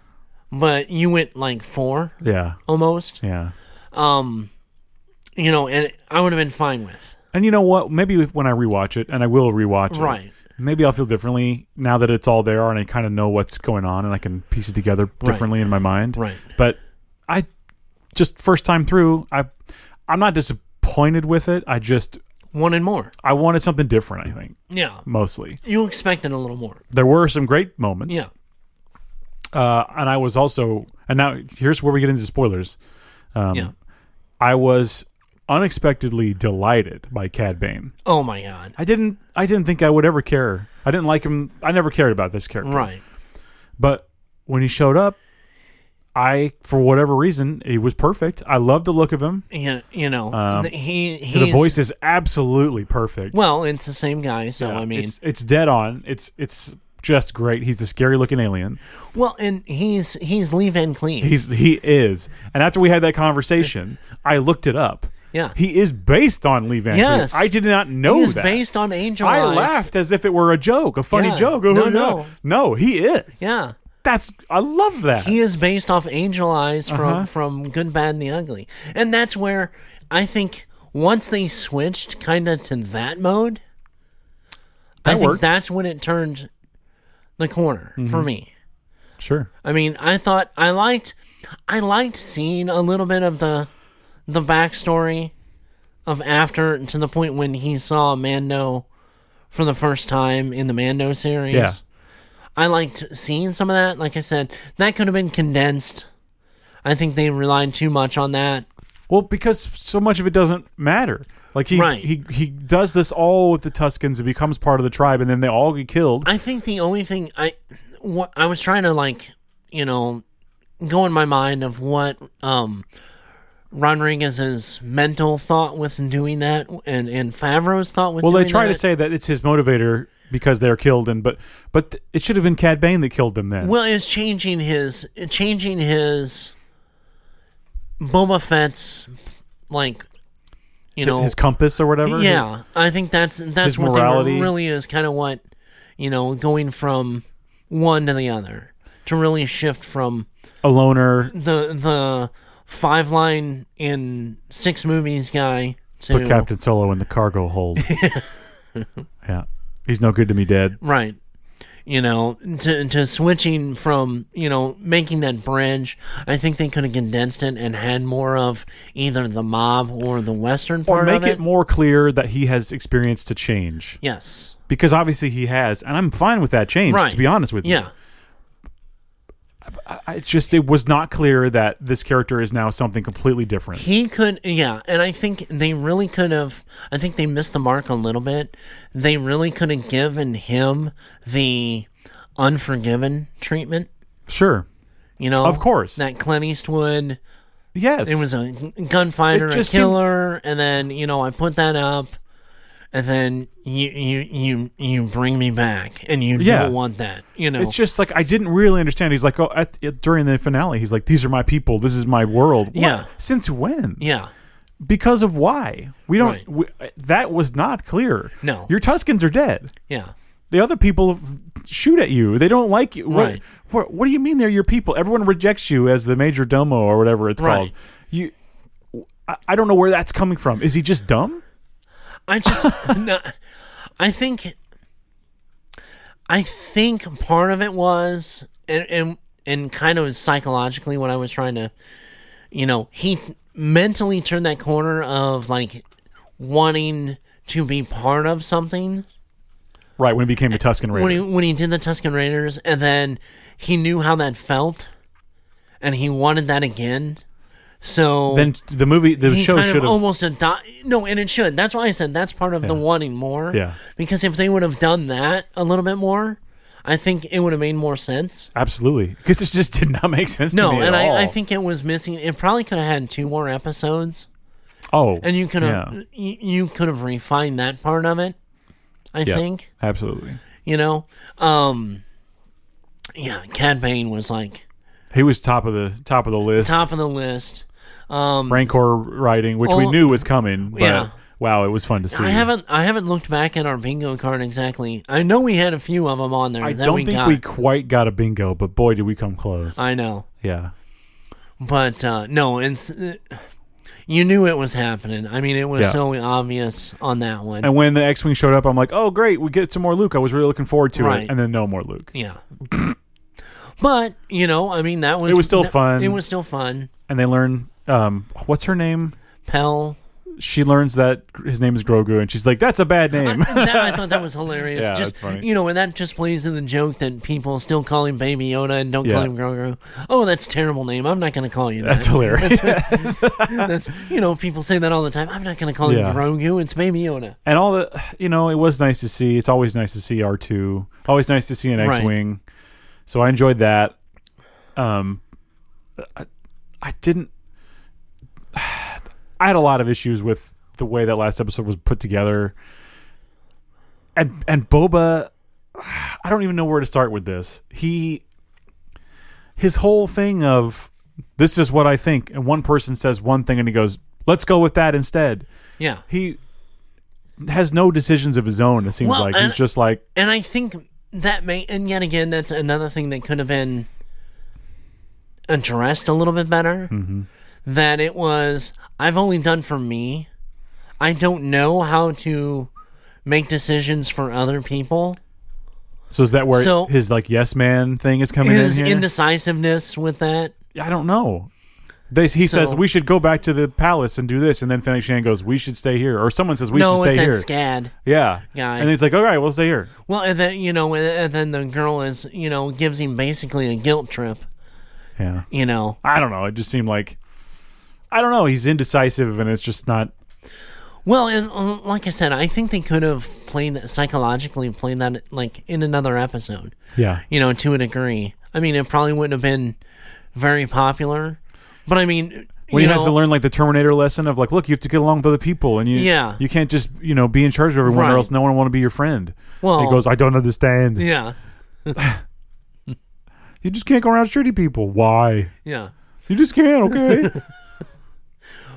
Speaker 1: but you went like four
Speaker 2: Yeah.
Speaker 1: almost.
Speaker 2: Yeah.
Speaker 1: Um, you know, and I would have been fine with
Speaker 2: And you know what? Maybe if- when I rewatch it, and I will rewatch it.
Speaker 1: right.
Speaker 2: Maybe I'll feel differently now that it's all there and I kind of know what's going on and I can piece it together differently in my mind.
Speaker 1: Right.
Speaker 2: But I just first time through, I I'm not disappointed with it. I just
Speaker 1: One and more.
Speaker 2: I wanted something different, I think,
Speaker 1: Yeah,
Speaker 2: mostly.
Speaker 1: you expected a little more.
Speaker 2: There were some great moments.
Speaker 1: Yeah.
Speaker 2: Uh, and I was also and now here's where we get into spoilers.
Speaker 1: yeah.
Speaker 2: I was unexpectedly delighted by Cad Bane.
Speaker 1: Oh my god.
Speaker 2: I didn't I didn't think I would ever care. I didn't like him. I never cared about this character.
Speaker 1: Right.
Speaker 2: But when he showed up, I for whatever reason, he was perfect. I love the look of him.
Speaker 1: You, you know, th- he he's,
Speaker 2: um, The voice is absolutely perfect.
Speaker 1: well, it's the same guy, so
Speaker 2: Yeah,
Speaker 1: I mean,
Speaker 2: it's it's dead on. It's it's just great. He's a scary looking alien.
Speaker 1: well, and he's he's Lee Van Clean.
Speaker 2: He's he is. And after we had that conversation, I looked it up.
Speaker 1: Yeah.
Speaker 2: He is based on Lee Van Cleef.
Speaker 1: Yes.
Speaker 2: I did not know
Speaker 1: He was
Speaker 2: that.
Speaker 1: based on Angel
Speaker 2: I
Speaker 1: Eyes.
Speaker 2: laughed as if it were a joke, a funny
Speaker 1: Yeah.
Speaker 2: joke. Oh,
Speaker 1: No,
Speaker 2: yeah.
Speaker 1: no.
Speaker 2: no, he is.
Speaker 1: Yeah.
Speaker 2: That's I love that.
Speaker 1: He is based off Angel Eyes from
Speaker 2: Uh-huh.
Speaker 1: from Good, Bad, and the Ugly, and that's where I think once they switched kind of to that mode, I
Speaker 2: That
Speaker 1: think
Speaker 2: worked. Mm-hmm.
Speaker 1: that's when it turned the corner for me.
Speaker 2: sure.
Speaker 1: I mean, I thought I liked I liked seeing a little bit of the the backstory of after to the point when he saw Mando for the first time in the Mando series.
Speaker 2: Yeah.
Speaker 1: I liked seeing some of that. Like I said, that could have been condensed. I think they relied too much on that.
Speaker 2: Well, because so much of it doesn't matter. Like he
Speaker 1: Right.
Speaker 2: he he does this all with the Tuscans and becomes part of the tribe, and then they all get killed.
Speaker 1: I think the only thing I what I was trying to like, you know, go in my mind of what um Rodriguez's mental thought with doing that and and Favreau's thought with
Speaker 2: Well, they
Speaker 1: doing
Speaker 2: try to
Speaker 1: that.
Speaker 2: say that it's his motivator because they're killed, and but but th- it should have been Cad Bane that killed them then.
Speaker 1: well, it's changing his changing his Boba Fett's like you know
Speaker 2: his compass or whatever.
Speaker 1: yeah I think that's that's
Speaker 2: his
Speaker 1: what they were-
Speaker 2: morality.
Speaker 1: really is kind of what you know going from one to the other to really shift from
Speaker 2: a loner
Speaker 1: the the five line in six movies guy to
Speaker 2: put Captain Solo in the cargo hold. yeah, he's no good to me, Dad.
Speaker 1: right you know to to switching from you know making that bridge i think they could have condensed it and had more of either the mob or the western part
Speaker 2: Or make
Speaker 1: of
Speaker 2: it more clear that he has experience to change
Speaker 1: yes
Speaker 2: because obviously he has, and I'm fine with that change.
Speaker 1: right
Speaker 2: To be honest with you,
Speaker 1: yeah
Speaker 2: I- it's just it was not clear that this character is now something completely different.
Speaker 1: he could yeah and i think they really could have i think they missed the mark a little bit they really could have given him the unforgiven treatment
Speaker 2: Sure,
Speaker 1: you know
Speaker 2: Of course.
Speaker 1: that clint eastwood
Speaker 2: yes,
Speaker 1: It was a gunfighter,
Speaker 2: It
Speaker 1: a
Speaker 2: just seemed-
Speaker 1: killer, and then you know I put that up, and then you you you you bring me back, and you
Speaker 2: Yeah.
Speaker 1: don't want that, you know.
Speaker 2: It's just like I didn't really understand. He's like, oh, at, at- during the finale, he's like, "These are my people. This is my world." What?
Speaker 1: Yeah.
Speaker 2: Since when?
Speaker 1: yeah,
Speaker 2: Because of why? We don't.
Speaker 1: Right.
Speaker 2: We, that was not clear.
Speaker 1: No.
Speaker 2: Your Tuscans are dead.
Speaker 1: yeah,
Speaker 2: The other people shoot at you. They don't like you. What,
Speaker 1: Right.
Speaker 2: what, what do you mean they're your people? Everyone rejects you as the major domo or whatever it's
Speaker 1: Right.
Speaker 2: called. You, I, I don't know where that's coming from. Is he just dumb?
Speaker 1: I just, no, I think, I think part of it was, and, and and kind of psychologically, what I was trying to, you know, he mentally turned that corner of like wanting to be part of something
Speaker 2: Right, when he became a Tuscan Raider.
Speaker 1: when he when he did the Tuscan Raiders, and then he knew how that felt, and he wanted that again. So
Speaker 2: then the movie, the
Speaker 1: he
Speaker 2: show
Speaker 1: kind
Speaker 2: should
Speaker 1: of
Speaker 2: have.
Speaker 1: almost adopted. No, and it should. That's why I said that's part of the wanting more.
Speaker 2: Yeah.
Speaker 1: Because if they would have done that a little bit more, I think it would have made more sense.
Speaker 2: Absolutely, because it just did not make sense
Speaker 1: No,
Speaker 2: to me at
Speaker 1: and
Speaker 2: all.
Speaker 1: I, I think it was missing. It probably could have had two more episodes,
Speaker 2: oh,
Speaker 1: and you could have
Speaker 2: yeah,
Speaker 1: you, you could have refined that part of it. I
Speaker 2: yeah,
Speaker 1: think
Speaker 2: absolutely.
Speaker 1: you know. Um, yeah, Cad Bane was like
Speaker 2: He was top of the top of the list.
Speaker 1: top of the list.
Speaker 2: Rancor riding, which we
Speaker 1: Well,
Speaker 2: knew was coming. But
Speaker 1: yeah.
Speaker 2: Wow, it was fun to see.
Speaker 1: I haven't I haven't looked back at our bingo card exactly. I know we had a few of them on there.
Speaker 2: I
Speaker 1: that
Speaker 2: don't
Speaker 1: we
Speaker 2: think
Speaker 1: got.
Speaker 2: we quite got a bingo, but boy, did we come close.
Speaker 1: I know.
Speaker 2: yeah.
Speaker 1: But uh, no, and s- you knew it was happening. I mean, it was
Speaker 2: Yeah.
Speaker 1: so obvious on that one.
Speaker 2: And when the X-wing showed up, I'm like, oh great, we get some more Luke. I was really looking forward to
Speaker 1: Right.
Speaker 2: it, and then no more Luke.
Speaker 1: yeah. but you know, I mean, that was
Speaker 2: It was still
Speaker 1: that-
Speaker 2: fun.
Speaker 1: It was still fun.
Speaker 2: And they learn, um, what's her name?
Speaker 1: Pell.
Speaker 2: She learns that his name is Grogu, and she's like, that's a bad name.
Speaker 1: that, I thought that was hilarious.
Speaker 2: Yeah,
Speaker 1: just
Speaker 2: that's funny.
Speaker 1: you know, and that just plays to the joke that people still call him Baby Yoda and don't call
Speaker 2: Yeah.
Speaker 1: him Grogu. Oh, that's a terrible name. I'm not going to call you that.
Speaker 2: That's hilarious.
Speaker 1: That's you know, people say that all the time. I'm not going to call
Speaker 2: Yeah.
Speaker 1: him Grogu. It's Baby Yoda.
Speaker 2: and all the, you know, it was nice to see. It's always nice to see R2. Always nice to see an
Speaker 1: Right.
Speaker 2: X-wing. So I enjoyed that. Um, I, I didn't. I had a lot of issues with the way that last episode was put together, and and Boba. I don't even know where to start with this. He, his whole thing of this is what I think, and one person says one thing, and he goes, "Let's go with that instead."
Speaker 1: Yeah.
Speaker 2: he has no decisions of his own. It seems
Speaker 1: Well,
Speaker 2: like
Speaker 1: and-
Speaker 2: he's just like
Speaker 1: And I think that may, and yet again, that's another thing that could have been addressed a little bit better.
Speaker 2: Mm-hmm.
Speaker 1: That it was, I've only done for me. I don't know how to make decisions for other people.
Speaker 2: so. Is that where
Speaker 1: So-
Speaker 2: his like yes man thing is coming
Speaker 1: His
Speaker 2: in here?
Speaker 1: indecisiveness with that.
Speaker 2: I don't know. They, he
Speaker 1: So-
Speaker 2: says we should go back to the palace and do this, and then Fennec Shan goes, "We should stay here," or someone says, "We
Speaker 1: no,
Speaker 2: should
Speaker 1: it's
Speaker 2: stay
Speaker 1: that
Speaker 2: here."
Speaker 1: SCAD.
Speaker 2: yeah,
Speaker 1: guy.
Speaker 2: and he's like, "All right, we'll stay here."
Speaker 1: Well, and then, you know, and, and then the girl is, you know, gives him basically a guilt trip,
Speaker 2: Yeah,
Speaker 1: you know.
Speaker 2: I don't know. It just seemed like I don't know. He's indecisive, and it's just not.
Speaker 1: Well, and uh, like I said, I think they could have played that psychologically, played that like in another episode,
Speaker 2: Yeah,
Speaker 1: you know, to a degree. I mean, it probably wouldn't have been very popular, but I mean,
Speaker 2: when
Speaker 1: you
Speaker 2: he has
Speaker 1: know,
Speaker 2: to learn like the Terminator lesson of like, look, you have to get along with other people, and you
Speaker 1: Yeah.
Speaker 2: you can't just you know be in charge of everyone,
Speaker 1: Right.
Speaker 2: or else no one will want to be your friend.
Speaker 1: Well-
Speaker 2: he goes, I don't understand.
Speaker 1: Oh. Yeah,
Speaker 2: You just can't go around shooting people. Why?
Speaker 1: yeah.
Speaker 2: You just can't. Okay.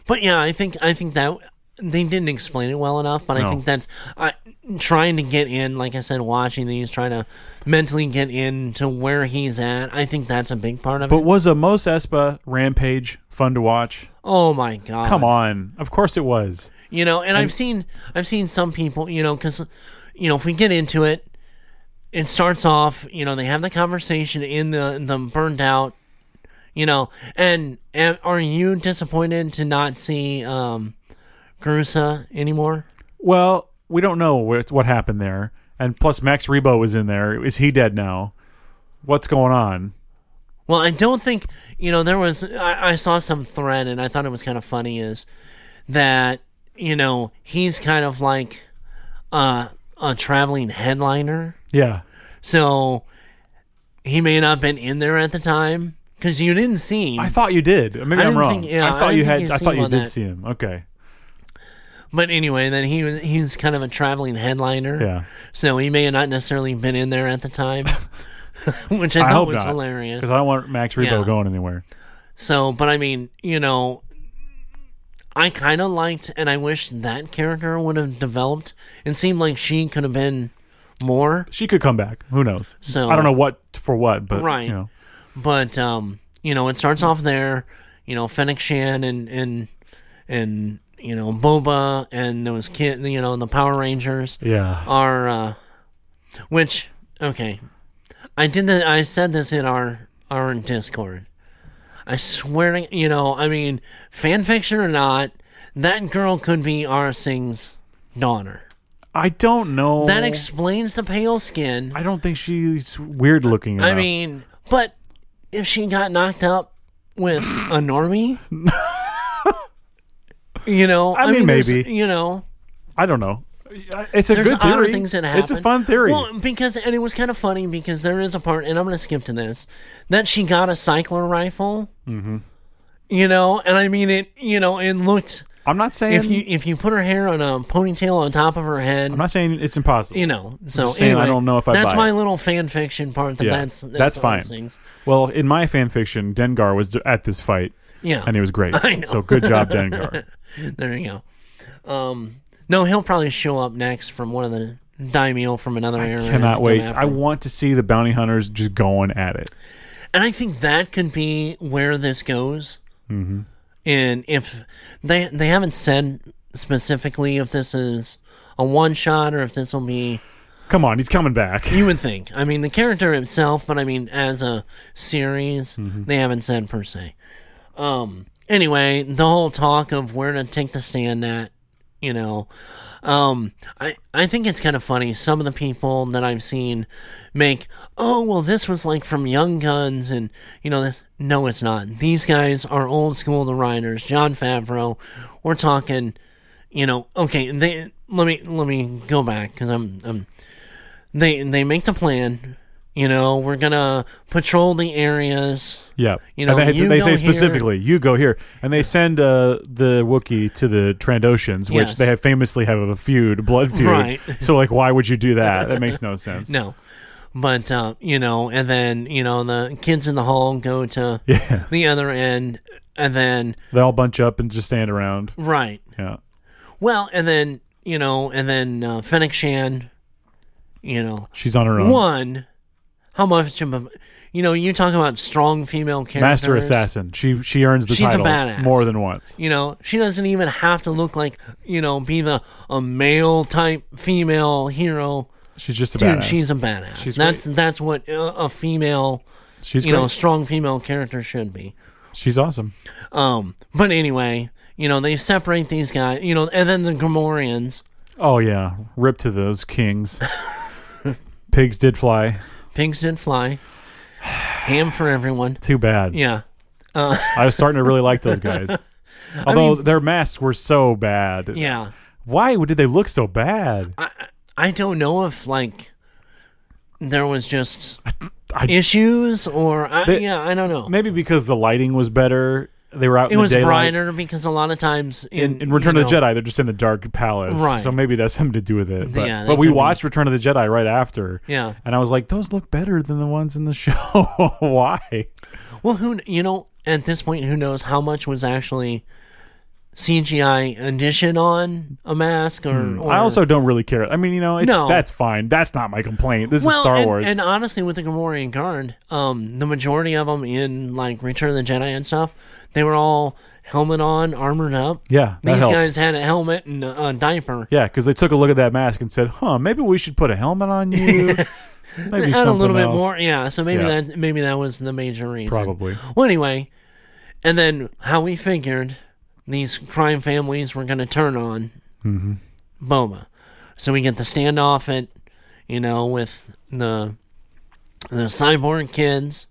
Speaker 1: But yeah, I think I think that they didn't explain it well enough. But I
Speaker 2: No.
Speaker 1: think that's I, trying to get in. Like I said, watching these, trying to mentally get into where he's at. I think that's a big part of
Speaker 2: but
Speaker 1: it.
Speaker 2: was a Mos Espa rampage fun to watch?
Speaker 1: Oh my god!
Speaker 2: Come on. Of course it was.
Speaker 1: you know and i've seen i've seen some people you know because you know if we get into it it starts off you know they have the conversation in the in the burned out you know and, and are you disappointed to not see um grusa anymore
Speaker 2: Well, we don't know what, what happened there. And plus, Max Rebo was in there. Is he dead now? What's going on?
Speaker 1: well i don't think you know there was i, I saw some thread and i thought it was kind of funny is that you know he's kind of like uh a traveling headliner
Speaker 2: Yeah.
Speaker 1: So he may not have been in there at the time because you didn't see him.
Speaker 2: I thought you did. Maybe
Speaker 1: I
Speaker 2: I'm
Speaker 1: didn't
Speaker 2: wrong.
Speaker 1: think- yeah,
Speaker 2: I
Speaker 1: I
Speaker 2: thought
Speaker 1: didn't
Speaker 2: you
Speaker 1: think
Speaker 2: had.
Speaker 1: you'd
Speaker 2: I
Speaker 1: seen
Speaker 2: thought
Speaker 1: him
Speaker 2: you
Speaker 1: on
Speaker 2: did
Speaker 1: that.
Speaker 2: see him. Okay.
Speaker 1: but anyway, then he was he's kind of a traveling headliner.
Speaker 2: Yeah.
Speaker 1: So he may have not necessarily been in there at the time, which I,
Speaker 2: I
Speaker 1: thought
Speaker 2: hope
Speaker 1: was
Speaker 2: not.
Speaker 1: hilarious.
Speaker 2: Because I don't want Max Rebo
Speaker 1: Yeah.
Speaker 2: going anywhere.
Speaker 1: so, but I mean, you know, I kind of liked, and I wish that character would have developed and seemed like she could have been more.
Speaker 2: She could come back. Who knows?
Speaker 1: So-
Speaker 2: I don't know what for what, but
Speaker 1: Right.
Speaker 2: you know,
Speaker 1: But um, you know, it starts off there. You know, Fennec Shan and and and you know Boba and those kid. You know, and the Power Rangers
Speaker 2: yeah.
Speaker 1: are, uh, which okay, I did that. I said this in our our Discord. I swear to you know, I mean, fan fiction or not, that girl could be Ara Singh's daughter.
Speaker 2: I don't know.
Speaker 1: That explains the pale skin.
Speaker 2: I don't think she's weird looking.
Speaker 1: I
Speaker 2: enough.
Speaker 1: mean, but if she got knocked up with a normie, you know,
Speaker 2: I mean,
Speaker 1: there's-
Speaker 2: maybe.
Speaker 1: you know,
Speaker 2: I don't know. It's a
Speaker 1: there's
Speaker 2: good
Speaker 1: odder
Speaker 2: theory.
Speaker 1: things that happen.
Speaker 2: It's a fun theory.
Speaker 1: Well, because and it was kind of funny because there is a part, and I'm going to skip to this that she got a cycler rifle. Mm-hmm. You know, and I mean it. You know, it looked
Speaker 2: I'm not saying.
Speaker 1: if you if you put her hair on a ponytail on top of her head.
Speaker 2: I'm not saying it's impossible.
Speaker 1: you know, so
Speaker 2: just saying I
Speaker 1: anyway,
Speaker 2: don't know if I
Speaker 1: that's
Speaker 2: buy
Speaker 1: my
Speaker 2: it.
Speaker 1: little fan fiction part. That
Speaker 2: Yeah,
Speaker 1: that's that's,
Speaker 2: that's
Speaker 1: all those
Speaker 2: fine.
Speaker 1: Things.
Speaker 2: Well, in my fan fiction, Dengar was at this fight,
Speaker 1: Yeah,
Speaker 2: and he was great.
Speaker 1: I know.
Speaker 2: So good job, Dengar.
Speaker 1: There you go. Um, no, he'll probably show up next from one of the daimyo from another era. to
Speaker 2: Cannot
Speaker 1: come
Speaker 2: wait.
Speaker 1: after
Speaker 2: I
Speaker 1: him.
Speaker 2: want to see the bounty hunters just going at it.
Speaker 1: and I think that could be where this goes. Mm-hmm. And if they they haven't said specifically if this is a one shot or if this will be,
Speaker 2: Come on, he's coming back.
Speaker 1: you would think. I mean, the character itself, but I mean, as a series, they haven't said per se. Um. Anyway, the whole talk of where to take the stand at, you know, um, I I think it's kind of funny. Some of the people that I've seen make, oh well, this was like from Young Guns, and you know this. No, it's not. These guys are old school. The writers, John Favreau. We're talking, you know. Okay, they let me let me go back because I'm I'm. They they make the plan. You know, we're gonna patrol the areas.
Speaker 2: Yeah.
Speaker 1: You know,
Speaker 2: and they,
Speaker 1: you
Speaker 2: they
Speaker 1: go
Speaker 2: say
Speaker 1: here-
Speaker 2: specifically, you go here. And they send uh, the Wookiee to the Trandoshans, which
Speaker 1: Yes.
Speaker 2: they have famously have a feud, blood feud.
Speaker 1: Right.
Speaker 2: So, like, why would you do that? That makes no sense.
Speaker 1: No. But uh, you know, and then you know the kids in the hall go to
Speaker 2: Yeah.
Speaker 1: the other end, and then
Speaker 2: They all bunch up and just stand around.
Speaker 1: right,
Speaker 2: Yeah.
Speaker 1: well, and then you know, and then uh, Fennec Shan, you know,
Speaker 2: She's on her own.
Speaker 1: one, how much of a, you know, you talk about strong female characters,
Speaker 2: Master Assassin. She she earns the
Speaker 1: She's a
Speaker 2: title
Speaker 1: badass.
Speaker 2: more than once.
Speaker 1: You know, she doesn't even have to look like you know, be the a male type female hero.
Speaker 2: She's just a
Speaker 1: Dude,
Speaker 2: badass.
Speaker 1: she's a badass.
Speaker 2: She's
Speaker 1: that's that's what a, a female
Speaker 2: she's
Speaker 1: you
Speaker 2: great.
Speaker 1: know, strong female character should be.
Speaker 2: she's awesome.
Speaker 1: Um, but anyway, you know, they separate these guys, you know, and then the Grimorians,
Speaker 2: Oh yeah, rip to those kings. Pigs did fly.
Speaker 1: pigs didn't fly, ham for everyone.
Speaker 2: Too bad.
Speaker 1: Yeah.
Speaker 2: I was starting to really like those guys. Although their masks were so bad.
Speaker 1: Yeah.
Speaker 2: Why did they look so bad?
Speaker 1: I, I don't know if, like, there was just
Speaker 2: I-
Speaker 1: issues or, I,
Speaker 2: They-
Speaker 1: yeah, I don't know.
Speaker 2: Maybe because the lighting was better. They were out
Speaker 1: It
Speaker 2: in the
Speaker 1: was
Speaker 2: daylight.
Speaker 1: brighter because a lot of times in,
Speaker 2: in, in Return
Speaker 1: you
Speaker 2: of the
Speaker 1: know,
Speaker 2: Jedi, they're just in the dark palace.
Speaker 1: Right.
Speaker 2: So maybe that's something to do with it. But,
Speaker 1: Yeah, that
Speaker 2: but we
Speaker 1: could be.
Speaker 2: watched Return of the Jedi right after.
Speaker 1: Yeah.
Speaker 2: And I was like, those look better than the ones in the show. Why?
Speaker 1: Well, who, kn- you know, at this point, who knows how much was actually CGI addition on a mask or, or
Speaker 2: Hmm. I also don't really care. I mean, you know, it's,
Speaker 1: No.
Speaker 2: that's fine. That's not my complaint. This is Star
Speaker 1: and,
Speaker 2: Wars.
Speaker 1: And honestly, with the Gamorrean Guard, um, the majority of them in like Return of the Jedi and stuff, they were all helmet on, armored up.
Speaker 2: yeah, that
Speaker 1: These
Speaker 2: helps.
Speaker 1: guys had a helmet and a, a diaper.
Speaker 2: yeah, because they took a look at that mask and said, "Huh, maybe we should put a helmet on you." maybe
Speaker 1: Add a
Speaker 2: something
Speaker 1: little bit
Speaker 2: else.
Speaker 1: more, yeah. So maybe
Speaker 2: Yeah.
Speaker 1: that maybe that was the major reason.
Speaker 2: Probably.
Speaker 1: Well, anyway, and then how we figured these crime families were going to turn on
Speaker 2: Mm-hmm.
Speaker 1: Boma, so we get the standoff at you know with the the cyborg kids.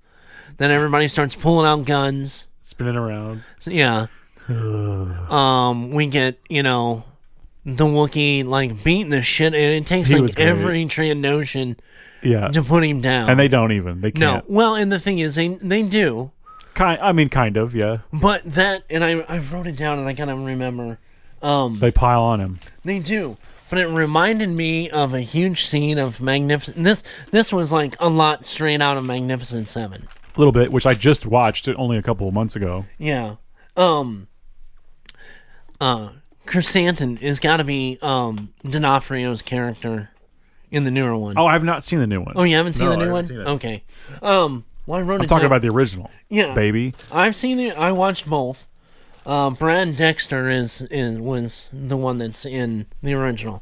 Speaker 1: Then everybody starts pulling out guns.
Speaker 2: Spinning around.
Speaker 1: So, yeah. um, we get you know the Wookiee like beating the shit, and it takes
Speaker 2: He was
Speaker 1: like
Speaker 2: great.
Speaker 1: every Trandoshan
Speaker 2: Yeah,
Speaker 1: to put him down.
Speaker 2: and they don't even. They
Speaker 1: no,
Speaker 2: can't.
Speaker 1: well, and the thing is, they they do,
Speaker 2: Kind. I mean, kind of. Yeah,
Speaker 1: but that, and I I wrote it down, and I kind of remember. Um,
Speaker 2: they pile on him.
Speaker 1: they do, but it reminded me of a huge scene of Magnificent. This this was like a lot straight out of Magnificent Seven.
Speaker 2: A little bit, which I just watched only a couple of months ago.
Speaker 1: Yeah. Um uh Chrysanthemum is gotta be um D'Onofrio's character in the newer one.
Speaker 2: Oh, I've not seen the new one.
Speaker 1: Oh, you haven't seen
Speaker 2: No,
Speaker 1: the
Speaker 2: I
Speaker 1: new
Speaker 2: haven't
Speaker 1: one?
Speaker 2: seen it.
Speaker 1: Okay. Um, well, I wrote
Speaker 2: I'm talking about the original.
Speaker 1: Yeah.
Speaker 2: baby.
Speaker 1: I've seen it. I watched both. Uh, Brad Dexter is in was the one that's in the original.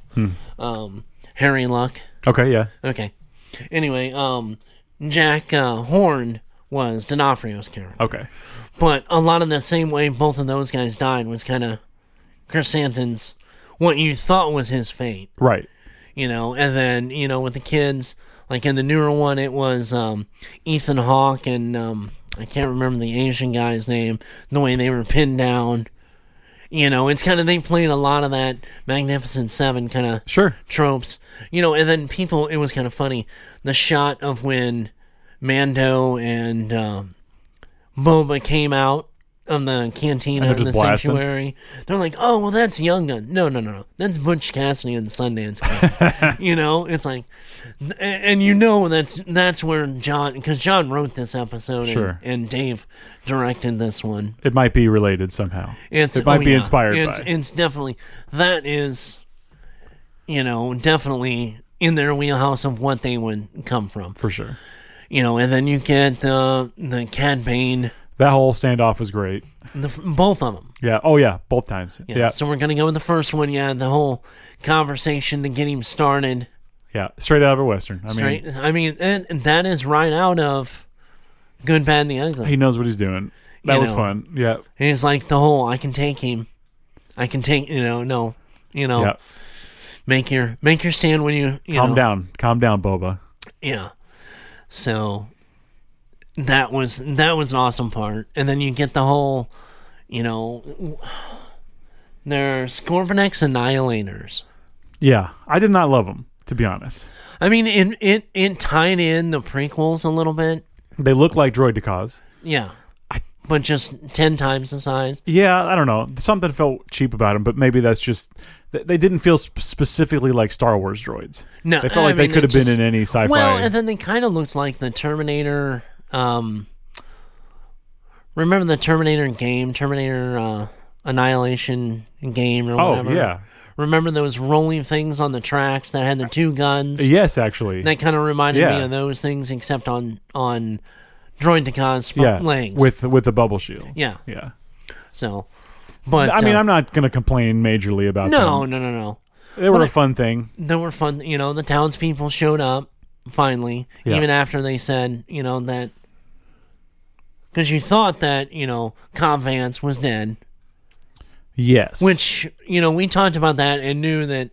Speaker 1: Um, Harry Luck.
Speaker 2: Okay, yeah.
Speaker 1: Okay. Anyway, um, Jack uh, Horn was D'Onofrio's character,
Speaker 2: Okay,
Speaker 1: but a lot of the same way both of those guys died was kind of Chris Santon's what you thought was his fate
Speaker 2: right.
Speaker 1: you know and then you know with the kids like in the newer one it was um ethan hawke and um i can't remember the asian guy's name the way they were pinned down you know it's kind of they played a lot of that magnificent seven kind of
Speaker 2: Sure.
Speaker 1: tropes you know and then people it was kind of funny the shot of when mando and um boba came out of the cantina
Speaker 2: And
Speaker 1: in
Speaker 2: they're
Speaker 1: the
Speaker 2: just blasting.
Speaker 1: sanctuary they're like oh well that's young gun no no no no that's butch cassidy and sundance Kid. you know it's like and- and you know that's that's where john because john wrote this episode and-
Speaker 2: Sure.
Speaker 1: and, dave directed this one
Speaker 2: It might be related somehow.
Speaker 1: it's
Speaker 2: It might
Speaker 1: oh,
Speaker 2: be
Speaker 1: yeah.
Speaker 2: inspired
Speaker 1: it's,
Speaker 2: by.
Speaker 1: it's definitely that is you know definitely in their wheelhouse of what they would come from
Speaker 2: for sure.
Speaker 1: you know and then you get the the cad bane
Speaker 2: That whole standoff was great.
Speaker 1: the, f- both of them
Speaker 2: Yeah. Oh yeah, both times.
Speaker 1: yeah.
Speaker 2: Yeah. Yeah.
Speaker 1: so we're gonna go with the first one yeah the whole conversation to get him started
Speaker 2: Straight out of a western. I
Speaker 1: straight
Speaker 2: mean,
Speaker 1: i mean and, and that is right out of good bad and the ugly
Speaker 2: he knows what he's doing. That
Speaker 1: You
Speaker 2: was
Speaker 1: know.
Speaker 2: fun. Yeah.
Speaker 1: And it's like the whole I can take him. I can take you know, no. Oh, You know,
Speaker 2: Yeah.
Speaker 1: make your make your stand when you, you
Speaker 2: Calm
Speaker 1: know.
Speaker 2: down. Calm down, Boba.
Speaker 1: Yeah. So that was that was an awesome part. And then you get the whole you know there's Scorponex Annihilators.
Speaker 2: Yeah. I did not love him, to be honest.
Speaker 1: I mean it it it tied in the prequels a little bit.
Speaker 2: They look like droid decals.
Speaker 1: Yeah. but just ten times the size.
Speaker 2: Yeah, I don't know. Something felt cheap about him, but maybe that's just th- they didn't feel sp- specifically like Star Wars droids.
Speaker 1: No,
Speaker 2: They felt
Speaker 1: I
Speaker 2: like
Speaker 1: mean,
Speaker 2: they could
Speaker 1: it
Speaker 2: have been
Speaker 1: just-
Speaker 2: in any sci-fi.
Speaker 1: Well, and then they kind of looked like the Terminator. Um, remember the Terminator game, Terminator uh, Annihilation game, or
Speaker 2: oh
Speaker 1: whatever.
Speaker 2: yeah,
Speaker 1: Remember those rolling things on the tracks that had the two guns?
Speaker 2: yes, actually,
Speaker 1: That kind of reminded me
Speaker 2: Yeah.
Speaker 1: of those things, except on on Droid Decon's sp-
Speaker 2: yeah,
Speaker 1: legs.
Speaker 2: with with the bubble shield.
Speaker 1: yeah,
Speaker 2: Yeah,
Speaker 1: so. But
Speaker 2: I mean,
Speaker 1: uh,
Speaker 2: I'm not gonna complain majorly about
Speaker 1: no,
Speaker 2: them.
Speaker 1: no, no, no.
Speaker 2: They were a fun thing.
Speaker 1: They were fun. You know, the townspeople showed up finally,
Speaker 2: Yeah.
Speaker 1: even after they said, you know, that because you thought that you know Cobb Vance was dead,
Speaker 2: Yes,
Speaker 1: which you know we talked about that and knew that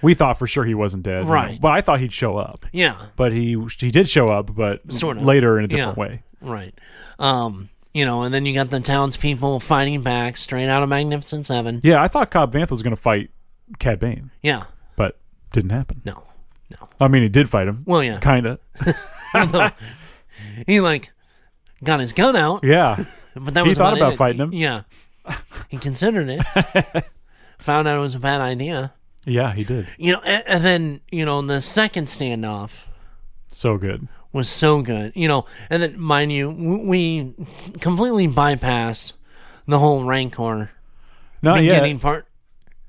Speaker 2: we thought for sure he wasn't dead.
Speaker 1: Right.
Speaker 2: but I thought he'd show up.
Speaker 1: yeah,
Speaker 2: But he he did show up, but
Speaker 1: Sorta.
Speaker 2: later in a different
Speaker 1: Yeah.
Speaker 2: way.
Speaker 1: right. Um, you know, and then you got the townspeople fighting back straight out of Magnificent Seven.
Speaker 2: Yeah, I thought Cobb Vanth was gonna fight Cad Bane,
Speaker 1: Yeah,
Speaker 2: but didn't happen.
Speaker 1: no, no.
Speaker 2: I mean, he did fight him,
Speaker 1: Well, yeah,
Speaker 2: kinda.
Speaker 1: he like got his gun out,
Speaker 2: Yeah.
Speaker 1: but that
Speaker 2: He
Speaker 1: was
Speaker 2: thought about
Speaker 1: it.
Speaker 2: fighting him.
Speaker 1: Yeah, he considered it. Found out it was a bad idea.
Speaker 2: Yeah, he did.
Speaker 1: You know, and, and then you know the second standoff
Speaker 2: So good.
Speaker 1: was so good. You know, and then mind you, w- we completely bypassed the whole Rancor
Speaker 2: Not
Speaker 1: beginning
Speaker 2: yet.
Speaker 1: part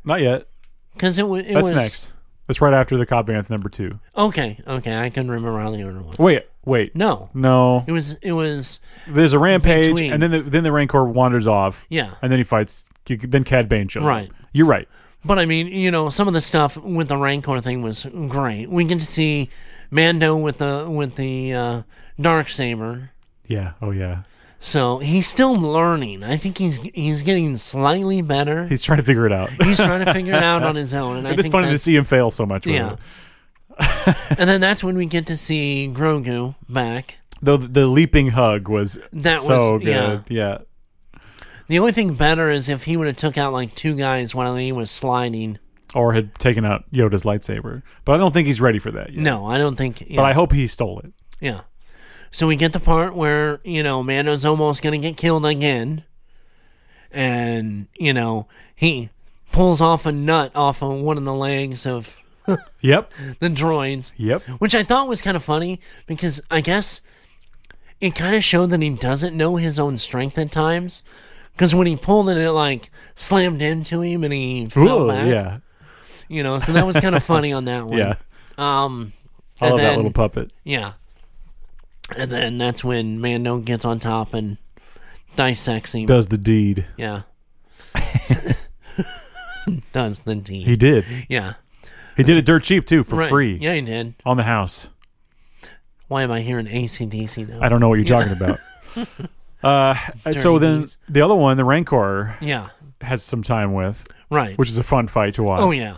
Speaker 2: Not yet.
Speaker 1: because it, wa- it
Speaker 2: That's
Speaker 1: was
Speaker 2: next. That's right after the Cobb Vanth number two.
Speaker 1: okay. Okay, I couldn't remember how the order was.
Speaker 2: Wait, wait.
Speaker 1: No,
Speaker 2: No.
Speaker 1: it was it was
Speaker 2: There's a rampage,
Speaker 1: Between.
Speaker 2: and then the, then the Rancor wanders off,
Speaker 1: yeah.
Speaker 2: and then he fights. Then Cad Bane shows. up.
Speaker 1: Right.
Speaker 2: You're right.
Speaker 1: But I mean, you know, some of the stuff with the Rancor thing was great. We get to see Mando with the with the uh, dark saber.
Speaker 2: Yeah. Oh yeah.
Speaker 1: So he's still learning. I think he's he's getting slightly better.
Speaker 2: He's trying to figure it out.
Speaker 1: He's trying to figure it out on his own. And I
Speaker 2: it's
Speaker 1: think
Speaker 2: funny to
Speaker 1: that's-
Speaker 2: see him fail so much. With
Speaker 1: Yeah.
Speaker 2: it.
Speaker 1: and then that's when we get to see Grogu back.
Speaker 2: Though the, the leaping hug was
Speaker 1: That
Speaker 2: so
Speaker 1: was-
Speaker 2: good. Yeah.
Speaker 1: The only thing better is if he would have took out like two guys while he was sliding.
Speaker 2: Or had taken out Yoda's lightsaber, but I don't think he's ready for that yet.
Speaker 1: No, I don't think. Yeah,
Speaker 2: But I hope he stole it.
Speaker 1: yeah. So we get the part where you know Mando's almost gonna get killed again, and you know he pulls off a nut off of one of the legs of
Speaker 2: Yep.
Speaker 1: the droids,
Speaker 2: Yep.
Speaker 1: which I thought was kind of funny because I guess it kind of showed that he doesn't know his own strength at times. Because when he pulled it, it like slammed into him and he fell
Speaker 2: Ooh,
Speaker 1: back.
Speaker 2: yeah.
Speaker 1: You know, so that was kind of funny on that one.
Speaker 2: Yeah.
Speaker 1: Um,
Speaker 2: I
Speaker 1: and
Speaker 2: love that
Speaker 1: then-
Speaker 2: little puppet.
Speaker 1: Yeah. And then that's when Mando gets on top and dissects him.
Speaker 2: Does the deed.
Speaker 1: yeah. Does the deed.
Speaker 2: He did.
Speaker 1: yeah.
Speaker 2: He did it dirt cheap too for
Speaker 1: Right.
Speaker 2: free
Speaker 1: Yeah, he did.
Speaker 2: on the house.
Speaker 1: Why am I hearing ACDC now?
Speaker 2: I don't know what you're talking about. Uh, so
Speaker 1: Dirty
Speaker 2: then
Speaker 1: deeds.
Speaker 2: the other one, the Rancor,
Speaker 1: yeah.
Speaker 2: has some time with,
Speaker 1: Right.
Speaker 2: which is a fun fight to watch.
Speaker 1: oh, yeah.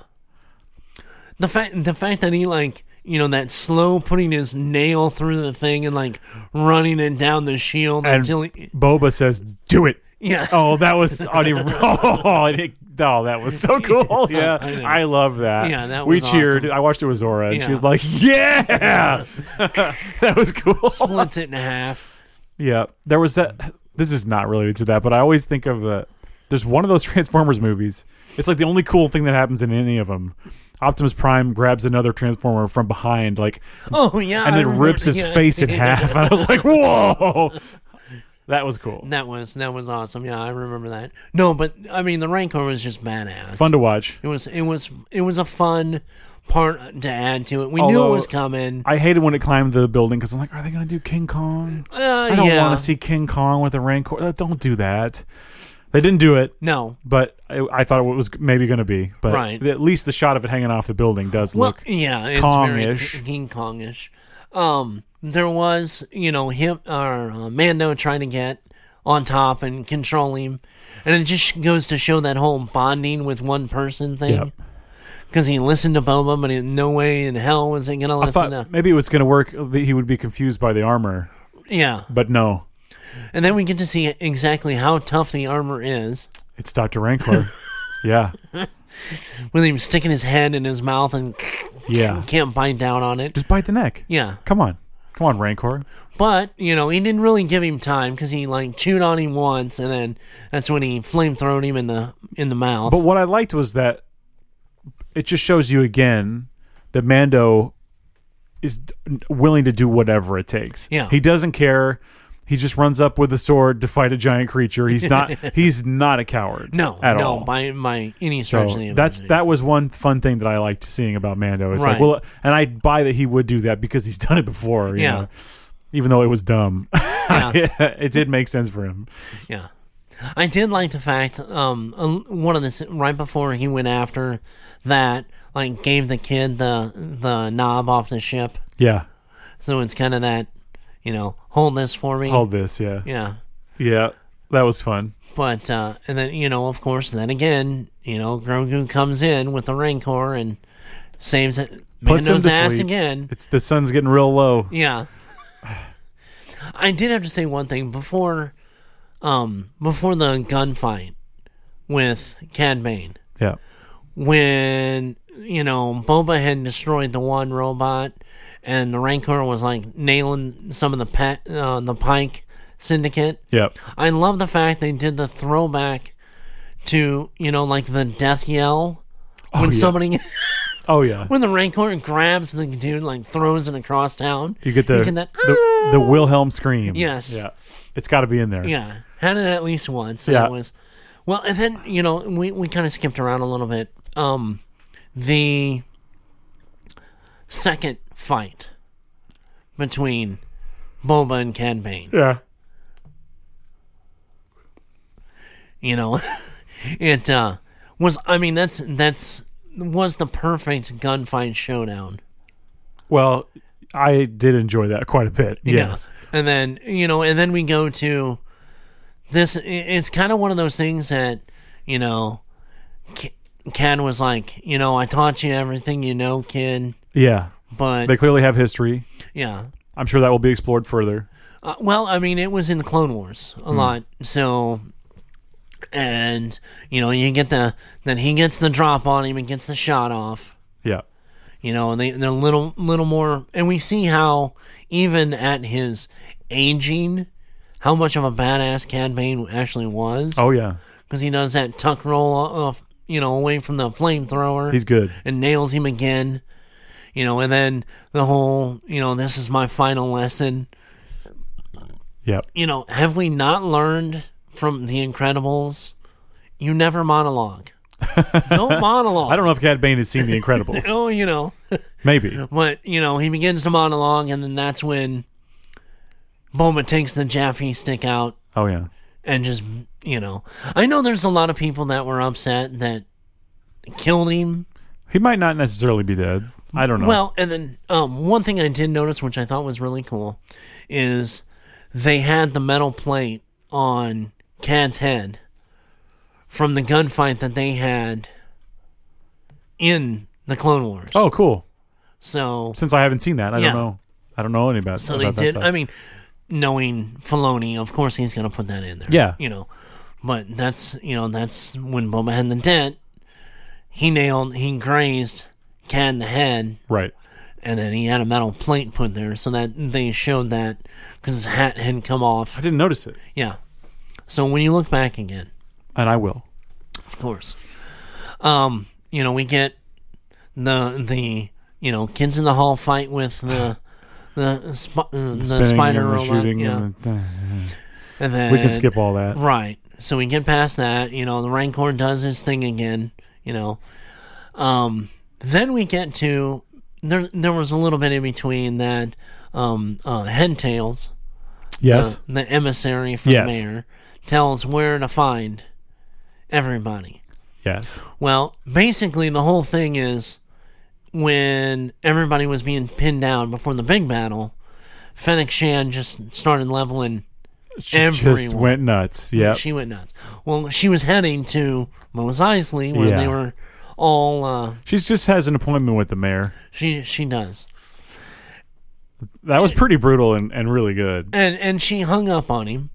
Speaker 1: The fact, the fact that he, like, you know, that slow putting his nail through the thing and, like, running it down the shield
Speaker 2: And-
Speaker 1: until he.
Speaker 2: Boba says, "Do it."
Speaker 1: Yeah.
Speaker 2: Oh, that was on a- oh, it- oh, that was so cool. Yeah,
Speaker 1: I know.
Speaker 2: I, love that.
Speaker 1: Yeah, that
Speaker 2: we
Speaker 1: was
Speaker 2: cheered.
Speaker 1: awesome.
Speaker 2: I watched it with Zora, and
Speaker 1: Yeah.
Speaker 2: she was like, "Yeah, that was cool."
Speaker 1: Splits it in half.
Speaker 2: Yeah, there was that. This is not related to that, but I always think of the. There's one of those Transformers movies. It's like the only cool thing that happens in any of them. Optimus Prime grabs another Transformer from behind, like,
Speaker 1: Oh, yeah.
Speaker 2: and
Speaker 1: I
Speaker 2: then rips
Speaker 1: remember-
Speaker 2: his
Speaker 1: yeah.
Speaker 2: face in half. And I was like, "Whoa, that was cool,
Speaker 1: That was that was awesome. Yeah, I remember that. No, but I mean the Rancor was just badass.
Speaker 2: fun to watch."
Speaker 1: It was it was it was a fun part to add to it. We knew it
Speaker 2: Although-
Speaker 1: was coming.
Speaker 2: I hated when it climbed the building because I'm like, "Are they gonna do King Kong?"
Speaker 1: Uh,
Speaker 2: I don't
Speaker 1: yeah.
Speaker 2: want to see King Kong with a Rancor. Uh, Don't do that. They didn't do it,
Speaker 1: No.
Speaker 2: but I, I thought it was maybe going to be. But
Speaker 1: Right.
Speaker 2: at least the shot of it hanging off the building does
Speaker 1: Well,
Speaker 2: look
Speaker 1: yeah, it's
Speaker 2: Kong-ish.
Speaker 1: very K- King Kongish. Um, there was you know him or uh, Mando trying to get on top and control him, and it just goes to show that whole bonding with one person thing. Because he listened to Boba, but in no way in hell was he gonna
Speaker 2: I
Speaker 1: listen
Speaker 2: thought maybe it was going to work. uh, that He would be confused by the armor,
Speaker 1: to. Yeah,
Speaker 2: but no,
Speaker 1: And then we get to see exactly how tough the armor is
Speaker 2: it's Doctor Rancor. yeah,
Speaker 1: with him sticking his head in his mouth and
Speaker 2: yeah.
Speaker 1: can't bite down on it.
Speaker 2: Just bite the neck.
Speaker 1: Yeah.
Speaker 2: Come on, come on, Rancor.
Speaker 1: But, you know, he didn't really give him time because he, like, chewed on him once and then that's when he flamethrowed him in the in the mouth.
Speaker 2: But what I liked was that it just shows you again that Mando is d- willing to do whatever it takes.
Speaker 1: Yeah.
Speaker 2: he doesn't care. He just runs up with a sword to fight a giant creature. He's not. he's not a coward.
Speaker 1: no,
Speaker 2: at
Speaker 1: no,
Speaker 2: all.
Speaker 1: by, by any stretch of the
Speaker 2: So that's
Speaker 1: imagination.
Speaker 2: that was one fun thing that I liked seeing about Mando. It's like,
Speaker 1: Right.
Speaker 2: well, and I buy that he would do that because he's done it before. you
Speaker 1: Yeah.
Speaker 2: know. even though it was dumb,
Speaker 1: Yeah.
Speaker 2: it did make sense for him.
Speaker 1: Yeah. I did like the fact, um, a- one of the, s- right before he went after that, like, gave the kid the, the knob off the ship.
Speaker 2: Yeah,
Speaker 1: So it's kind of that, you know, hold this for me.
Speaker 2: all this. Yeah,
Speaker 1: Yeah.
Speaker 2: yeah, that was fun.
Speaker 1: But, uh, and then, you know, of course, then again, you know, Grogu comes in with the Rancor and saves it.
Speaker 2: Puts him
Speaker 1: Mando's
Speaker 2: to
Speaker 1: ass
Speaker 2: sleep.
Speaker 1: again.
Speaker 2: It's the sun's getting real low.
Speaker 1: Yeah. I did have to say one thing before, um, before the gunfight with Cad Bane,
Speaker 2: Yeah,
Speaker 1: when, you know, Boba had destroyed the one robot and the Rancor was like nailing some of the, pa- uh, the Pike syndicate.
Speaker 2: yeah,
Speaker 1: I love the fact they did the throwback to you know like the death yell when
Speaker 2: yeah.
Speaker 1: somebody
Speaker 2: oh yeah.
Speaker 1: when the rancor grabs the dude like throws it across town.
Speaker 2: You get the
Speaker 1: that- Ah!
Speaker 2: the, the Wilhelm scream.
Speaker 1: Yes.
Speaker 2: yeah, it's got to be in there.
Speaker 1: yeah had it at least once. and
Speaker 2: Yeah.
Speaker 1: it was well, and then you know we we kind of skipped around a little bit. Um, the second fight between Boba and Cad Bane.
Speaker 2: yeah.
Speaker 1: you know it uh was i mean that's that's was the perfect gunfight showdown
Speaker 2: Well, I did enjoy that quite a bit. Yes.
Speaker 1: Yeah. and then you know and then we go to this i- it's kind of one of those things that you know K- ken was like you know i taught you everything you know kid
Speaker 2: Yeah.
Speaker 1: but
Speaker 2: They clearly have history.
Speaker 1: yeah
Speaker 2: I'm sure that will be explored further.
Speaker 1: Uh, well, I mean, it was in the Clone Wars a lot, so and you know you get the then he gets the drop on him and gets the shot off,
Speaker 2: Yeah.
Speaker 1: you know, and they they're a little little more, and we see how even at his aging, how much of a badass Cad Bane actually was,
Speaker 2: Oh yeah.
Speaker 1: because he does that tuck roll off, you know, away from the flamethrower
Speaker 2: He's good.
Speaker 1: and nails him again. You know, and then the whole, you know, this is my final lesson.
Speaker 2: Yeah.
Speaker 1: you know, have we not learned from The Incredibles? You never monologue. Don't monologue.
Speaker 2: I don't know if Cad Bane had seen The Incredibles.
Speaker 1: Oh, you know.
Speaker 2: Maybe.
Speaker 1: But, you know, he begins to monologue, and then that's when Boma takes the Jaffe stick out
Speaker 2: Oh yeah.
Speaker 1: and just, you know. I know there's a lot of people that were upset that killed him.
Speaker 2: He might not necessarily be dead. I don't know.
Speaker 1: Well, and then um, one thing I did notice, which I thought was really cool, is they had the metal plate on Cad's head from the gunfight that they had in the Clone Wars.
Speaker 2: oh, cool.
Speaker 1: So,
Speaker 2: Since I haven't seen that, I
Speaker 1: Yeah.
Speaker 2: don't know. I don't know any about.
Speaker 1: so they
Speaker 2: about that
Speaker 1: did.
Speaker 2: side.
Speaker 1: I mean, knowing Filoni, of course he's going to put that in there.
Speaker 2: Yeah.
Speaker 1: you know, but that's you know that's when Boba had the dent. He nailed. He grazed Cad in the head.
Speaker 2: right.
Speaker 1: and then he had a metal plate put there so that they showed that because his hat hadn't come
Speaker 2: I
Speaker 1: off.
Speaker 2: didn't notice it,
Speaker 1: Yeah. So when you look back again,
Speaker 2: and I will.
Speaker 1: of course, um, you know we get the the you know kids in the hall fight with the the, sp- uh, the
Speaker 2: Spinning
Speaker 1: spider
Speaker 2: and the
Speaker 1: robot.
Speaker 2: shooting
Speaker 1: yeah,
Speaker 2: and the-
Speaker 1: and then
Speaker 2: we can skip all that.
Speaker 1: Right. So we get past that. You know, the Rancor does his thing again. You know, um, then we get to there. There was a little bit in between that. Um, uh, Hentails,
Speaker 2: Yes.
Speaker 1: the, the emissary from
Speaker 2: Yes.
Speaker 1: Mayor, tells where to find everybody.
Speaker 2: yes.
Speaker 1: Well, basically, the whole thing is when everybody was being pinned down before the big battle, Fennec Shan just started leveling
Speaker 2: She just
Speaker 1: everyone.
Speaker 2: went nuts. Yeah.
Speaker 1: She went nuts. Well, she was heading to Mos Eisley where
Speaker 2: Yeah.
Speaker 1: they were all. Uh,
Speaker 2: She just has an appointment with the mayor.
Speaker 1: she she does,
Speaker 2: That was pretty brutal and, and really good.
Speaker 1: and and she hung up on him.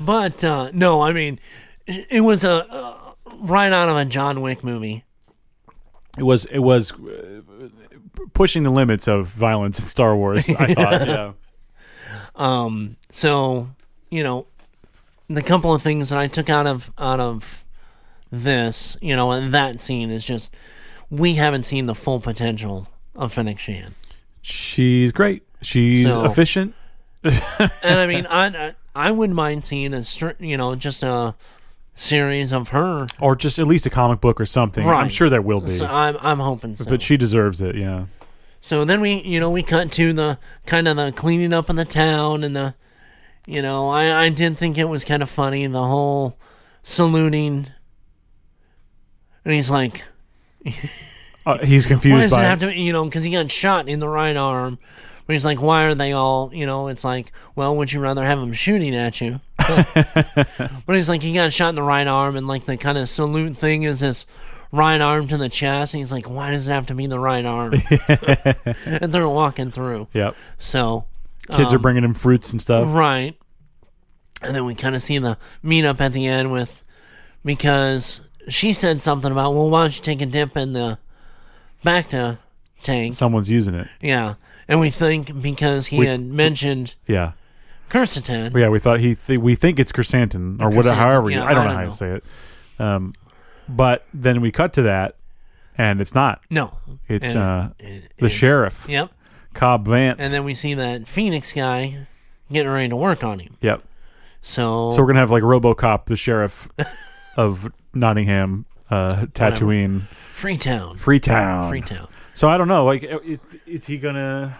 Speaker 1: but uh, no, I mean, it was a uh, right out of a John Wick movie.
Speaker 2: It was it was uh, pushing the limits of violence in Star Wars. I thought. Yeah.
Speaker 1: Um, so you know, the couple of things that I took out of out of this, you know, and that scene is just we haven't seen the full potential of Fennec Shan.
Speaker 2: She's great. She's
Speaker 1: So-
Speaker 2: efficient.
Speaker 1: and I mean, I I- I wouldn't mind seeing a str- you know just a series of her.
Speaker 2: or just at least a comic book or something. I'm
Speaker 1: Right.
Speaker 2: sure there will be,
Speaker 1: So I'm I'm hoping so.
Speaker 2: but she deserves it. Yeah,
Speaker 1: so then we you know we cut to the kind of the cleaning up in the town and the you know I I did think it was kind of funny the whole salooning. And he's like,
Speaker 2: uh, he's
Speaker 1: why
Speaker 2: confused
Speaker 1: does it
Speaker 2: by
Speaker 1: have to be, you know, because he got shot in the right arm. But he's like, why are they all, you know, it's like, well, would you rather have them shooting at you? but he's like, he got shot in the right arm, and like the kind of salute thing is this right arm to the chest. And he's like, why does it have to be the right arm? and they're walking through.
Speaker 2: Yep,
Speaker 1: So,
Speaker 2: kids
Speaker 1: um,
Speaker 2: are bringing him fruits and stuff.
Speaker 1: right. And then we kind of see the meetup at the end with, because she said something about, well, why don't you take a dip in the back to tank?
Speaker 2: Someone's using it.
Speaker 1: Yeah. And we think because he
Speaker 2: We-
Speaker 1: had mentioned
Speaker 2: Yeah,
Speaker 1: Cursitan.
Speaker 2: yeah. We thought he th- we think it's chrysanthemum or
Speaker 1: Chrysanthemum,
Speaker 2: whatever. However, you-
Speaker 1: yeah,
Speaker 2: I don't
Speaker 1: I
Speaker 2: know
Speaker 1: don't
Speaker 2: how
Speaker 1: know.
Speaker 2: to say it. Um, but then we cut to that, and it's not.
Speaker 1: no.
Speaker 2: It's
Speaker 1: And-
Speaker 2: uh,
Speaker 1: it-
Speaker 2: the
Speaker 1: it's-
Speaker 2: sheriff,
Speaker 1: Yep.
Speaker 2: Cobb Vance.
Speaker 1: And then we see that Phoenix guy getting ready to work on him.
Speaker 2: yep.
Speaker 1: So,
Speaker 2: So we're gonna have like RoboCop, the sheriff of Nottingham, uh, Tatooine,
Speaker 1: Freetown.
Speaker 2: Freetown.
Speaker 1: Freetown.
Speaker 2: So I don't know. Like, i- i- is he gonna?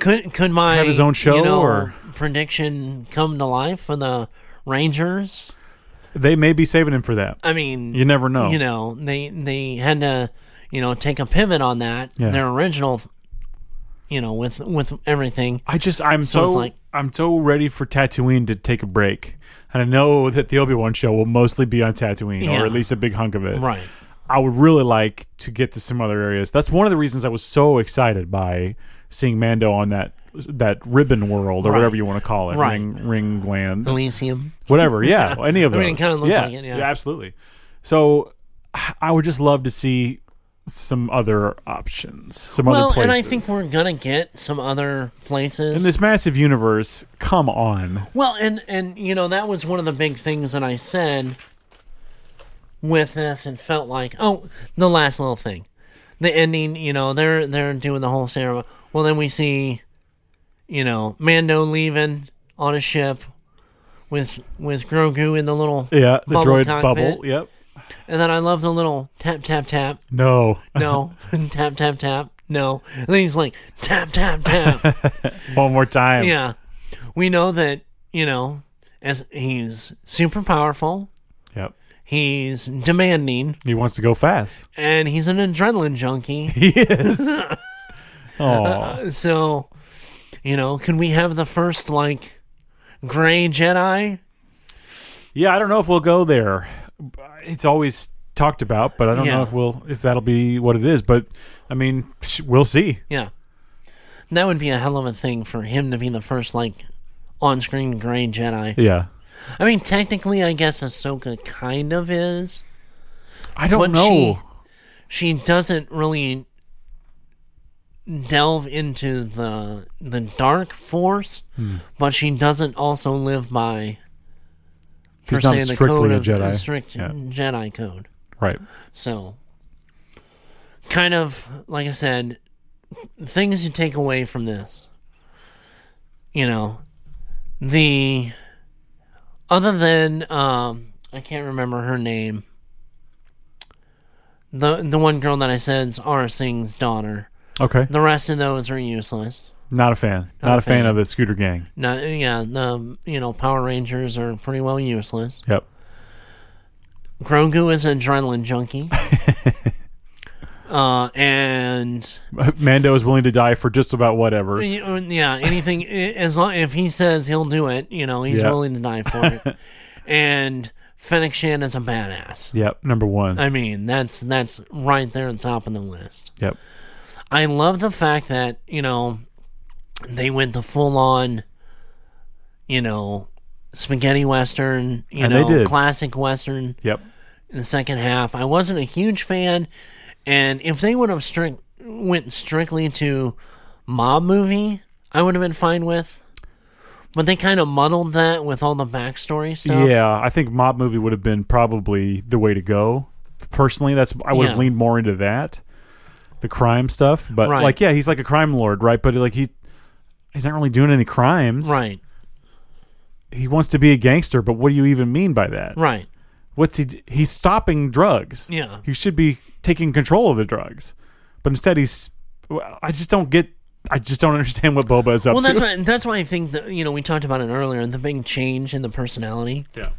Speaker 1: Could could my
Speaker 2: Have his own show,
Speaker 1: you know,
Speaker 2: or-
Speaker 1: prediction come to life for the Rangers?
Speaker 2: They may be saving him for that.
Speaker 1: I mean,
Speaker 2: You never know.
Speaker 1: You know, they they had to, you know, take a pivot on that.
Speaker 2: Yeah.
Speaker 1: Their original, you know, with with everything.
Speaker 2: I just I'm so,
Speaker 1: it's like-
Speaker 2: I'm so ready for Tatooine to take a break, and I know that the Obi Wan show will mostly be on Tatooine,
Speaker 1: Yeah.
Speaker 2: or at least a big hunk of it.
Speaker 1: Right.
Speaker 2: I would really like to get to some other areas. That's one of the reasons I was so excited by seeing Mando on that that ribbon world or
Speaker 1: Right.
Speaker 2: whatever you want to call it,
Speaker 1: Right.
Speaker 2: ring ring gland,
Speaker 1: Elysium.
Speaker 2: whatever. Yeah, any of
Speaker 1: I
Speaker 2: those.
Speaker 1: mean, it kinda looked
Speaker 2: yeah.
Speaker 1: like it, yeah.
Speaker 2: absolutely. So I would just love to see some other options, some
Speaker 1: Well,
Speaker 2: other places.
Speaker 1: and I think we're gonna get some other places.
Speaker 2: in this massive universe. Come on.
Speaker 1: well, and and you know that was one of the big things that I said with this, and felt like oh, the last little thing, the ending. You know, they're they're doing the whole ceremony. Well, then we see, you know, Mando leaving on a ship with with Grogu in the little
Speaker 2: Yeah, the
Speaker 1: Bubble
Speaker 2: droid
Speaker 1: cockpit.
Speaker 2: bubble. Yep.
Speaker 1: and then I love the little tap tap tap
Speaker 2: No.
Speaker 1: no tap tap tap no and then he's like tap tap tap
Speaker 2: One more time.
Speaker 1: yeah we know that you know as he's super powerful
Speaker 2: Yep.
Speaker 1: he's demanding
Speaker 2: He wants to go fast.
Speaker 1: and he's an adrenaline junkie
Speaker 2: He is. Oh,
Speaker 1: So, you know, can we have the first like gray Jedi?
Speaker 2: yeah. I don't know if we'll go there. It's always talked about, but I don't
Speaker 1: Yeah.
Speaker 2: know if we'll if that'll be what it is. But I mean, psh, we'll see.
Speaker 1: Yeah, that would be a hell of a thing for him to be the first like on-screen gray Jedi.
Speaker 2: Yeah.
Speaker 1: I mean, technically, I guess Ahsoka kind of is.
Speaker 2: I don't
Speaker 1: But
Speaker 2: know.
Speaker 1: she- She doesn't really delve into the the dark force,
Speaker 2: Hmm.
Speaker 1: but she doesn't also live by per
Speaker 2: She's not
Speaker 1: se the
Speaker 2: strictly
Speaker 1: code
Speaker 2: a
Speaker 1: of
Speaker 2: Jedi.
Speaker 1: strict
Speaker 2: Yeah.
Speaker 1: Jedi code.
Speaker 2: right.
Speaker 1: So, kind of like I said, things you take away from this. You know, the other than um, I can't remember her name. The the one girl that I said is Ara Singh's daughter.
Speaker 2: Okay.
Speaker 1: The rest of those are useless.
Speaker 2: Not a fan. Not, a fan. of the scooter gang.
Speaker 1: Not yeah, the you know Power Rangers are pretty well useless.
Speaker 2: Yep.
Speaker 1: Grogu is an adrenaline junkie. uh, and
Speaker 2: Mando is willing to die for just about whatever.
Speaker 1: y- uh, yeah, anything i- as long if he says he'll do it, you know, he's
Speaker 2: Yeah.
Speaker 1: willing to die for it. and Fennec Shan is a badass.
Speaker 2: Yep. Number one.
Speaker 1: I mean, that's that's right there at the top of the list.
Speaker 2: yep.
Speaker 1: I love the fact that you know they went the full on, you know, spaghetti western, you
Speaker 2: And they
Speaker 1: know,
Speaker 2: did.
Speaker 1: classic western.
Speaker 2: Yep.
Speaker 1: in the second half. I wasn't a huge fan, and if they would have strict went strictly to mob movie, I would have been fine with. But they kind of muddled that with all the backstory stuff.
Speaker 2: Yeah, I think mob movie would have been probably the way to go. Personally, that's I would have
Speaker 1: Yeah.
Speaker 2: leaned more into that, the crime stuff. But
Speaker 1: Right.
Speaker 2: like, yeah, he's like a crime lord, right? But like he, he's not really doing any crimes.
Speaker 1: Right.
Speaker 2: He wants to be a gangster, but what do you even mean by that?
Speaker 1: Right.
Speaker 2: What's he? d- He's stopping drugs.
Speaker 1: Yeah.
Speaker 2: He should be taking control of the drugs, but instead he's. well, I just don't get. I just don't understand what Boba is up
Speaker 1: Well,
Speaker 2: to.
Speaker 1: that's why. That's why I think that you know we talked about it earlier. The big change in the personality.
Speaker 2: yeah.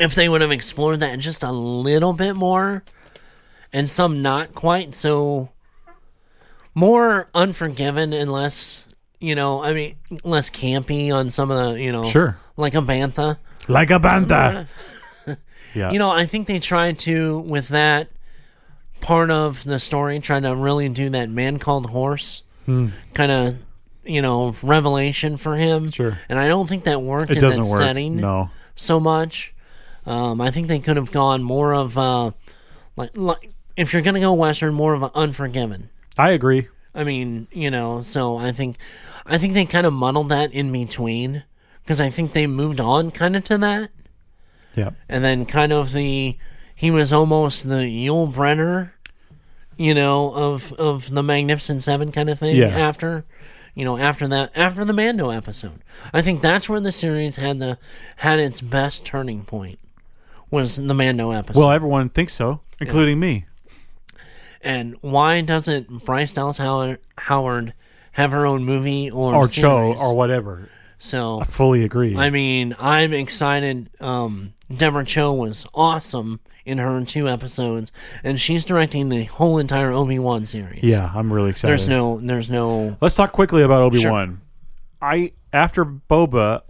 Speaker 1: If they would have explored that just a little bit more, and some not quite so. More unforgiven and less, you know. I mean, less campy on some of the, you know,
Speaker 2: Sure.
Speaker 1: like a bantha.
Speaker 2: Like a banta. yeah.
Speaker 1: You know, I think they tried to with that part of the story, trying to really do that man called horse
Speaker 2: Hmm.
Speaker 1: kind of, you know, revelation for him.
Speaker 2: Sure.
Speaker 1: And I don't think that worked
Speaker 2: it
Speaker 1: in
Speaker 2: doesn't
Speaker 1: that
Speaker 2: work.
Speaker 1: setting
Speaker 2: No.
Speaker 1: so much. Um, I think they could have gone more of uh, like, like if you're gonna go western, more of an unforgiven.
Speaker 2: I agree.
Speaker 1: I mean, you know, so I think, I think they kind of muddled that in between because I think they moved on kind of to that
Speaker 2: Yeah.
Speaker 1: and then kind of the he was almost the Yul Brenner, you know, of of the Magnificent Seven kind of thing.
Speaker 2: Yeah.
Speaker 1: After, you know, after that, after the Mando episode, I think that's where the series had the had its best turning point was the Mando episode.
Speaker 2: Well, everyone thinks so, including me.
Speaker 1: and why doesn't Bryce Dallas Howard, Howard have her own movie or
Speaker 2: Or Cho
Speaker 1: series?
Speaker 2: or whatever.
Speaker 1: so?
Speaker 2: Fully agree.
Speaker 1: I mean, I'm excited. Um, Deborah Cho was awesome in her two episodes, and she's directing the whole entire Obi Wan series.
Speaker 2: yeah, I'm really excited.
Speaker 1: there's no, there's no.
Speaker 2: Let's talk quickly about Obi Wan. I after Boba,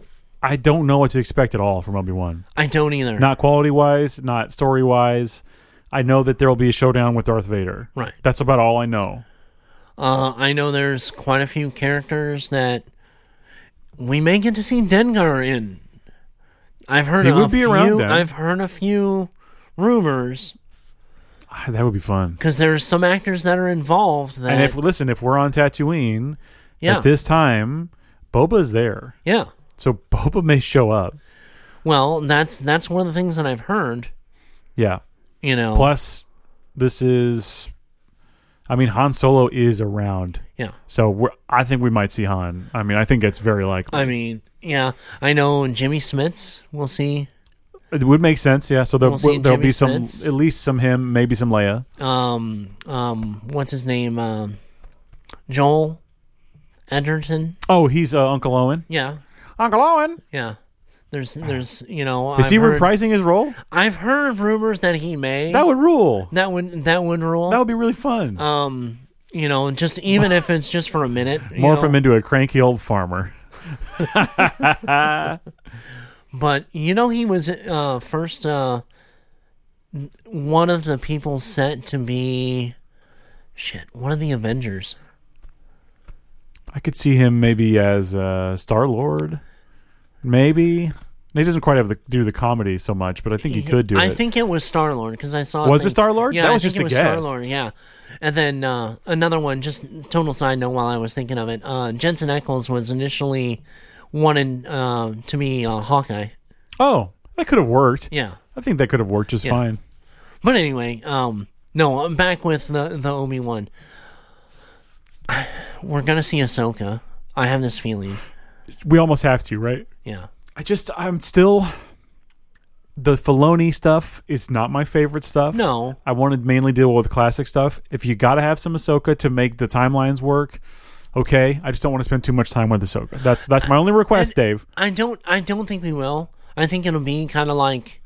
Speaker 2: I don't know what to expect at all from Obi Wan.
Speaker 1: I don't either.
Speaker 2: Not quality wise, not story wise. I know that there will be a showdown with Darth Vader.
Speaker 1: Right.
Speaker 2: That's about all I know.
Speaker 1: Uh, I know there's quite a few characters that we may get to see Dengar in. I've heard
Speaker 2: He
Speaker 1: a
Speaker 2: would be
Speaker 1: few,
Speaker 2: around then.
Speaker 1: I've heard a few rumors
Speaker 2: Ah, That would be fun.
Speaker 1: because there's some actors that are involved that
Speaker 2: And if listen, if we're on Tatooine
Speaker 1: Eh. yeah
Speaker 2: at this time, Boba's there.
Speaker 1: yeah
Speaker 2: So Boba may show up.
Speaker 1: well that's that's one of the things that I've heard
Speaker 2: Yeah.
Speaker 1: you know
Speaker 2: Plus, this is I mean, Han Solo is around,
Speaker 1: Yeah.
Speaker 2: so we're, I think we might see Han. I mean, I think it's very likely.
Speaker 1: I mean, yeah, I know Jimmy Smits. We'll see.
Speaker 2: it would make sense, yeah. So there,
Speaker 1: We'll see
Speaker 2: will there'll
Speaker 1: Jimmy
Speaker 2: be some,
Speaker 1: Smits.
Speaker 2: at least some him, maybe some Leia.
Speaker 1: Um, um, what's his name? Um, Joel Edgerton.
Speaker 2: Oh, he's uh, Uncle Owen.
Speaker 1: Yeah,
Speaker 2: Uncle Owen
Speaker 1: yeah. There's, there's, you know,
Speaker 2: is
Speaker 1: I've
Speaker 2: he
Speaker 1: heard,
Speaker 2: reprising his role?
Speaker 1: I've heard rumors that he may.
Speaker 2: That would rule.
Speaker 1: that would that would rule.
Speaker 2: That would be really fun.
Speaker 1: um, you know, just even if it's just for a minute. you
Speaker 2: Morph
Speaker 1: know,
Speaker 2: him into a cranky old farmer.
Speaker 1: But you know, he was uh, first uh, one of the people set to be shit. One of the Avengers.
Speaker 2: I could see him maybe as uh, Star Lord, maybe. And He doesn't quite have the do the comedy so much, but I think he could do
Speaker 1: I
Speaker 2: it.
Speaker 1: think it was Star Lord because I saw. a
Speaker 2: Was it
Speaker 1: thing-
Speaker 2: Star-Lord?
Speaker 1: Yeah,
Speaker 2: That
Speaker 1: I
Speaker 2: was
Speaker 1: think
Speaker 2: just
Speaker 1: it
Speaker 2: a
Speaker 1: was
Speaker 2: guess.
Speaker 1: Star Lord. Yeah, and then uh, another one. Just total side note. While I was thinking of it, uh, Jensen Ackles was initially wanted uh, to be uh, Hawkeye.
Speaker 2: oh, that could have worked.
Speaker 1: Yeah,
Speaker 2: I think that could have worked just
Speaker 1: Yeah.
Speaker 2: fine.
Speaker 1: but anyway, um, no, I'm back with the the Obi Wan. We're gonna see Ahsoka. I have this feeling.
Speaker 2: We almost have to, right?
Speaker 1: Yeah.
Speaker 2: I just I'm still the Filoni stuff is not my favorite stuff.
Speaker 1: No.
Speaker 2: I want to mainly deal with classic stuff. If you got to have some Ahsoka to make the timelines work, okay. I just don't want to spend too much time with Ahsoka. That's that's my only request, Dave.
Speaker 1: I don't I don't think we will. I think it'll be kind of like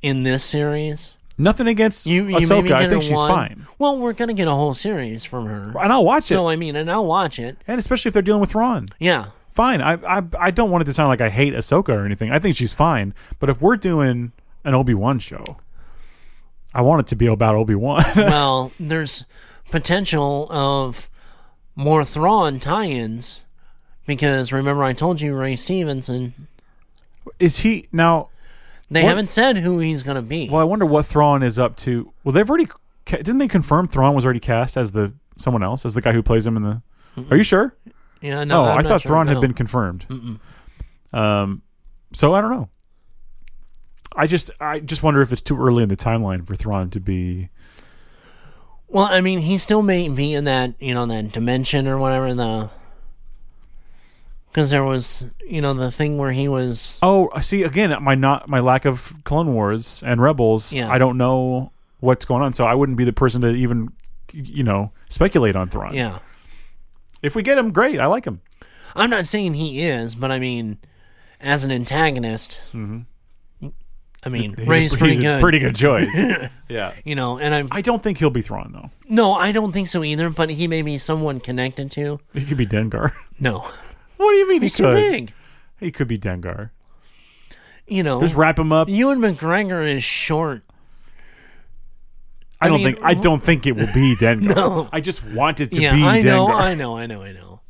Speaker 1: in this series.
Speaker 2: Nothing against
Speaker 1: You, you
Speaker 2: Ahsoka.
Speaker 1: maybe
Speaker 2: I
Speaker 1: get
Speaker 2: think
Speaker 1: a
Speaker 2: she's
Speaker 1: one.
Speaker 2: fine,
Speaker 1: Well, we're gonna get a whole series from her.
Speaker 2: and I'll watch
Speaker 1: So
Speaker 2: it.
Speaker 1: I mean, and I'll watch it.
Speaker 2: And especially if they're dealing with Ron,
Speaker 1: Yeah,
Speaker 2: fine. I, I I don't want it to sound like I hate Ahsoka or anything. I think she's fine. But if we're doing an Obi Wan show, I want it to be about Obi Wan.
Speaker 1: well, there's potential of more Thrawn tie-ins because remember I told you Ray Stevenson.
Speaker 2: Is he now?
Speaker 1: They
Speaker 2: What-
Speaker 1: haven't said who he's gonna be.
Speaker 2: Well, I wonder what Thrawn is up to. Well, they've already ca- didn't they confirm Thrawn was already cast as the someone else as the guy who plays him in the. Are you sure?
Speaker 1: Yeah, no,
Speaker 2: oh,
Speaker 1: I'm
Speaker 2: I
Speaker 1: not
Speaker 2: thought
Speaker 1: sure,
Speaker 2: Thrawn had
Speaker 1: no.
Speaker 2: been confirmed. Um, so I don't know. I just I just wonder if it's too early in the timeline for Thrawn to be.
Speaker 1: Well, I mean, he still may be in that you know that dimension or whatever the. Because there was, you know, the thing where he was
Speaker 2: Oh, I see again my not my lack of Clone Wars and Rebels.
Speaker 1: Yeah.
Speaker 2: I don't know what's going on, so I wouldn't be the person to even you know speculate on Thrawn.
Speaker 1: Yeah.
Speaker 2: If we get him, great. I like him.
Speaker 1: I'm not saying he is, but I mean, as an antagonist, I mean,
Speaker 2: Mm-hmm. He's a-
Speaker 1: Ray's pretty
Speaker 2: he's a
Speaker 1: good.
Speaker 2: Pretty good choice. yeah.
Speaker 1: you know, and I'm.
Speaker 2: I don't think he'll be Thrawn though.
Speaker 1: No, I don't think so either, but he may be someone connected to.
Speaker 2: He could be Dengar.
Speaker 1: No.
Speaker 2: what do you mean
Speaker 1: He's
Speaker 2: he
Speaker 1: too
Speaker 2: could?
Speaker 1: big.
Speaker 2: He could be Dengar.
Speaker 1: You know,
Speaker 2: Just wrap him up.
Speaker 1: Ewan McGregor is short.
Speaker 2: I don't
Speaker 1: mean,
Speaker 2: think I don't think it will be Dengar. I just want it to
Speaker 1: yeah,
Speaker 2: be
Speaker 1: I know,
Speaker 2: Dengar.
Speaker 1: I know, I know, I know.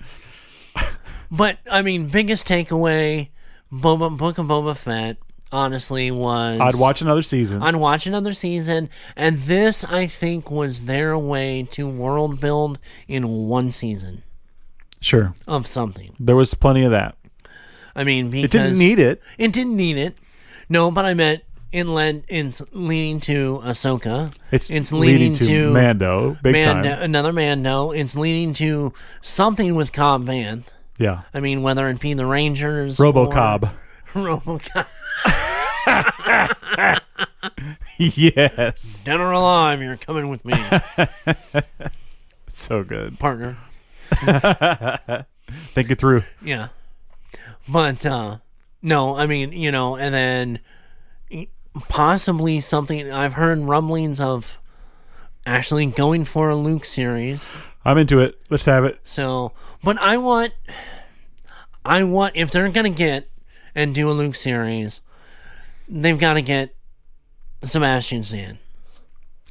Speaker 1: but, I mean, biggest takeaway Boba, Book of Boba Fett, honestly, was.
Speaker 2: I'd watch another season.
Speaker 1: on watch another season and this i think was their way to world build in one season
Speaker 2: sure.
Speaker 1: of something
Speaker 2: There was plenty of that.
Speaker 1: i mean because
Speaker 2: It didn't need it.
Speaker 1: it didn't need it no but i meant in lend in s- leading to ahsoka
Speaker 2: It's, leading, to, Mando big
Speaker 1: Mando,
Speaker 2: time.
Speaker 1: uh, another Mando. It's leading to something with Cobb Vanth.
Speaker 2: Yeah.
Speaker 1: I mean, whether it be the Rangers, or-
Speaker 2: RoboCob.
Speaker 1: RoboCop,
Speaker 2: yes.
Speaker 1: dead or alive, you're coming with me,
Speaker 2: It's so good.
Speaker 1: partner.
Speaker 2: Think it through.
Speaker 1: Yeah. But uh no, I mean, you know, and then possibly something I've heard rumblings of actually going for a Luke series.
Speaker 2: I'm into it. Let's have it.
Speaker 1: So, but I want I want if they're going to get and do a Luke series, they've got to get Sebastian Stan.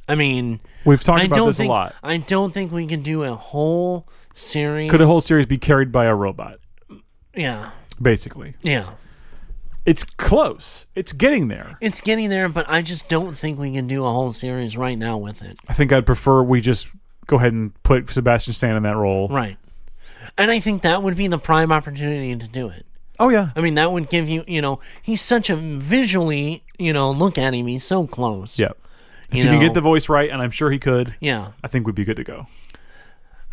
Speaker 1: I mean,
Speaker 2: We've talked
Speaker 1: I
Speaker 2: about
Speaker 1: don't
Speaker 2: this
Speaker 1: think
Speaker 2: a lot.
Speaker 1: I don't think we can do a whole series.
Speaker 2: Could a whole series be carried by a robot?
Speaker 1: Yeah.
Speaker 2: Basically,
Speaker 1: Yeah.
Speaker 2: it's close. It's getting there.
Speaker 1: It's getting there, but I just don't think we can do a whole series right now with it.
Speaker 2: I think I'd prefer we just go ahead and put Sebastian Stan in that role.
Speaker 1: Right. And I think that would be the prime opportunity to do it.
Speaker 2: Oh yeah,
Speaker 1: I mean, that would give you, you know, he's such a visually, you know, look at him, he's so close.
Speaker 2: yeah. If
Speaker 1: You
Speaker 2: you, can
Speaker 1: know.
Speaker 2: get the voice right, and I'm sure he could,
Speaker 1: Yeah.
Speaker 2: I think we'd be good to go.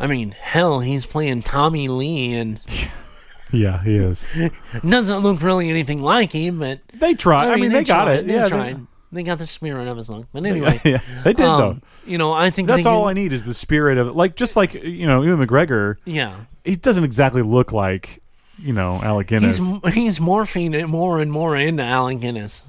Speaker 1: I mean, hell, he's playing Tommy Lee and
Speaker 2: Yeah, he is.
Speaker 1: doesn't look really anything like him, but
Speaker 2: They try. I mean, they, got
Speaker 1: tried,
Speaker 2: it.
Speaker 1: They
Speaker 2: yeah,
Speaker 1: tried. They, got the spirit of his song. But anyway,
Speaker 2: They, yeah, they did though.
Speaker 1: um, you know, I think
Speaker 2: That's
Speaker 1: they
Speaker 2: all I
Speaker 1: Can,
Speaker 2: need is the spirit of like just like you know Ewan McGregor.
Speaker 1: yeah,
Speaker 2: He doesn't exactly look like you know Alec Guinness.
Speaker 1: he's he's morphing it more and more into Alan Guinness.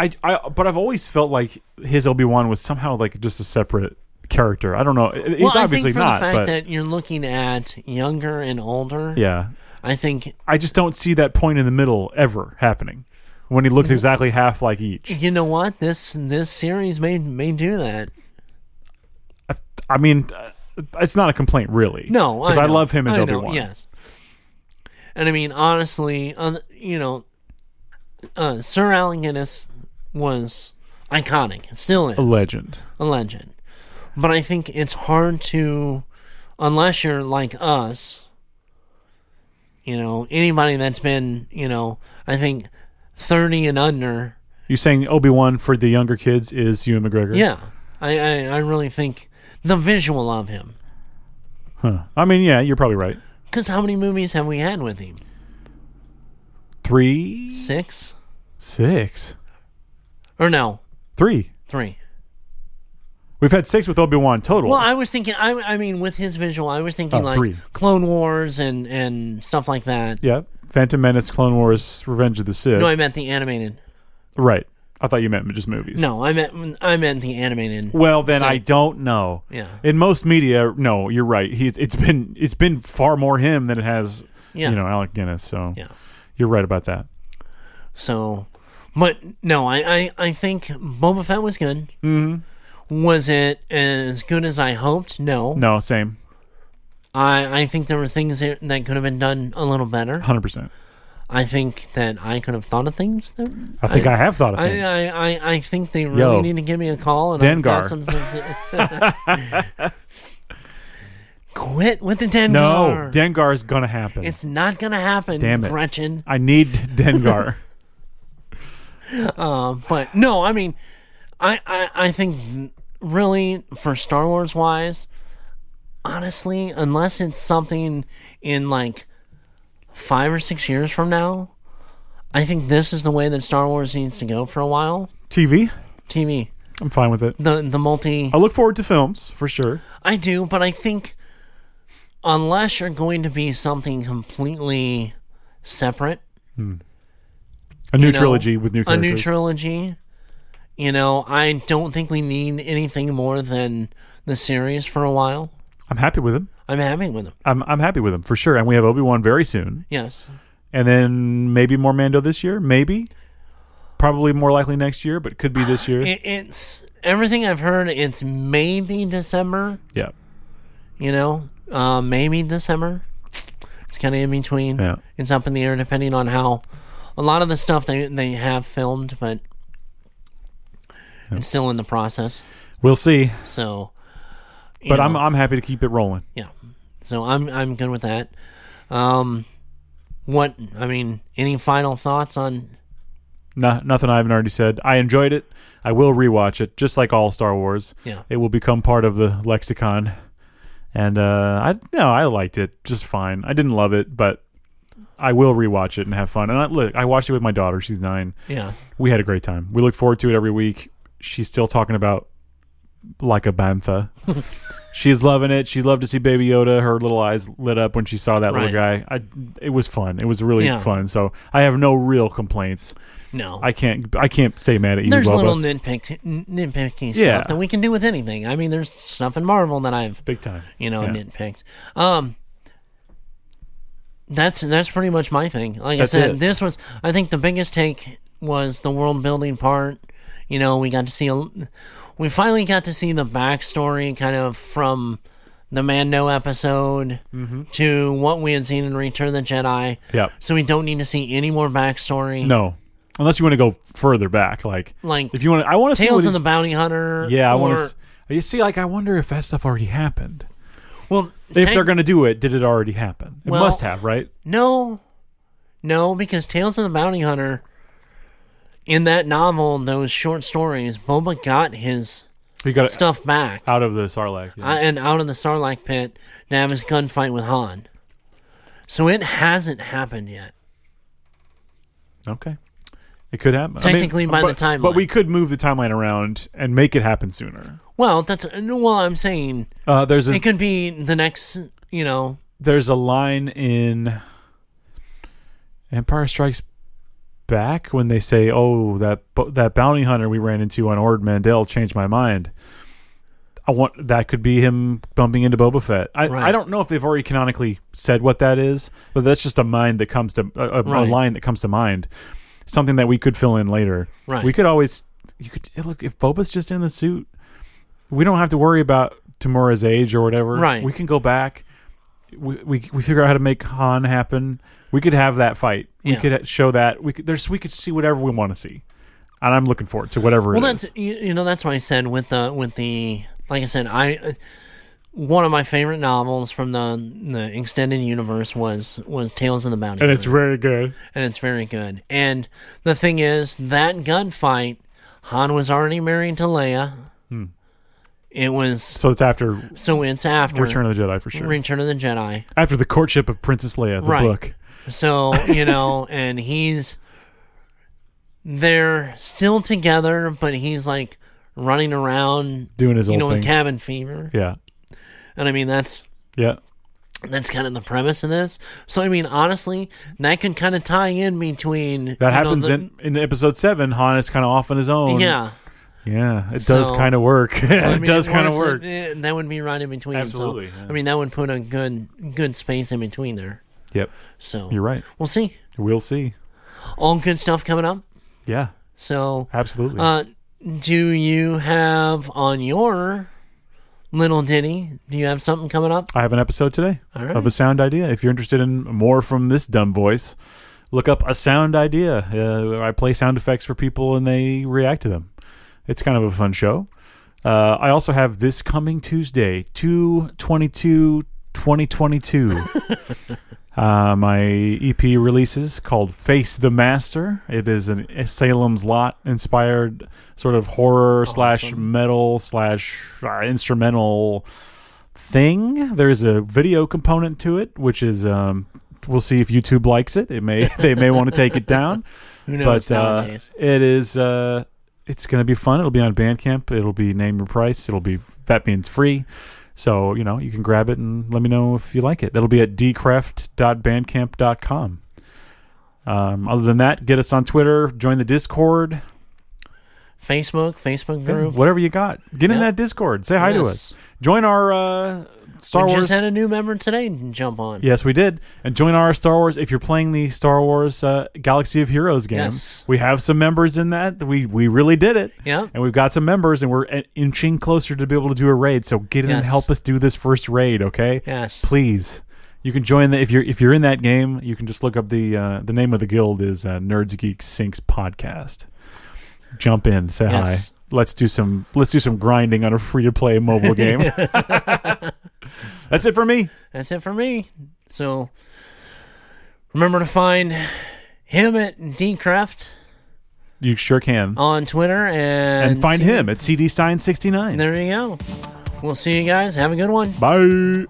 Speaker 2: I, I but I've always felt like his Obi Wan was somehow like just a separate character. I don't know. He's
Speaker 1: well,
Speaker 2: obviously
Speaker 1: I think for
Speaker 2: not,
Speaker 1: the fact
Speaker 2: but
Speaker 1: that you're looking at younger and older,
Speaker 2: yeah,
Speaker 1: I think
Speaker 2: I just don't see that point in the middle ever happening when he looks
Speaker 1: Mm-hmm.
Speaker 2: exactly half like each.
Speaker 1: you know what this this series may may do that.
Speaker 2: I mean, uh, it's not a complaint really.
Speaker 1: No,
Speaker 2: because I,
Speaker 1: know.
Speaker 2: love him as
Speaker 1: I
Speaker 2: Obi
Speaker 1: know,
Speaker 2: Wan.
Speaker 1: Yes, and I mean honestly, on you know, uh, Sir Allen Guinness was iconic, still is
Speaker 2: a legend.
Speaker 1: a legend. But I think it's hard to, unless you're like us, you know, anybody that's been, you know, I think 30 and under.
Speaker 2: You saying Obi Wan for the younger kids is Ewan McGregor?
Speaker 1: Yeah. I, I, I really think the visual of him.
Speaker 2: Huh. I mean, yeah, you're probably right.
Speaker 1: Because how many movies have we had with him?
Speaker 2: Three,
Speaker 1: Six?
Speaker 2: six,
Speaker 1: Or no,
Speaker 2: three.
Speaker 1: three.
Speaker 2: We've had six with Obi Wan total.
Speaker 1: Well, I was thinking, I, I mean, with his visual, I was thinking
Speaker 2: Oh,
Speaker 1: like
Speaker 2: three.
Speaker 1: Clone Wars and, and stuff like that.
Speaker 2: yeah, Phantom Menace, Clone Wars, Revenge of the Sith.
Speaker 1: No, I meant the animated.
Speaker 2: Right. I thought you meant just movies.
Speaker 1: No, I meant I meant the animated.
Speaker 2: Well, then
Speaker 1: So-
Speaker 2: I don't know.
Speaker 1: Yeah.
Speaker 2: In most media, no, you're right. He's it's been it's been far more him than it has
Speaker 1: Yeah.
Speaker 2: you know Alec Guinness. So
Speaker 1: Yeah.
Speaker 2: you're right about that.
Speaker 1: So, but no, I, I, I think Boba Fett was good. Mm-hmm. Was it as good as I hoped? No.
Speaker 2: No, same,
Speaker 1: I, I think there were things that, that could have been done a little better.
Speaker 2: hundred percent.
Speaker 1: I think that I could have thought of things. That,
Speaker 2: I think I, have thought of
Speaker 1: I, uh,
Speaker 2: things.
Speaker 1: I, I, I think they really
Speaker 2: Yo.
Speaker 1: need to give me a call. And I've got
Speaker 2: Dengar.
Speaker 1: some, Quit with the Dengar.
Speaker 2: no, Dengar is gonna happen.
Speaker 1: it's not going to happen,
Speaker 2: Damn it.
Speaker 1: Gretchen.
Speaker 2: I need Dengar.
Speaker 1: But no, I mean, I, I, I think really for Star Wars wise, honestly, unless it's something in like five or six years from now, I think this is the way that Star Wars needs to go for a while.
Speaker 2: TV.
Speaker 1: TV,
Speaker 2: I'm fine with it.
Speaker 1: the the multi,
Speaker 2: I look forward to films for sure.
Speaker 1: I do, but I think unless you're going to be something completely separate,
Speaker 2: A new
Speaker 1: you know,
Speaker 2: trilogy with new
Speaker 1: a
Speaker 2: characters.
Speaker 1: new trilogy. You know, I don't think we need anything more than the series for a while.
Speaker 2: I'm happy with him.
Speaker 1: I'm happy with them.
Speaker 2: I'm I'm happy with him for sure. And we have Obi Wan very soon,
Speaker 1: Yes,
Speaker 2: and then maybe more Mando this year. Maybe, probably more likely next year, but could be this year.
Speaker 1: it, it's everything I've heard. It's maybe December.
Speaker 2: yeah,
Speaker 1: You know, uh, maybe December. It's kind of in between.
Speaker 2: Yeah.
Speaker 1: It's up in the air depending on how a lot of the stuff they they have filmed, but it's still in the process.
Speaker 2: we'll see.
Speaker 1: So, you
Speaker 2: But I'm
Speaker 1: know,
Speaker 2: I'm happy to keep it rolling.
Speaker 1: yeah. So I'm I'm good with that. Um, what I mean, any final thoughts on?
Speaker 2: No, nothing I haven't already said. I enjoyed it. I will rewatch it, just like all Star Wars.
Speaker 1: Yeah.
Speaker 2: It will become part of the lexicon. And uh, I no, I liked it just fine. I didn't love it, but I will rewatch it and have fun. And I, look, I watched it with my daughter. She's nine.
Speaker 1: Yeah.
Speaker 2: we had a great time. We look forward to it every week. She's still talking about like a bantha. She's loving it. She loved to see Baby Yoda. Her little eyes lit up when she saw that little guy. I, it was fun. It was really
Speaker 1: Yeah.
Speaker 2: fun. So I have no real complaints.
Speaker 1: No.
Speaker 2: I can't. I can't say mad at you,
Speaker 1: there's
Speaker 2: Bubba.
Speaker 1: little nitpick, n- nitpicky
Speaker 2: Yeah.
Speaker 1: stuff that we can do with anything. I mean, there's stuff in Marvel that I've
Speaker 2: Big time.
Speaker 1: you know
Speaker 2: Yeah.
Speaker 1: nitpicked. Um, that's that's pretty much my thing. Like
Speaker 2: That's
Speaker 1: I said,
Speaker 2: it.
Speaker 1: this was I think the biggest take was the world building part. You know, we got to see a, we finally got to see the backstory kind of from the Mando episode
Speaker 2: Mm-hmm.
Speaker 1: to what we had seen in Return of the Jedi.
Speaker 2: Yep.
Speaker 1: So we don't need to see any more backstory.
Speaker 2: No, unless you want to go further back, like
Speaker 1: Like
Speaker 2: if you want. to I want to see what
Speaker 1: Tales of the
Speaker 2: he's-
Speaker 1: Bounty Hunter.
Speaker 2: Yeah, I want
Speaker 1: or-
Speaker 2: to. You see, like I wonder if that stuff already happened.
Speaker 1: Well,
Speaker 2: If
Speaker 1: tec-
Speaker 2: they're going to do it, did it already happen? It
Speaker 1: Well-
Speaker 2: must have, right?
Speaker 1: no, no, because Tales of the Bounty Hunter, in that novel, and those short stories, Boba got his
Speaker 2: He got it
Speaker 1: stuff back
Speaker 2: out of the Sarlacc. yeah.
Speaker 1: I, and out in the Sarlacc pit to have his gunfight with Han. So it hasn't happened yet.
Speaker 2: okay. It could happen. I mean,
Speaker 1: Technically by the
Speaker 2: but-
Speaker 1: timeline.
Speaker 2: But we could move the timeline around and make it happen sooner.
Speaker 1: Well, that's well. I'm saying
Speaker 2: Uh, there's a,
Speaker 1: it could be the next. You know,
Speaker 2: there's a line in Empire Strikes Back when they say, "Oh, that bo- that bounty hunter we ran into on Ord Mandel changed my mind." I want that could be him bumping into Boba Fett. I,
Speaker 1: Right.
Speaker 2: I don't know if they've already canonically said what that is, but that's just a mind that comes to a, a- a
Speaker 1: Right.
Speaker 2: line that comes to mind. Something that we could fill in later.
Speaker 1: Right.
Speaker 2: We could always you could look if Boba's just in the suit, we don't have to worry about Tamura's age or whatever.
Speaker 1: Right.
Speaker 2: We can go back. We, we, we figure out how to make Han happen. We could have that fight. We
Speaker 1: Yeah.
Speaker 2: could show that. We could, there's we could see whatever we want to see, and I'm looking forward to whatever.
Speaker 1: well,
Speaker 2: it
Speaker 1: that's
Speaker 2: is.
Speaker 1: you, you know that's what I said with the with the like I said I one of my favorite novels from the the extended universe was was Tales of the Bounty,
Speaker 2: and it's
Speaker 1: Hunter,
Speaker 2: very good.
Speaker 1: and it's very good. And the thing is that gunfight, Han was already married to Leia.
Speaker 2: Hmm.
Speaker 1: It was
Speaker 2: So it's after
Speaker 1: so it's after
Speaker 2: Return of the Jedi for sure.
Speaker 1: Return of the Jedi.
Speaker 2: after the courtship of Princess Leia, the
Speaker 1: Right.
Speaker 2: book.
Speaker 1: So, you know, and he's they're still together, but he's like running around
Speaker 2: Doing his
Speaker 1: you
Speaker 2: old
Speaker 1: know,
Speaker 2: thing.
Speaker 1: with cabin fever.
Speaker 2: yeah,
Speaker 1: And I mean that's
Speaker 2: yeah.
Speaker 1: that's kind of the premise of this. So I mean honestly, that can kind of tie in between you know,
Speaker 2: That happens
Speaker 1: the-
Speaker 2: in in episode seven. Han is kind of off on his own.
Speaker 1: Yeah.
Speaker 2: yeah. It does
Speaker 1: So-
Speaker 2: kind of work.
Speaker 1: I
Speaker 2: it
Speaker 1: mean,
Speaker 2: does kind of
Speaker 1: works,
Speaker 2: work.
Speaker 1: uh, that would be right in between.
Speaker 2: Absolutely,
Speaker 1: So,
Speaker 2: yeah.
Speaker 1: I mean, that would put a good good space in between there.
Speaker 2: Yep,
Speaker 1: So
Speaker 2: you're right.
Speaker 1: We'll see.
Speaker 2: We'll see.
Speaker 1: All good stuff coming up.
Speaker 2: Yeah,
Speaker 1: So
Speaker 2: absolutely.
Speaker 1: Uh, do you have on your little ditty? Do you have something coming up?
Speaker 2: I have an episode today
Speaker 1: All right.
Speaker 2: of a sound idea. If you're interested in more from this dumb voice, look up a sound idea. Uh, I play sound effects for people and they react to them. It's kind of a fun show. Uh, I also have this coming Tuesday, 222 2022. Uh, my EP releases called Face the Master. It is an Salem's Lot inspired sort of horror slash metal slash uh, instrumental thing. There is a video component to it, which is um, we'll see if YouTube likes it. It may they may want to take it down,
Speaker 1: Who knows
Speaker 2: but uh,
Speaker 1: nowadays?
Speaker 2: it is uh, it's going to be fun. It'll be on Bandcamp. It'll be name and price. It'll be that means free. So you know you can grab it and let me know if you like it. It'll be at dcraft.bandcamp.com. Um, other than that, get us on Twitter, join the Discord,
Speaker 1: Facebook, Facebook group.
Speaker 2: whatever you got. Get in
Speaker 1: Yeah.
Speaker 2: that Discord. Say hi to
Speaker 1: Yes.
Speaker 2: us. Join our uh, Star
Speaker 1: we
Speaker 2: Wars.
Speaker 1: just had a new member today jump on.
Speaker 2: Yes, we did. And join our Star Wars. If you're playing the Star Wars uh, Galaxy of Heroes game,
Speaker 1: Yes.
Speaker 2: we have some members in that. We we really did it.
Speaker 1: Yeah.
Speaker 2: And we've got some members, and we're in- inching closer to be able to do a raid. So get in and
Speaker 1: Yes.
Speaker 2: help us do this first raid, okay?
Speaker 1: Yes.
Speaker 2: Please. You can join the if you're if you're in that game. You can just look up the uh, the name of the guild is uh, Nerds Geeks Sinks Podcast. Jump in, say
Speaker 1: Yes.
Speaker 2: hi. Let's do some let's do some grinding on a free to play mobile game. That's it for me.
Speaker 1: That's it for me. So remember to find him at Dcraft
Speaker 2: You sure can.
Speaker 1: on Twitter and
Speaker 2: and find
Speaker 1: see-
Speaker 2: him at CD Sign 69.
Speaker 1: There you go. We'll see you guys. Have a good one.
Speaker 2: Bye.